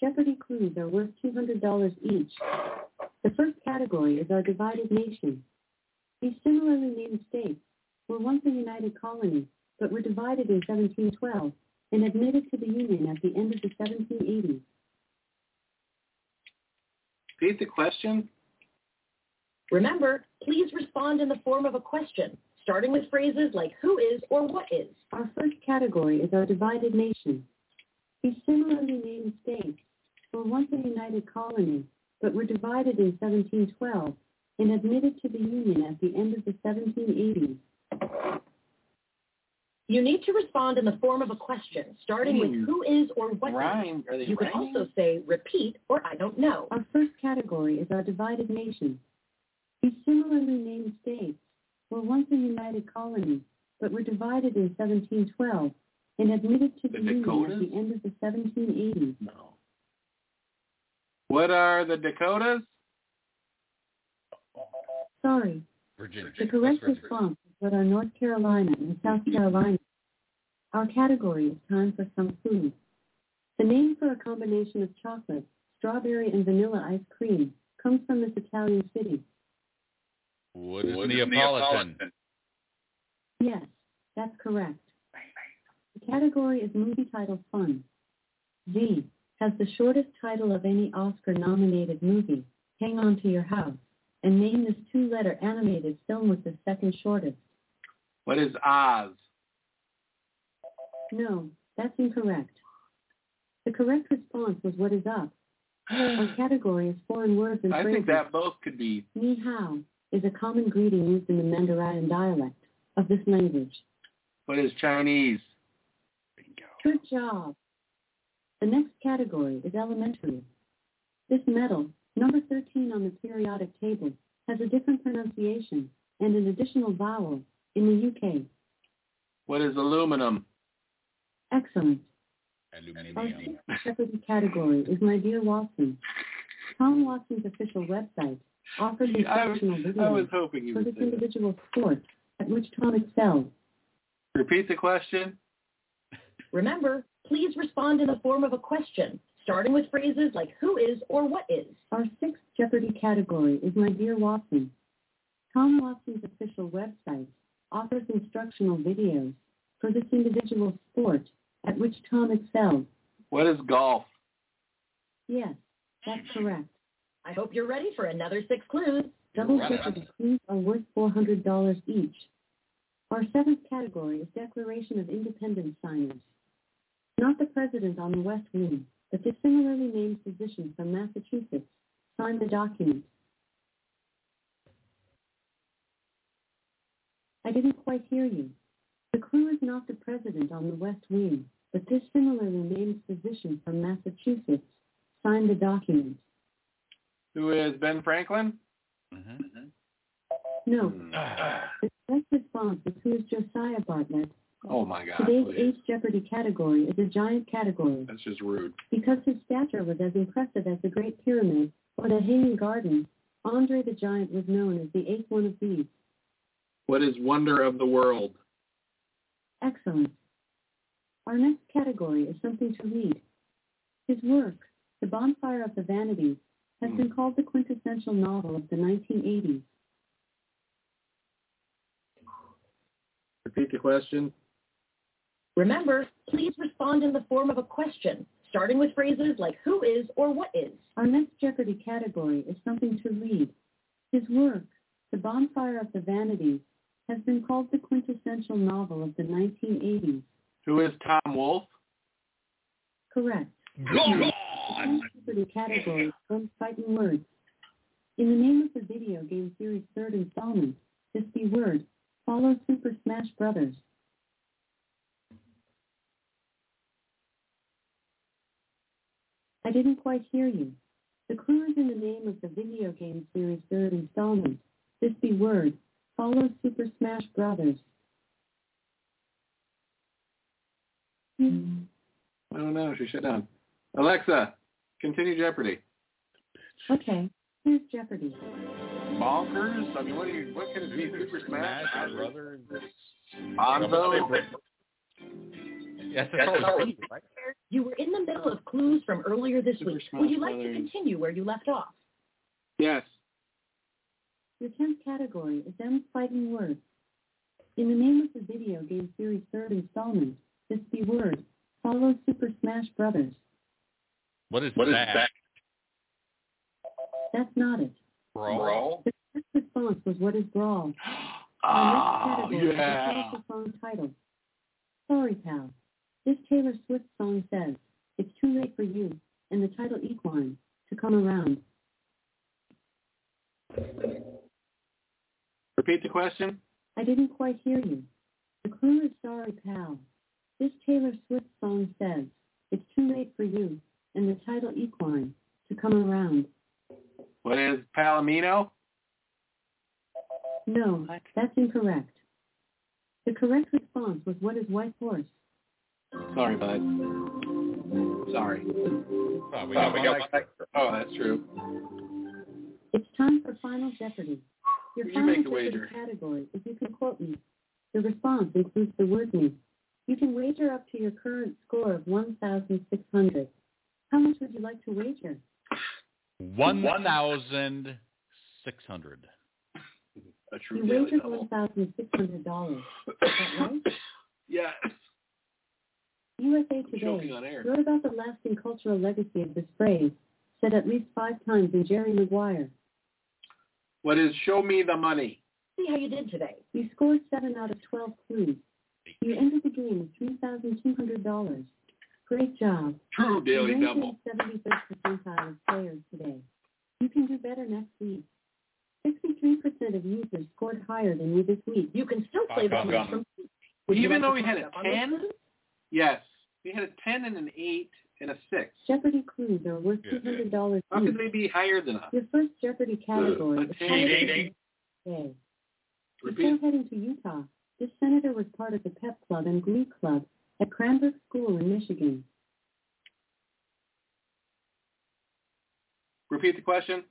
[SPEAKER 6] Jeopardy clues are worth $200 each. The first category is our divided nation. These similarly named states were once a united colony, but were divided in 1712 and admitted to the Union at the end of the 1780s.
[SPEAKER 2] Repeat the question.
[SPEAKER 10] Remember, please respond in the form of a question, starting with phrases like who is or what is.
[SPEAKER 6] Our first category is our divided nation. These similarly named states were once a united colony, but were divided in 1712 and admitted to the Union at the end of the 1780s.
[SPEAKER 10] You need to respond in the form of a question, starting with
[SPEAKER 2] Hmm.
[SPEAKER 10] who is or what is.
[SPEAKER 2] Rhyme. Are they
[SPEAKER 10] You can
[SPEAKER 2] rhyming?
[SPEAKER 10] also say repeat or I don't know.
[SPEAKER 6] Our first category is our divided nation. These similarly named states were once a united colony, but were divided in 1712 and admitted to
[SPEAKER 2] The
[SPEAKER 6] the, Union at
[SPEAKER 2] Dakotas?
[SPEAKER 6] the end of the 1780s.
[SPEAKER 2] No. What are the Dakotas?
[SPEAKER 6] Sorry.
[SPEAKER 3] Virginia.
[SPEAKER 6] The correct response is what are North Carolina and South Carolina. (laughs) Our category is time for some food. The name for a combination of chocolate, strawberry, and vanilla ice cream comes from this Italian city.
[SPEAKER 3] What is
[SPEAKER 5] What is
[SPEAKER 3] Neapolitan?
[SPEAKER 6] Yes, that's correct. The category is movie title fun. Z has the shortest title of any Oscar-nominated movie, Hang On to Your House, and name this two-letter animated film with the second shortest.
[SPEAKER 2] What is
[SPEAKER 10] (gasps)
[SPEAKER 2] Oz?
[SPEAKER 6] No, that's incorrect. The correct response was what is up. Our category is foreign words and
[SPEAKER 2] Hmm. I
[SPEAKER 6] phrases.
[SPEAKER 2] think that both could be.
[SPEAKER 6] Ni hao is a common greeting used in the Mandarin dialect of this language.
[SPEAKER 2] What is Chinese?
[SPEAKER 6] Good job. The next category is elementary. This metal, number 13 on the periodic table, has a different pronunciation and an additional vowel in the UK.
[SPEAKER 2] What is aluminum?
[SPEAKER 6] Excellent. Our
[SPEAKER 3] Aluminium.
[SPEAKER 6] sixth Jeopardy category is My Dear Watson. Tom Watson's official website offers instructional
[SPEAKER 2] I
[SPEAKER 6] videos
[SPEAKER 2] was hoping you
[SPEAKER 6] for
[SPEAKER 2] would
[SPEAKER 6] this
[SPEAKER 2] say that.
[SPEAKER 6] individual sport at which Tom excels.
[SPEAKER 2] Repeat the question.
[SPEAKER 10] Remember, please respond in the form of a question, starting with phrases like who is or what is.
[SPEAKER 6] Our sixth Jeopardy category is My Dear Watson. Tom Watson's official website offers instructional videos for this individual sport at which Tom excels.
[SPEAKER 2] What is golf?
[SPEAKER 6] Yes, that's correct.
[SPEAKER 10] I hope you're ready for another six clues.
[SPEAKER 6] Double
[SPEAKER 3] You're right.
[SPEAKER 6] Jeopardy clues are worth $400 each. Our seventh category is Declaration of Independence signers. Not the president on the West Wing, but the similarly named physician from Massachusetts signed the document. I didn't quite hear you. The clue is not the president on the West Wing, but this similarly named physician from Massachusetts signed the document.
[SPEAKER 2] Who is Ben Franklin? Mm-hmm.
[SPEAKER 3] Mhm.
[SPEAKER 6] No, The correct response is who is Josiah Bartlett.
[SPEAKER 2] Oh my God!
[SPEAKER 6] Today's
[SPEAKER 2] please.
[SPEAKER 6] eighth Jeopardy category is a giant category.
[SPEAKER 2] That's just rude.
[SPEAKER 6] Because his stature was as impressive as the Great Pyramid or the Hanging Garden, Andre the Giant was known as the eighth one of these.
[SPEAKER 2] What is wonder of the world?
[SPEAKER 6] Excellent. Our next category is something to read. His work, The Bonfire of the Vanities, has been called the quintessential novel of the 1980s.
[SPEAKER 2] Repeat the question.
[SPEAKER 10] Remember, please respond in the form of a question, starting with phrases like who is or what is.
[SPEAKER 6] Our next Jeopardy category is something to read. His work, The Bonfire of the Vanities, has been called the quintessential novel of the 1980s.
[SPEAKER 2] Who is Tom Wolfe?
[SPEAKER 6] Correct.
[SPEAKER 3] Go
[SPEAKER 6] The
[SPEAKER 3] on!
[SPEAKER 6] next Jeopardy category is from Fighting Words. In the name of the video game series third installment, this B word follows Super Smash Brothers. I didn't quite hear you. The clue is in the name of the video game series third installment. This B word follows Super Smash Brothers.
[SPEAKER 2] I don't know. She shut down. Alexa, continue Jeopardy.
[SPEAKER 6] Okay, here's Jeopardy.
[SPEAKER 2] Bonkers. I mean, what do you? What can it be? Super Smash.
[SPEAKER 3] Smash brother.
[SPEAKER 2] Bonzo.
[SPEAKER 3] Yes, that's always easy, right?
[SPEAKER 10] You were in the middle of clues from earlier this
[SPEAKER 2] Super
[SPEAKER 10] week.
[SPEAKER 2] Smash
[SPEAKER 10] Would you like to
[SPEAKER 2] Brothers.
[SPEAKER 10] continue where you left off?
[SPEAKER 2] Yes.
[SPEAKER 6] Your tenth category is M's Fighting Words. In the name of the video game series third installment, this B word follows Super Smash Brothers.
[SPEAKER 3] What is
[SPEAKER 5] What is
[SPEAKER 3] that?
[SPEAKER 5] that?
[SPEAKER 6] That's not it.
[SPEAKER 3] Brawl?
[SPEAKER 6] The correct response was what is brawl? Our
[SPEAKER 2] Oh
[SPEAKER 6] next category
[SPEAKER 2] yeah. (laughs)
[SPEAKER 6] is the song title. Sorry, pal. This Taylor Swift song says, "It's too late for you," and the title equine to come around.
[SPEAKER 2] Repeat the question.
[SPEAKER 6] I didn't quite hear you. The clue is sorry, pal. This Taylor Swift song says, it's too late for you, and the title equine, to come around.
[SPEAKER 2] What is Palomino?
[SPEAKER 6] No, that's incorrect. The correct response was what is white horse?
[SPEAKER 2] Sorry, bud. Sorry.
[SPEAKER 3] Oh, we
[SPEAKER 2] got,
[SPEAKER 3] got one
[SPEAKER 2] Oh, that's true.
[SPEAKER 6] It's time for Final Jeopardy. Your
[SPEAKER 2] You
[SPEAKER 6] final
[SPEAKER 2] make the
[SPEAKER 6] Jeopardy
[SPEAKER 2] wager.
[SPEAKER 6] category is you can quote me. The response includes the word me. You can wager up to your current score of 1,600. How much would you like to wager?
[SPEAKER 3] One thousand six hundred.
[SPEAKER 2] A
[SPEAKER 6] You wagered $1,600. Is that right?
[SPEAKER 2] Yeah.
[SPEAKER 6] USA
[SPEAKER 2] Joking
[SPEAKER 6] Today
[SPEAKER 2] on air.
[SPEAKER 6] wrote about the lasting cultural legacy of this phrase, said at least five times in Jerry Maguire.
[SPEAKER 2] What is show me the money?
[SPEAKER 10] See how you did today.
[SPEAKER 6] You scored 7 out of 12 clues. You ended the game with $3,200. Great job.
[SPEAKER 2] True daily
[SPEAKER 6] You ranked
[SPEAKER 2] double.
[SPEAKER 6] in the 71st percentile of players today. You can do better next week. 63% of users scored higher than you this week.
[SPEAKER 10] You can still play
[SPEAKER 3] Fuck,
[SPEAKER 10] that
[SPEAKER 3] fuck,
[SPEAKER 10] game
[SPEAKER 3] fuck.
[SPEAKER 10] from Would you
[SPEAKER 2] Even
[SPEAKER 10] like
[SPEAKER 2] though
[SPEAKER 10] to
[SPEAKER 2] we had a
[SPEAKER 10] catch up on this?
[SPEAKER 2] ten, yes, we had a ten and an eight and a six.
[SPEAKER 6] Jeopardy clues are worth
[SPEAKER 3] Yeah.
[SPEAKER 6] $200
[SPEAKER 2] How
[SPEAKER 6] each.
[SPEAKER 2] could they be higher than us?
[SPEAKER 6] Your first Jeopardy category is
[SPEAKER 2] Ding, ding,
[SPEAKER 6] politics today. Before
[SPEAKER 2] Repeat.
[SPEAKER 6] heading to Utah, this senator was part of the pep club and glee club at Cranbrook School in Michigan.
[SPEAKER 2] Repeat the question.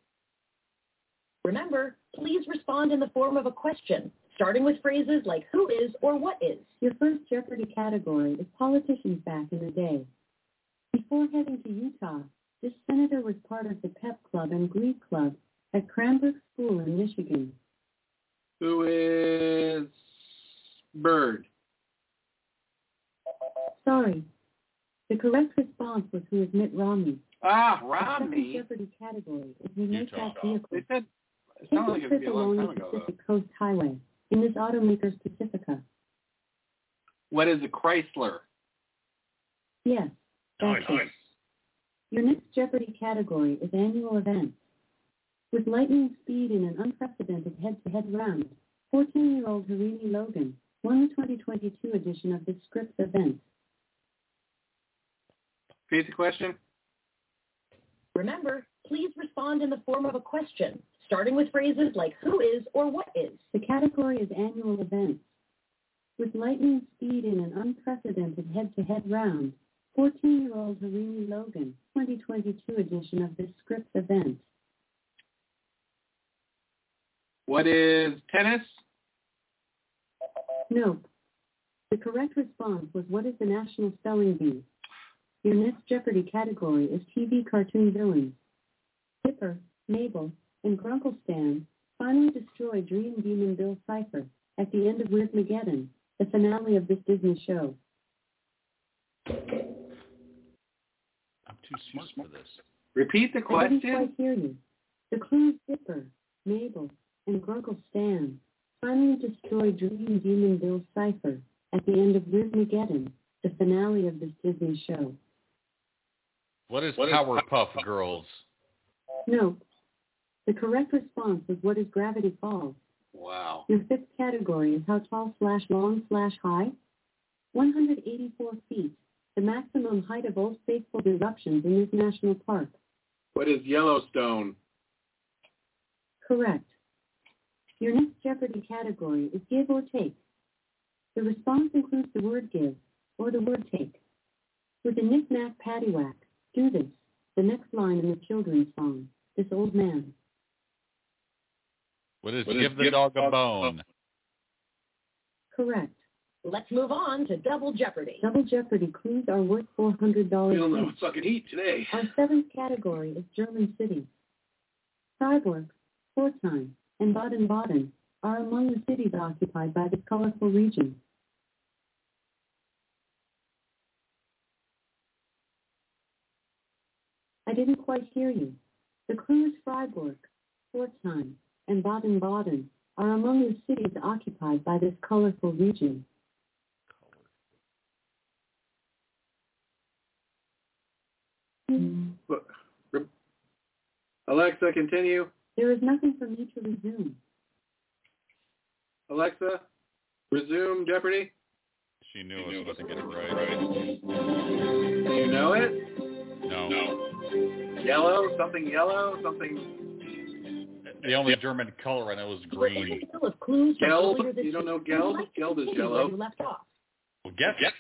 [SPEAKER 10] Remember, please respond in the form of a question, starting with phrases like who is or what is.
[SPEAKER 6] Your first Jeopardy category is politicians back in the day. Before heading to Utah, this senator was part of the pep club and glee club at Cranbrook School in Michigan.
[SPEAKER 2] Who is Bird?
[SPEAKER 6] Sorry. The correct response was who is Mitt Romney.
[SPEAKER 2] Ah,
[SPEAKER 6] The second
[SPEAKER 2] Romney.
[SPEAKER 6] Jeopardy category is you make
[SPEAKER 3] Utah.
[SPEAKER 6] that vehicle.
[SPEAKER 2] They said it
[SPEAKER 6] Take
[SPEAKER 2] sounded
[SPEAKER 6] a
[SPEAKER 2] like it would
[SPEAKER 6] trip
[SPEAKER 2] be a long
[SPEAKER 6] along the
[SPEAKER 2] time ago though.
[SPEAKER 6] Pacific Coast Highway in this automaker's Pacifica.
[SPEAKER 2] What is a Chrysler?
[SPEAKER 6] Yes, that's
[SPEAKER 5] Nice.
[SPEAKER 6] it. Your next Jeopardy category is annual events. With lightning speed in an unprecedented head-to-head round, 14-year-old Harini Logan won the 2022 edition of the Scripps event.
[SPEAKER 2] Repeat the question.
[SPEAKER 10] Remember, please respond in the form of a question, starting with phrases like who is or what is.
[SPEAKER 6] The category is annual events. With lightning speed in an unprecedented head-to-head round, 14-year-old Harini Logan, 2022 edition of the Scripps event.
[SPEAKER 2] What is tennis?
[SPEAKER 6] Nope. The correct response was what is the national spelling bee? Your next Jeopardy category is TV cartoon villains. Dipper, Mabel, and Grunkle Stan finally destroy Dream Demon Bill Cipher at the end of Rhythmageddon, the finale of this Disney show.
[SPEAKER 3] I'm too smart for this.
[SPEAKER 2] Repeat the
[SPEAKER 6] I didn't
[SPEAKER 2] question.
[SPEAKER 6] quite hear you. The clues Dipper, Mabel, and Grunkle Stan finally destroy Dream Demon Bill Cipher at the end of Rhythmageddon, the finale of this Disney show.
[SPEAKER 3] What is Powerpuff Girls?
[SPEAKER 6] Nope. The correct response is what is gravity falls?
[SPEAKER 2] Wow.
[SPEAKER 6] Your fifth category is how tall slash long slash high? 184 feet, the maximum height of Old Faithful eruptions in this national park.
[SPEAKER 2] What is Yellowstone?
[SPEAKER 6] Correct. Your next Jeopardy category is give or take. The response includes the word give or the word take. With a knick-knack paddywhack, do this, the next line in the children's song, This Old Man.
[SPEAKER 3] What is
[SPEAKER 5] What is
[SPEAKER 3] Give the
[SPEAKER 5] Give
[SPEAKER 3] Dog
[SPEAKER 5] the
[SPEAKER 3] a
[SPEAKER 5] Dog a
[SPEAKER 3] Bone?
[SPEAKER 6] Correct.
[SPEAKER 10] Let's move on to Double Jeopardy.
[SPEAKER 6] Double Jeopardy clues are worth
[SPEAKER 2] Feeling
[SPEAKER 6] $400
[SPEAKER 2] the
[SPEAKER 6] each.
[SPEAKER 2] fucking heat today.
[SPEAKER 6] Our seventh category is German cities. Freiburg, Pforzheim, and Baden-Baden are among the cities occupied by this colorful region. I didn't quite hear you. The clues Freiburg, Pforzheim, and Baden-Baden are among the cities occupied by this colorful region.
[SPEAKER 2] Alexa, continue.
[SPEAKER 6] There is nothing for me to resume.
[SPEAKER 2] Alexa, resume Jeopardy.
[SPEAKER 3] She knew I wasn't going to get it right.
[SPEAKER 2] Do you know it?
[SPEAKER 3] No.
[SPEAKER 2] Yellow, something yellow, something
[SPEAKER 3] The only German color I know is
[SPEAKER 10] You were
[SPEAKER 3] green.
[SPEAKER 10] full of clues from
[SPEAKER 2] Gelb?
[SPEAKER 10] earlier this
[SPEAKER 2] You don't know
[SPEAKER 10] week. Would you
[SPEAKER 2] Gelb?
[SPEAKER 10] like to
[SPEAKER 2] Gelb is
[SPEAKER 10] continue
[SPEAKER 2] yellow.
[SPEAKER 10] Where you left off.
[SPEAKER 3] Well, guess it.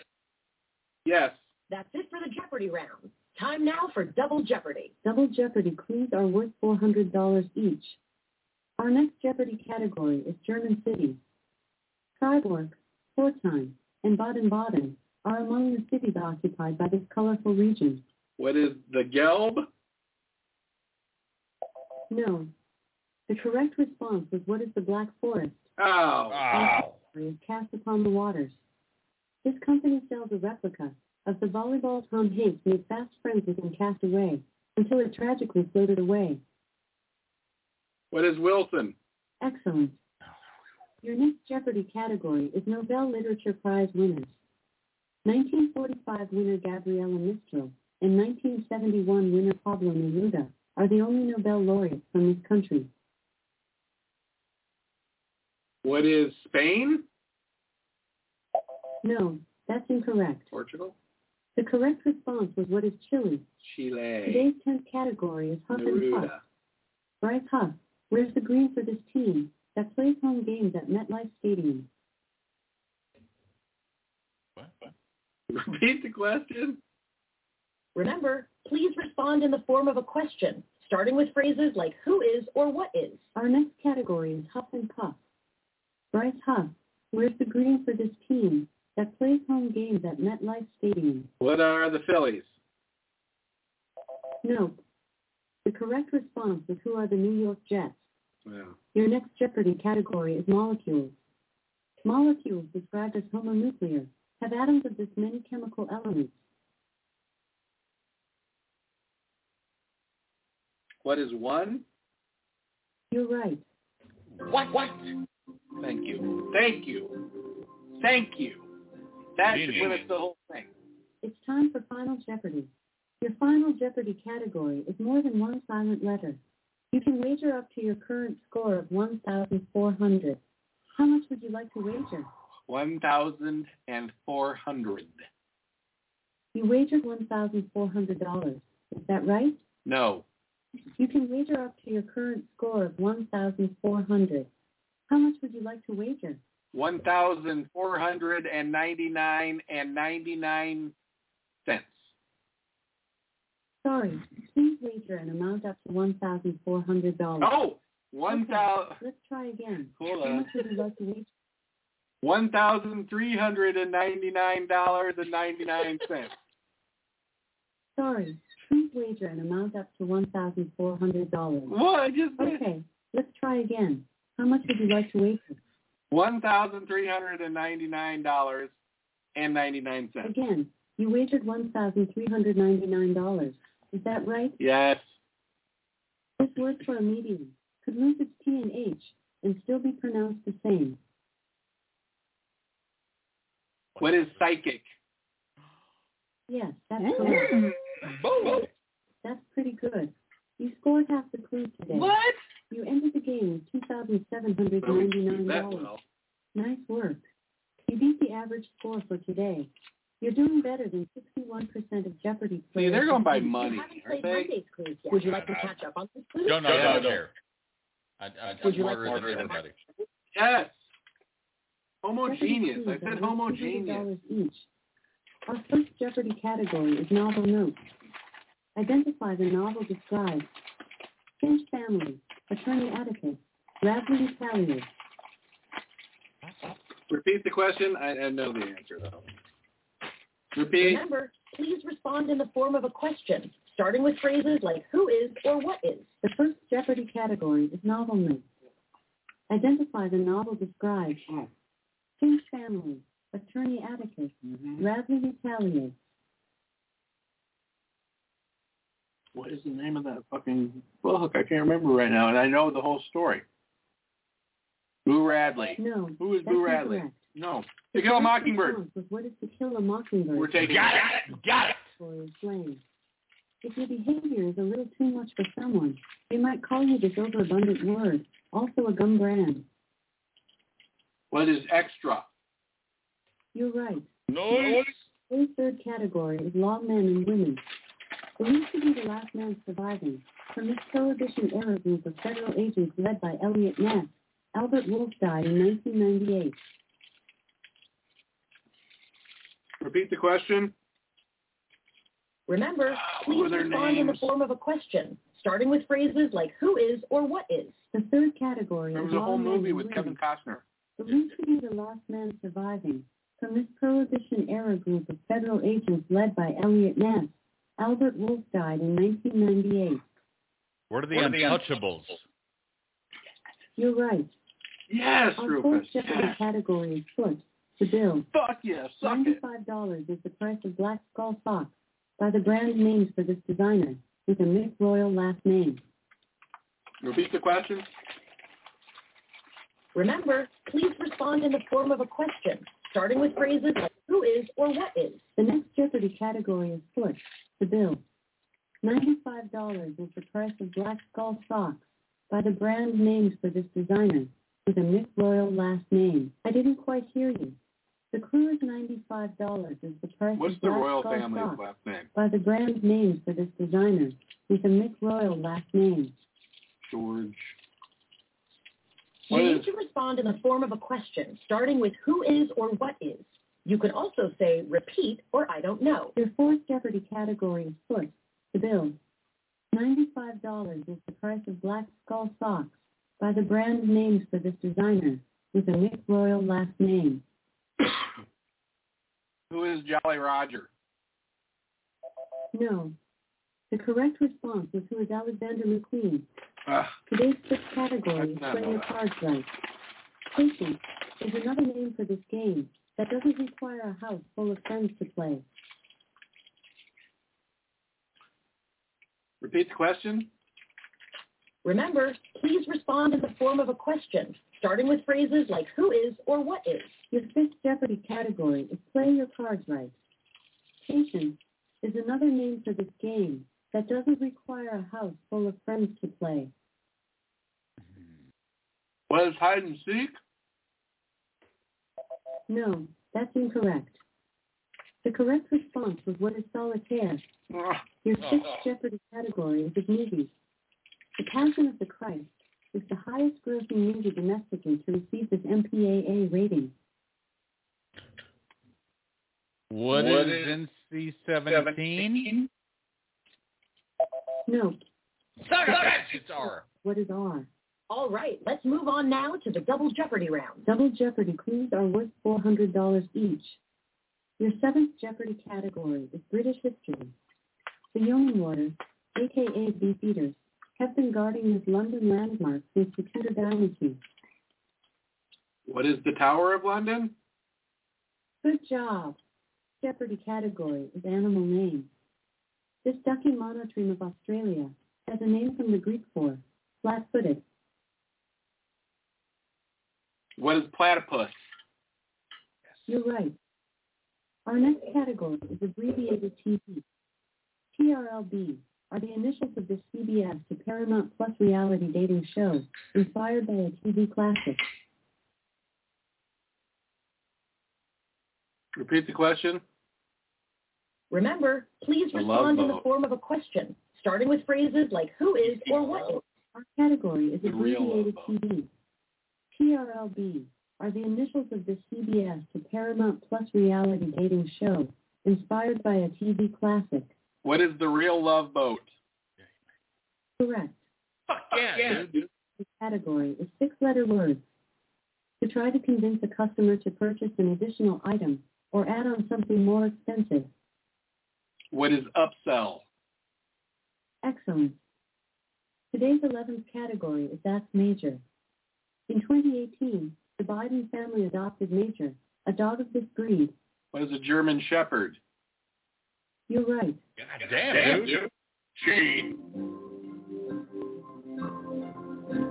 [SPEAKER 2] yes.
[SPEAKER 10] That's it for the Jeopardy round. Time now for Double Jeopardy.
[SPEAKER 6] Double Jeopardy clues are worth $400 each. Our next Jeopardy category is German cities. Freiburg, Fortheim, and Baden-Baden are among the cities occupied by this colorful region.
[SPEAKER 2] What is the Gelb?
[SPEAKER 6] No. The correct response was what is the Black Forest?
[SPEAKER 2] Oh.
[SPEAKER 6] Is cast upon the waters. This company sells a replica of the volleyball Tom Hanks made fast friends with and cast away until it tragically floated away.
[SPEAKER 2] What is Wilson?
[SPEAKER 6] Excellent. Your next Jeopardy category is Nobel Literature Prize winners. 1945 winner Gabriela Mistral and 1971 winner Pablo Neruda are the only Nobel laureates from this country.
[SPEAKER 2] What is Spain?
[SPEAKER 6] No, that's incorrect.
[SPEAKER 2] Portugal?
[SPEAKER 6] The correct response was what is Chile.
[SPEAKER 2] Chile.
[SPEAKER 6] Today's 10th category is Huff and Puff.
[SPEAKER 2] Neruda.
[SPEAKER 6] Bryce Huff wears the green for this team that plays home games at MetLife Stadium.
[SPEAKER 2] (laughs) Repeat the question.
[SPEAKER 10] Remember, please respond in the form of a question, starting with phrases like who is or what is.
[SPEAKER 6] Our next category is Huff and Puff. Bryce Huff wears the green for this team that plays home games at MetLife Stadium.
[SPEAKER 2] What are the Phillies?
[SPEAKER 6] Nope. The correct response is who are the New York Jets.
[SPEAKER 2] Wow.
[SPEAKER 6] Your next Jeopardy category is molecules. Molecules described as homonuclear have atoms of this many chemical elements.
[SPEAKER 2] What is one?
[SPEAKER 6] You're right.
[SPEAKER 2] What? What? Thank you. Thank you. Thank you. That should win us the whole thing.
[SPEAKER 6] It's time for Final Jeopardy. Your Final Jeopardy category is more than one silent letter. You can wager up to your current score of 1,400. How much would you like to wager?
[SPEAKER 2] 1,400.
[SPEAKER 6] You wagered $1,400. Is that right?
[SPEAKER 2] No.
[SPEAKER 6] You can wager up to your current score of 1,400. How much would you like to wager?
[SPEAKER 2] 1,499 and 99 cents.
[SPEAKER 6] Sorry, please wager an amount up to $1,400.
[SPEAKER 2] Oh, one
[SPEAKER 6] Okay,
[SPEAKER 2] thou-
[SPEAKER 6] Let's try again.
[SPEAKER 2] Hold
[SPEAKER 6] How
[SPEAKER 2] on.
[SPEAKER 6] much would you like to wager?
[SPEAKER 2] $1,399.99.
[SPEAKER 6] Sorry, please wager an amount up to $1,400.
[SPEAKER 2] what? I just did.
[SPEAKER 6] Okay, let's try again. How much would you like to wager?
[SPEAKER 2] $1,399.99.
[SPEAKER 6] Again, you wagered $1,399. Is that right?
[SPEAKER 2] Yes.
[SPEAKER 6] This word for a medium could lose its T and H and still be pronounced the same.
[SPEAKER 2] What is psychic?
[SPEAKER 6] Yes, that's correct.
[SPEAKER 3] Boom.
[SPEAKER 6] That's pretty good. You scored half the clues today. You ended the game with
[SPEAKER 2] That
[SPEAKER 6] $2,799.
[SPEAKER 2] well.
[SPEAKER 6] Nice work. You beat the average score for today. You're doing better than 61% of Jeopardy
[SPEAKER 2] See,
[SPEAKER 6] players.
[SPEAKER 2] they're going by
[SPEAKER 10] You
[SPEAKER 2] money,
[SPEAKER 10] haven't
[SPEAKER 2] aren't
[SPEAKER 10] played
[SPEAKER 2] they?
[SPEAKER 10] Monday's clues yet. Would you like to catch up on this clues?
[SPEAKER 3] No, no,
[SPEAKER 2] Yeah,
[SPEAKER 3] no,
[SPEAKER 2] no.
[SPEAKER 3] no. I, I, I'm
[SPEAKER 10] Would you like
[SPEAKER 3] smarter
[SPEAKER 10] more
[SPEAKER 3] than everybody.
[SPEAKER 2] Yes.
[SPEAKER 6] Jeopardy
[SPEAKER 2] Homogeneous. I
[SPEAKER 6] clues are
[SPEAKER 2] said
[SPEAKER 6] worth
[SPEAKER 2] homogeneous.
[SPEAKER 6] $200 Each. Our first Jeopardy category is novel notes. Identify the novel described. Finch Family, Attorney Atticus, Radley Callier.
[SPEAKER 2] Repeat the question. I, I know the answer though. Repeat.
[SPEAKER 10] Remember, please respond in the form of a question, starting with phrases like who is or what is.
[SPEAKER 6] The first Jeopardy category is novel notes. Identify the novel described. Finch Family, Attorney Atticus,
[SPEAKER 10] Mm-hmm.
[SPEAKER 6] Radley Callier.
[SPEAKER 2] What is the name of that fucking book? I can't remember right now, and I know the whole story. Boo Radley.
[SPEAKER 6] No,
[SPEAKER 2] Who is
[SPEAKER 6] that's
[SPEAKER 2] Boo Radley?
[SPEAKER 6] incorrect.
[SPEAKER 2] No.
[SPEAKER 6] The
[SPEAKER 2] To Kill a
[SPEAKER 6] correct
[SPEAKER 2] Mockingbird.
[SPEAKER 6] response Was what is to kill a mockingbird?
[SPEAKER 2] We're taking
[SPEAKER 3] Got
[SPEAKER 2] it.
[SPEAKER 3] it. Got it.
[SPEAKER 6] or is blame. If your behavior is a little too much for someone, they might call you this overabundant word, also a gum brand.
[SPEAKER 2] What is extra?
[SPEAKER 6] You're right.
[SPEAKER 3] Nice.
[SPEAKER 6] Today's third category is law men and women. Believed to be the last man surviving from this prohibition era group of federal agents led by Elliot Ness, Albert Wolff died in 1998.
[SPEAKER 2] Repeat the question. Ah,
[SPEAKER 10] Remember,
[SPEAKER 6] what
[SPEAKER 10] please
[SPEAKER 6] are their
[SPEAKER 10] respond in the
[SPEAKER 6] names?
[SPEAKER 10] form of a question, starting with phrases like who is or what is.
[SPEAKER 6] The third category
[SPEAKER 10] There
[SPEAKER 6] is
[SPEAKER 10] was a whole
[SPEAKER 6] all
[SPEAKER 10] movie
[SPEAKER 6] men
[SPEAKER 10] with
[SPEAKER 6] who
[SPEAKER 10] Kevin
[SPEAKER 6] live.
[SPEAKER 2] Costner.
[SPEAKER 6] Believed to be the last man surviving. From this Prohibition era group of federal agents led by Elliot Ness, Albert Wolff died in 1998.
[SPEAKER 3] What are the
[SPEAKER 6] What are the
[SPEAKER 3] untouchables?
[SPEAKER 6] You're right.
[SPEAKER 2] Yes,
[SPEAKER 6] Our fourth
[SPEAKER 2] Rufus.
[SPEAKER 6] Jeopardy category is foot. The bill.
[SPEAKER 2] Fuck yes.
[SPEAKER 6] Ninety-five dollars is the price of black skull socks by the brand names for this designer with a Mick Royal last name.
[SPEAKER 2] Repeat the question.
[SPEAKER 10] Remember, please respond in the form of a question, starting with phrases like who is or what is.
[SPEAKER 6] The next Jeopardy category is foot. The bill. Ninety-five dollars is the price of black skull socks by the brand names for this designer with a Mick Royal last name. I didn't quite hear you. The clue is ninety-five dollars is the price
[SPEAKER 2] What's
[SPEAKER 6] of
[SPEAKER 2] the
[SPEAKER 6] black
[SPEAKER 2] royal
[SPEAKER 6] skull
[SPEAKER 2] family's
[SPEAKER 6] socks
[SPEAKER 2] last name?
[SPEAKER 6] by the brand names for this designer with a Mick Royal last name.
[SPEAKER 2] George.
[SPEAKER 10] You need to respond in the form of a question, starting with who is or what is. You can also say repeat or I don't know.
[SPEAKER 6] Your fourth Jeopardy category is foot. The bill. $95 is the price of black skull socks by the brand names for this designer with a Mick Royal last name.
[SPEAKER 2] Who is Jolly Roger?
[SPEAKER 6] No. The correct response is who is Alexander McQueen.
[SPEAKER 2] Ugh.
[SPEAKER 6] Today's fifth category is
[SPEAKER 2] I did not
[SPEAKER 6] playing
[SPEAKER 2] know
[SPEAKER 6] your
[SPEAKER 2] that.
[SPEAKER 6] cards right. Patience is another name for this game that doesn't require a house full of friends to play.
[SPEAKER 2] Repeat the question.
[SPEAKER 10] Remember, please respond in the form of a question, starting with phrases like who is or what is.
[SPEAKER 6] Your fifth Jeopardy category is play your cards right. Patience is another name for this game that doesn't require a house full of friends to play.
[SPEAKER 2] What is hide and seek?
[SPEAKER 6] No, that's incorrect. The correct response was what is solitaire.
[SPEAKER 2] Ugh.
[SPEAKER 6] Your sixth Jeopardy category is the movies. The Passion of the Christ is the highest grossing movie domestically to receive this MPAA rating.
[SPEAKER 3] what
[SPEAKER 2] What
[SPEAKER 3] is NC-17?
[SPEAKER 6] No,
[SPEAKER 3] Sucker bitch, It's R.
[SPEAKER 6] what is R?
[SPEAKER 10] All right, let's move on now to the double jeopardy round.
[SPEAKER 6] Double Jeopardy clues are worth $400 each. Your seventh Jeopardy category is British history. The Yeomanwater, aka Beefeaters, have been guarding this London landmark since the Tudor dynasty.
[SPEAKER 2] What is the Tower of London?
[SPEAKER 6] Good job! Jeopardy category is animal name. This ducky monotreme of Australia has a name from the Greek for flat-footed.
[SPEAKER 2] What is platypus?
[SPEAKER 6] You're right. Our next category is abbreviated TV. TRLB are the initials of this CBS to Paramount Plus reality dating show inspired by a TV classic.
[SPEAKER 2] Repeat the question.
[SPEAKER 10] Remember, please
[SPEAKER 2] I love
[SPEAKER 10] respond in the
[SPEAKER 2] vote.
[SPEAKER 10] form of a question, starting with phrases like who is or what is.
[SPEAKER 6] Our category is
[SPEAKER 2] The real
[SPEAKER 6] abbreviated
[SPEAKER 2] Lobo.
[SPEAKER 6] TV. TRLB are the initials of this CBS to Paramount Plus reality dating show inspired by a TV classic.
[SPEAKER 2] What is the real love boat?
[SPEAKER 6] Correct.
[SPEAKER 3] Yeah, dude.
[SPEAKER 6] This category is six-letter words. To try to convince a customer to purchase an additional item or add on something more expensive.
[SPEAKER 2] What is upsell?
[SPEAKER 6] Excellent. Today's 11th category is That's Major. In 2018, the Biden family adopted Major, a dog of this breed.
[SPEAKER 2] What is a German shepherd?
[SPEAKER 6] You're right.
[SPEAKER 3] God damn,
[SPEAKER 5] Damn,
[SPEAKER 3] dude.
[SPEAKER 5] dude. Gene.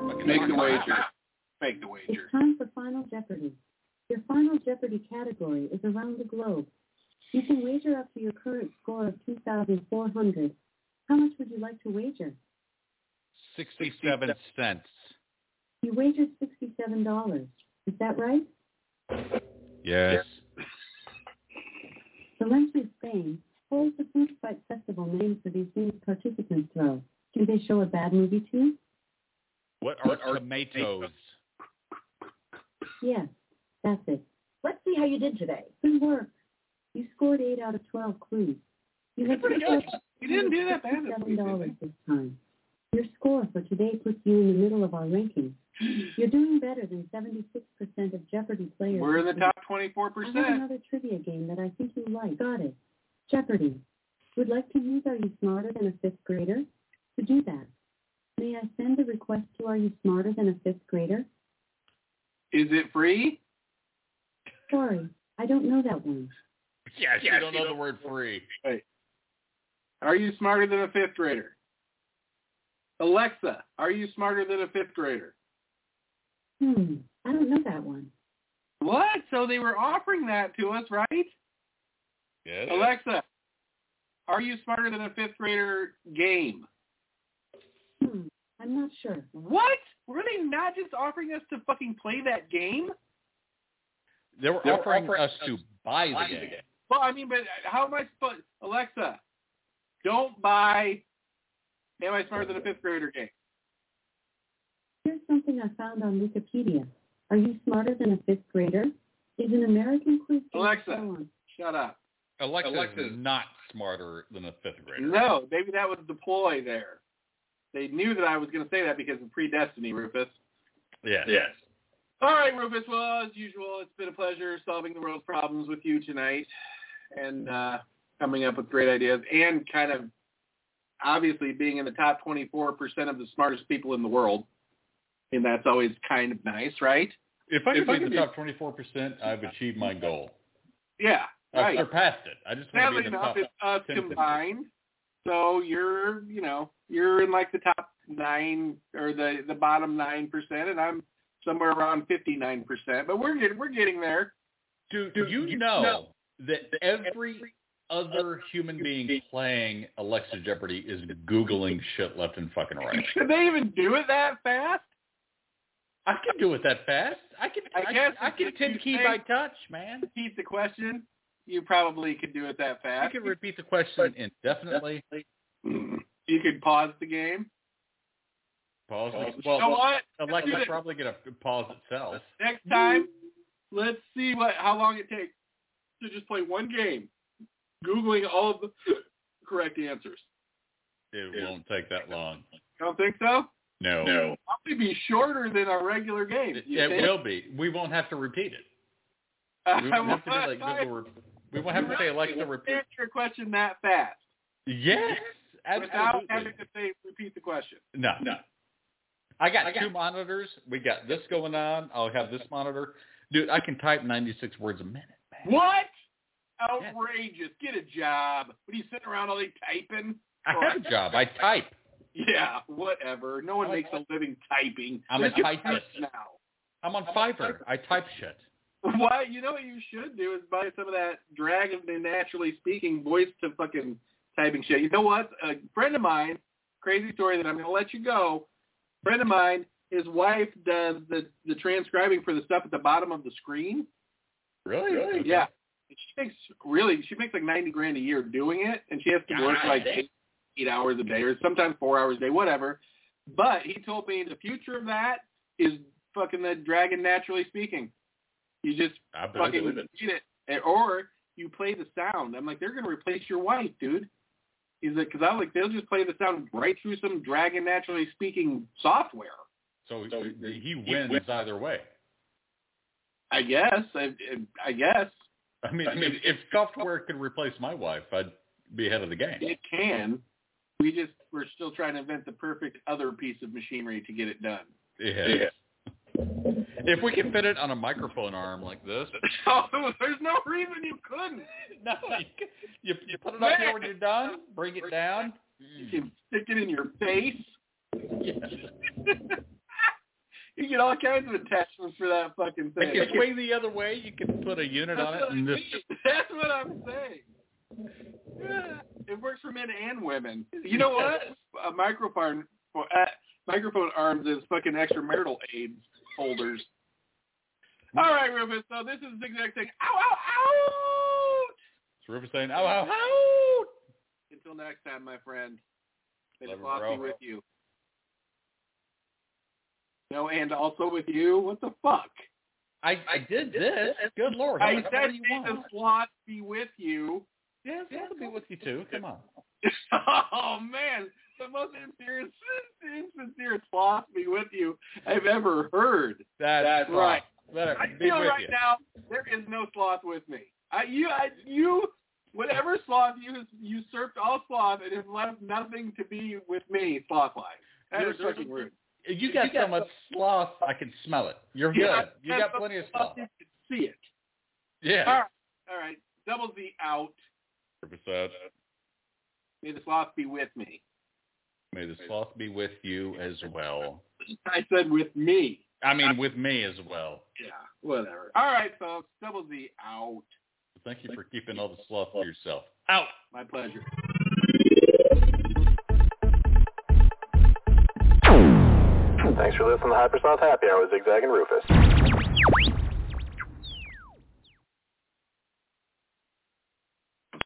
[SPEAKER 3] Fucking
[SPEAKER 2] Make the
[SPEAKER 3] knock it
[SPEAKER 2] wager.
[SPEAKER 3] out.
[SPEAKER 2] Make the
[SPEAKER 6] It's
[SPEAKER 2] wager.
[SPEAKER 6] time for Final Jeopardy. Your Final Jeopardy category is Around the Globe. You can wager up to your current score of 2,400. How much would you like to wager?
[SPEAKER 3] 67 cents.
[SPEAKER 6] You wagered sixty-seven dollars. Is that right?
[SPEAKER 3] Yes.
[SPEAKER 6] Valencia, Spain holds the food fight festival named for these things participants throw. Do they show a bad movie too?
[SPEAKER 3] What are tomatoes?
[SPEAKER 6] Yes, that's it.
[SPEAKER 10] Let's see how you did today.
[SPEAKER 6] Good work. You scored eight out of twelve clues. You have
[SPEAKER 2] pretty good. You didn't do that bad. this week, did
[SPEAKER 6] $7
[SPEAKER 2] you?
[SPEAKER 6] this time. Your score for today puts you in the middle of our ranking. You're doing better than 76% of Jeopardy players.
[SPEAKER 2] We're in the top 24
[SPEAKER 6] I have
[SPEAKER 2] percent.
[SPEAKER 6] another trivia game that I think you like. Got it. Jeopardy. Would like to use Are You Smarter Than a Fifth Grader? To do that, may I send a request to Are You Smarter Than a Fifth Grader?
[SPEAKER 2] Is it free?
[SPEAKER 6] Sorry, I don't know that one.
[SPEAKER 3] Yes, you don't know the word free.
[SPEAKER 2] Are you smarter than a fifth grader? Alexa, are you smarter than a fifth grader?
[SPEAKER 6] Hmm, I don't know that one.
[SPEAKER 2] What? So they were offering that to us, right?
[SPEAKER 3] Yes.
[SPEAKER 2] Alexa, are you smarter than a fifth grader game?
[SPEAKER 6] Hmm, I'm not sure.
[SPEAKER 2] What? Were they not just offering us to fucking play that game?
[SPEAKER 3] They were
[SPEAKER 2] They were
[SPEAKER 3] offering
[SPEAKER 2] offering
[SPEAKER 3] us to buy the
[SPEAKER 2] buy the
[SPEAKER 3] game.
[SPEAKER 2] game. Well, I mean, but how am I supposed? Alexa, don't buy. Am I smarter than a fifth grader game?
[SPEAKER 6] Here's something I found on Wikipedia. Are You Smarter Than a Fifth Grader? is an American quiz game.
[SPEAKER 2] Alexa, shut up.
[SPEAKER 3] Alexa's
[SPEAKER 2] Alexa's-
[SPEAKER 3] not smarter than a fifth grader.
[SPEAKER 2] No, maybe that was the ploy there. They knew that I was going to say that because of predestiny, Rufus.
[SPEAKER 3] Yes.
[SPEAKER 2] Yes. All right, Rufus. Well, as usual, it's been a pleasure solving the world's problems with you tonight, and uh, coming up with great ideas, and kind of obviously being in the top 24 percent of the smartest people in the world. And that's always kind of nice, right?
[SPEAKER 3] If I
[SPEAKER 2] If
[SPEAKER 3] could
[SPEAKER 2] I
[SPEAKER 3] be in
[SPEAKER 2] could
[SPEAKER 3] the
[SPEAKER 2] be-
[SPEAKER 3] top twenty four percent, I've achieved my goal.
[SPEAKER 2] Yeah.
[SPEAKER 3] I've
[SPEAKER 2] right.
[SPEAKER 3] surpassed it. I just want to
[SPEAKER 2] Sadly
[SPEAKER 3] be in the
[SPEAKER 2] enough,
[SPEAKER 3] top.
[SPEAKER 2] it's us
[SPEAKER 3] 10%.
[SPEAKER 2] combined. So you're, you know, you're in like the top nine or the the bottom nine percent, and I'm somewhere around fifty nine percent. But we're getting we're getting there.
[SPEAKER 3] Do, you, know that every other human being playing Alexa Jeopardy is googling shit left and fucking right.
[SPEAKER 2] (laughs) Could they even do it that fast?
[SPEAKER 3] I can do it that fast. I can.
[SPEAKER 2] I guess
[SPEAKER 3] I, can
[SPEAKER 2] if
[SPEAKER 3] ten
[SPEAKER 2] you
[SPEAKER 3] key
[SPEAKER 2] say-
[SPEAKER 3] by touch, man.
[SPEAKER 2] Repeat the question. You probably could do it that
[SPEAKER 3] You
[SPEAKER 2] fast. Mm-hmm.
[SPEAKER 3] can repeat the question indefinitely.
[SPEAKER 2] You could pause the game.
[SPEAKER 3] Pause.
[SPEAKER 2] Pause.
[SPEAKER 3] Well,
[SPEAKER 2] You know what?
[SPEAKER 3] Alexa
[SPEAKER 2] Let's do
[SPEAKER 3] probably gonna pause itself.
[SPEAKER 2] this. Next time, let's see what how long it takes to just play one game, googling all of the (laughs) correct answers.
[SPEAKER 3] It won't take that long.
[SPEAKER 2] Don't think so?
[SPEAKER 3] No.
[SPEAKER 2] Probably be shorter than our regular game.
[SPEAKER 3] It,
[SPEAKER 2] you
[SPEAKER 3] it
[SPEAKER 2] think? (laughs)
[SPEAKER 3] will be. We won't have to repeat (laughs) it. We won't have to be like Google. Re- we won't have to say Alexa repeat.
[SPEAKER 2] answer a question that fast
[SPEAKER 3] Yes,
[SPEAKER 2] without
[SPEAKER 3] absolutely.
[SPEAKER 2] having to say repeat the question.
[SPEAKER 3] No, no. I got, two monitors. We got this going on. I'll have this monitor. Dude, I can type 96 words a minute.
[SPEAKER 2] What? Outrageous! Get a job. What are you sitting around all day typing?
[SPEAKER 3] I have a job. I type.
[SPEAKER 2] Yeah, whatever. No one makes a living typing.
[SPEAKER 3] I'm a
[SPEAKER 2] Look at
[SPEAKER 3] typist.
[SPEAKER 2] us now.
[SPEAKER 3] I'm on Fiverr. I type shit.
[SPEAKER 2] Why? You know what you should do is buy some of that drag of the naturally speaking voice to fucking typing shit. You know what? A friend of mine, crazy story that I'm going to let you go. Friend of mine, his wife does the the transcribing for the stuff at the bottom of the screen.
[SPEAKER 3] Really?
[SPEAKER 2] (laughs)
[SPEAKER 3] Okay.
[SPEAKER 2] Yeah. And She makes really she makes like ninety grand a year doing it and she has to work
[SPEAKER 3] God.
[SPEAKER 2] like eight, eight hours a day or sometimes four hours a day, whatever. But he told me the future of that is fucking the dragon naturally speaking. You just
[SPEAKER 3] I believe
[SPEAKER 2] fucking
[SPEAKER 3] it.
[SPEAKER 2] repeat it. And- Or you play the sound. I'm like, they're gonna replace your wife, dude. He's like, because I'm like, they'll just play the sound right through some dragon naturally speaking software.
[SPEAKER 3] So, he wins either way.
[SPEAKER 2] I guess. I, I guess
[SPEAKER 3] I mean, if, if software could replace my wife, I'd be ahead of the game.
[SPEAKER 2] it can. We just we're still trying to invent the perfect other piece of machinery to get it (laughs) done.
[SPEAKER 3] Yeah. If we can fit it on a microphone arm like this, (laughs)
[SPEAKER 2] Oh, there's no reason you couldn't.
[SPEAKER 3] no, you, you, you put it up here when you're done, bring it down.
[SPEAKER 2] You can stick it in your face. (laughs)
[SPEAKER 3] Yes.
[SPEAKER 2] You get all kinds of attachments for that fucking
[SPEAKER 3] It
[SPEAKER 2] thing.
[SPEAKER 3] can swing the other way. You can put a unit on it. And this,
[SPEAKER 2] (laughs) That's what I'm saying. Yeah, it works for men and women. You know what? A microphone uh, microphone arms is fucking extramarital aids holders. All right, Rufus. So this is the exact thing. Ow, ow, ow!
[SPEAKER 3] it's Rufus saying, "Oh, "Ow, ow, ow."
[SPEAKER 2] Until next time, my friend. It's
[SPEAKER 3] Love you,
[SPEAKER 2] Flossy
[SPEAKER 3] bro.
[SPEAKER 2] with you. No, and also with you. What the fuck?
[SPEAKER 3] I, I did this. Good lord.
[SPEAKER 2] I
[SPEAKER 3] How- how
[SPEAKER 2] said
[SPEAKER 3] do you
[SPEAKER 2] may
[SPEAKER 3] want?
[SPEAKER 2] the sloth be with you.
[SPEAKER 3] Yeah, that'll be Wookiee too. Come on.
[SPEAKER 2] (laughs) oh man, the most insincere, insincere philosophy with you I've ever heard.
[SPEAKER 3] That's,
[SPEAKER 2] right.
[SPEAKER 3] Whatever.
[SPEAKER 2] I
[SPEAKER 3] Be
[SPEAKER 2] feel
[SPEAKER 3] with
[SPEAKER 2] right
[SPEAKER 3] you.
[SPEAKER 2] now there is no sloth with me. I, you, I, you, whatever sloth you usurped all sloth and have left nothing to be with me sloth wise. That
[SPEAKER 3] You're
[SPEAKER 2] is fucking rude.
[SPEAKER 3] You got so much sloth, I can smell it. You're
[SPEAKER 2] Yeah,
[SPEAKER 3] good. You got
[SPEAKER 2] that's
[SPEAKER 3] plenty of
[SPEAKER 2] what
[SPEAKER 3] sloth.
[SPEAKER 2] You can see it. All
[SPEAKER 3] Yeah.
[SPEAKER 2] right, all right. Double Z out.
[SPEAKER 3] Episode.
[SPEAKER 2] May the sloth be with me.
[SPEAKER 3] May the sloth be with you as well.
[SPEAKER 2] I said with me.
[SPEAKER 3] I mean, with me as well.
[SPEAKER 2] Yeah, whatever. All right, folks. Double Z out.
[SPEAKER 3] Thank you for keeping all the sloth to yourself. Out.
[SPEAKER 2] My pleasure.
[SPEAKER 11] Thanks for listening to Hypersloth Happy Hour with Zigzag and Rufus.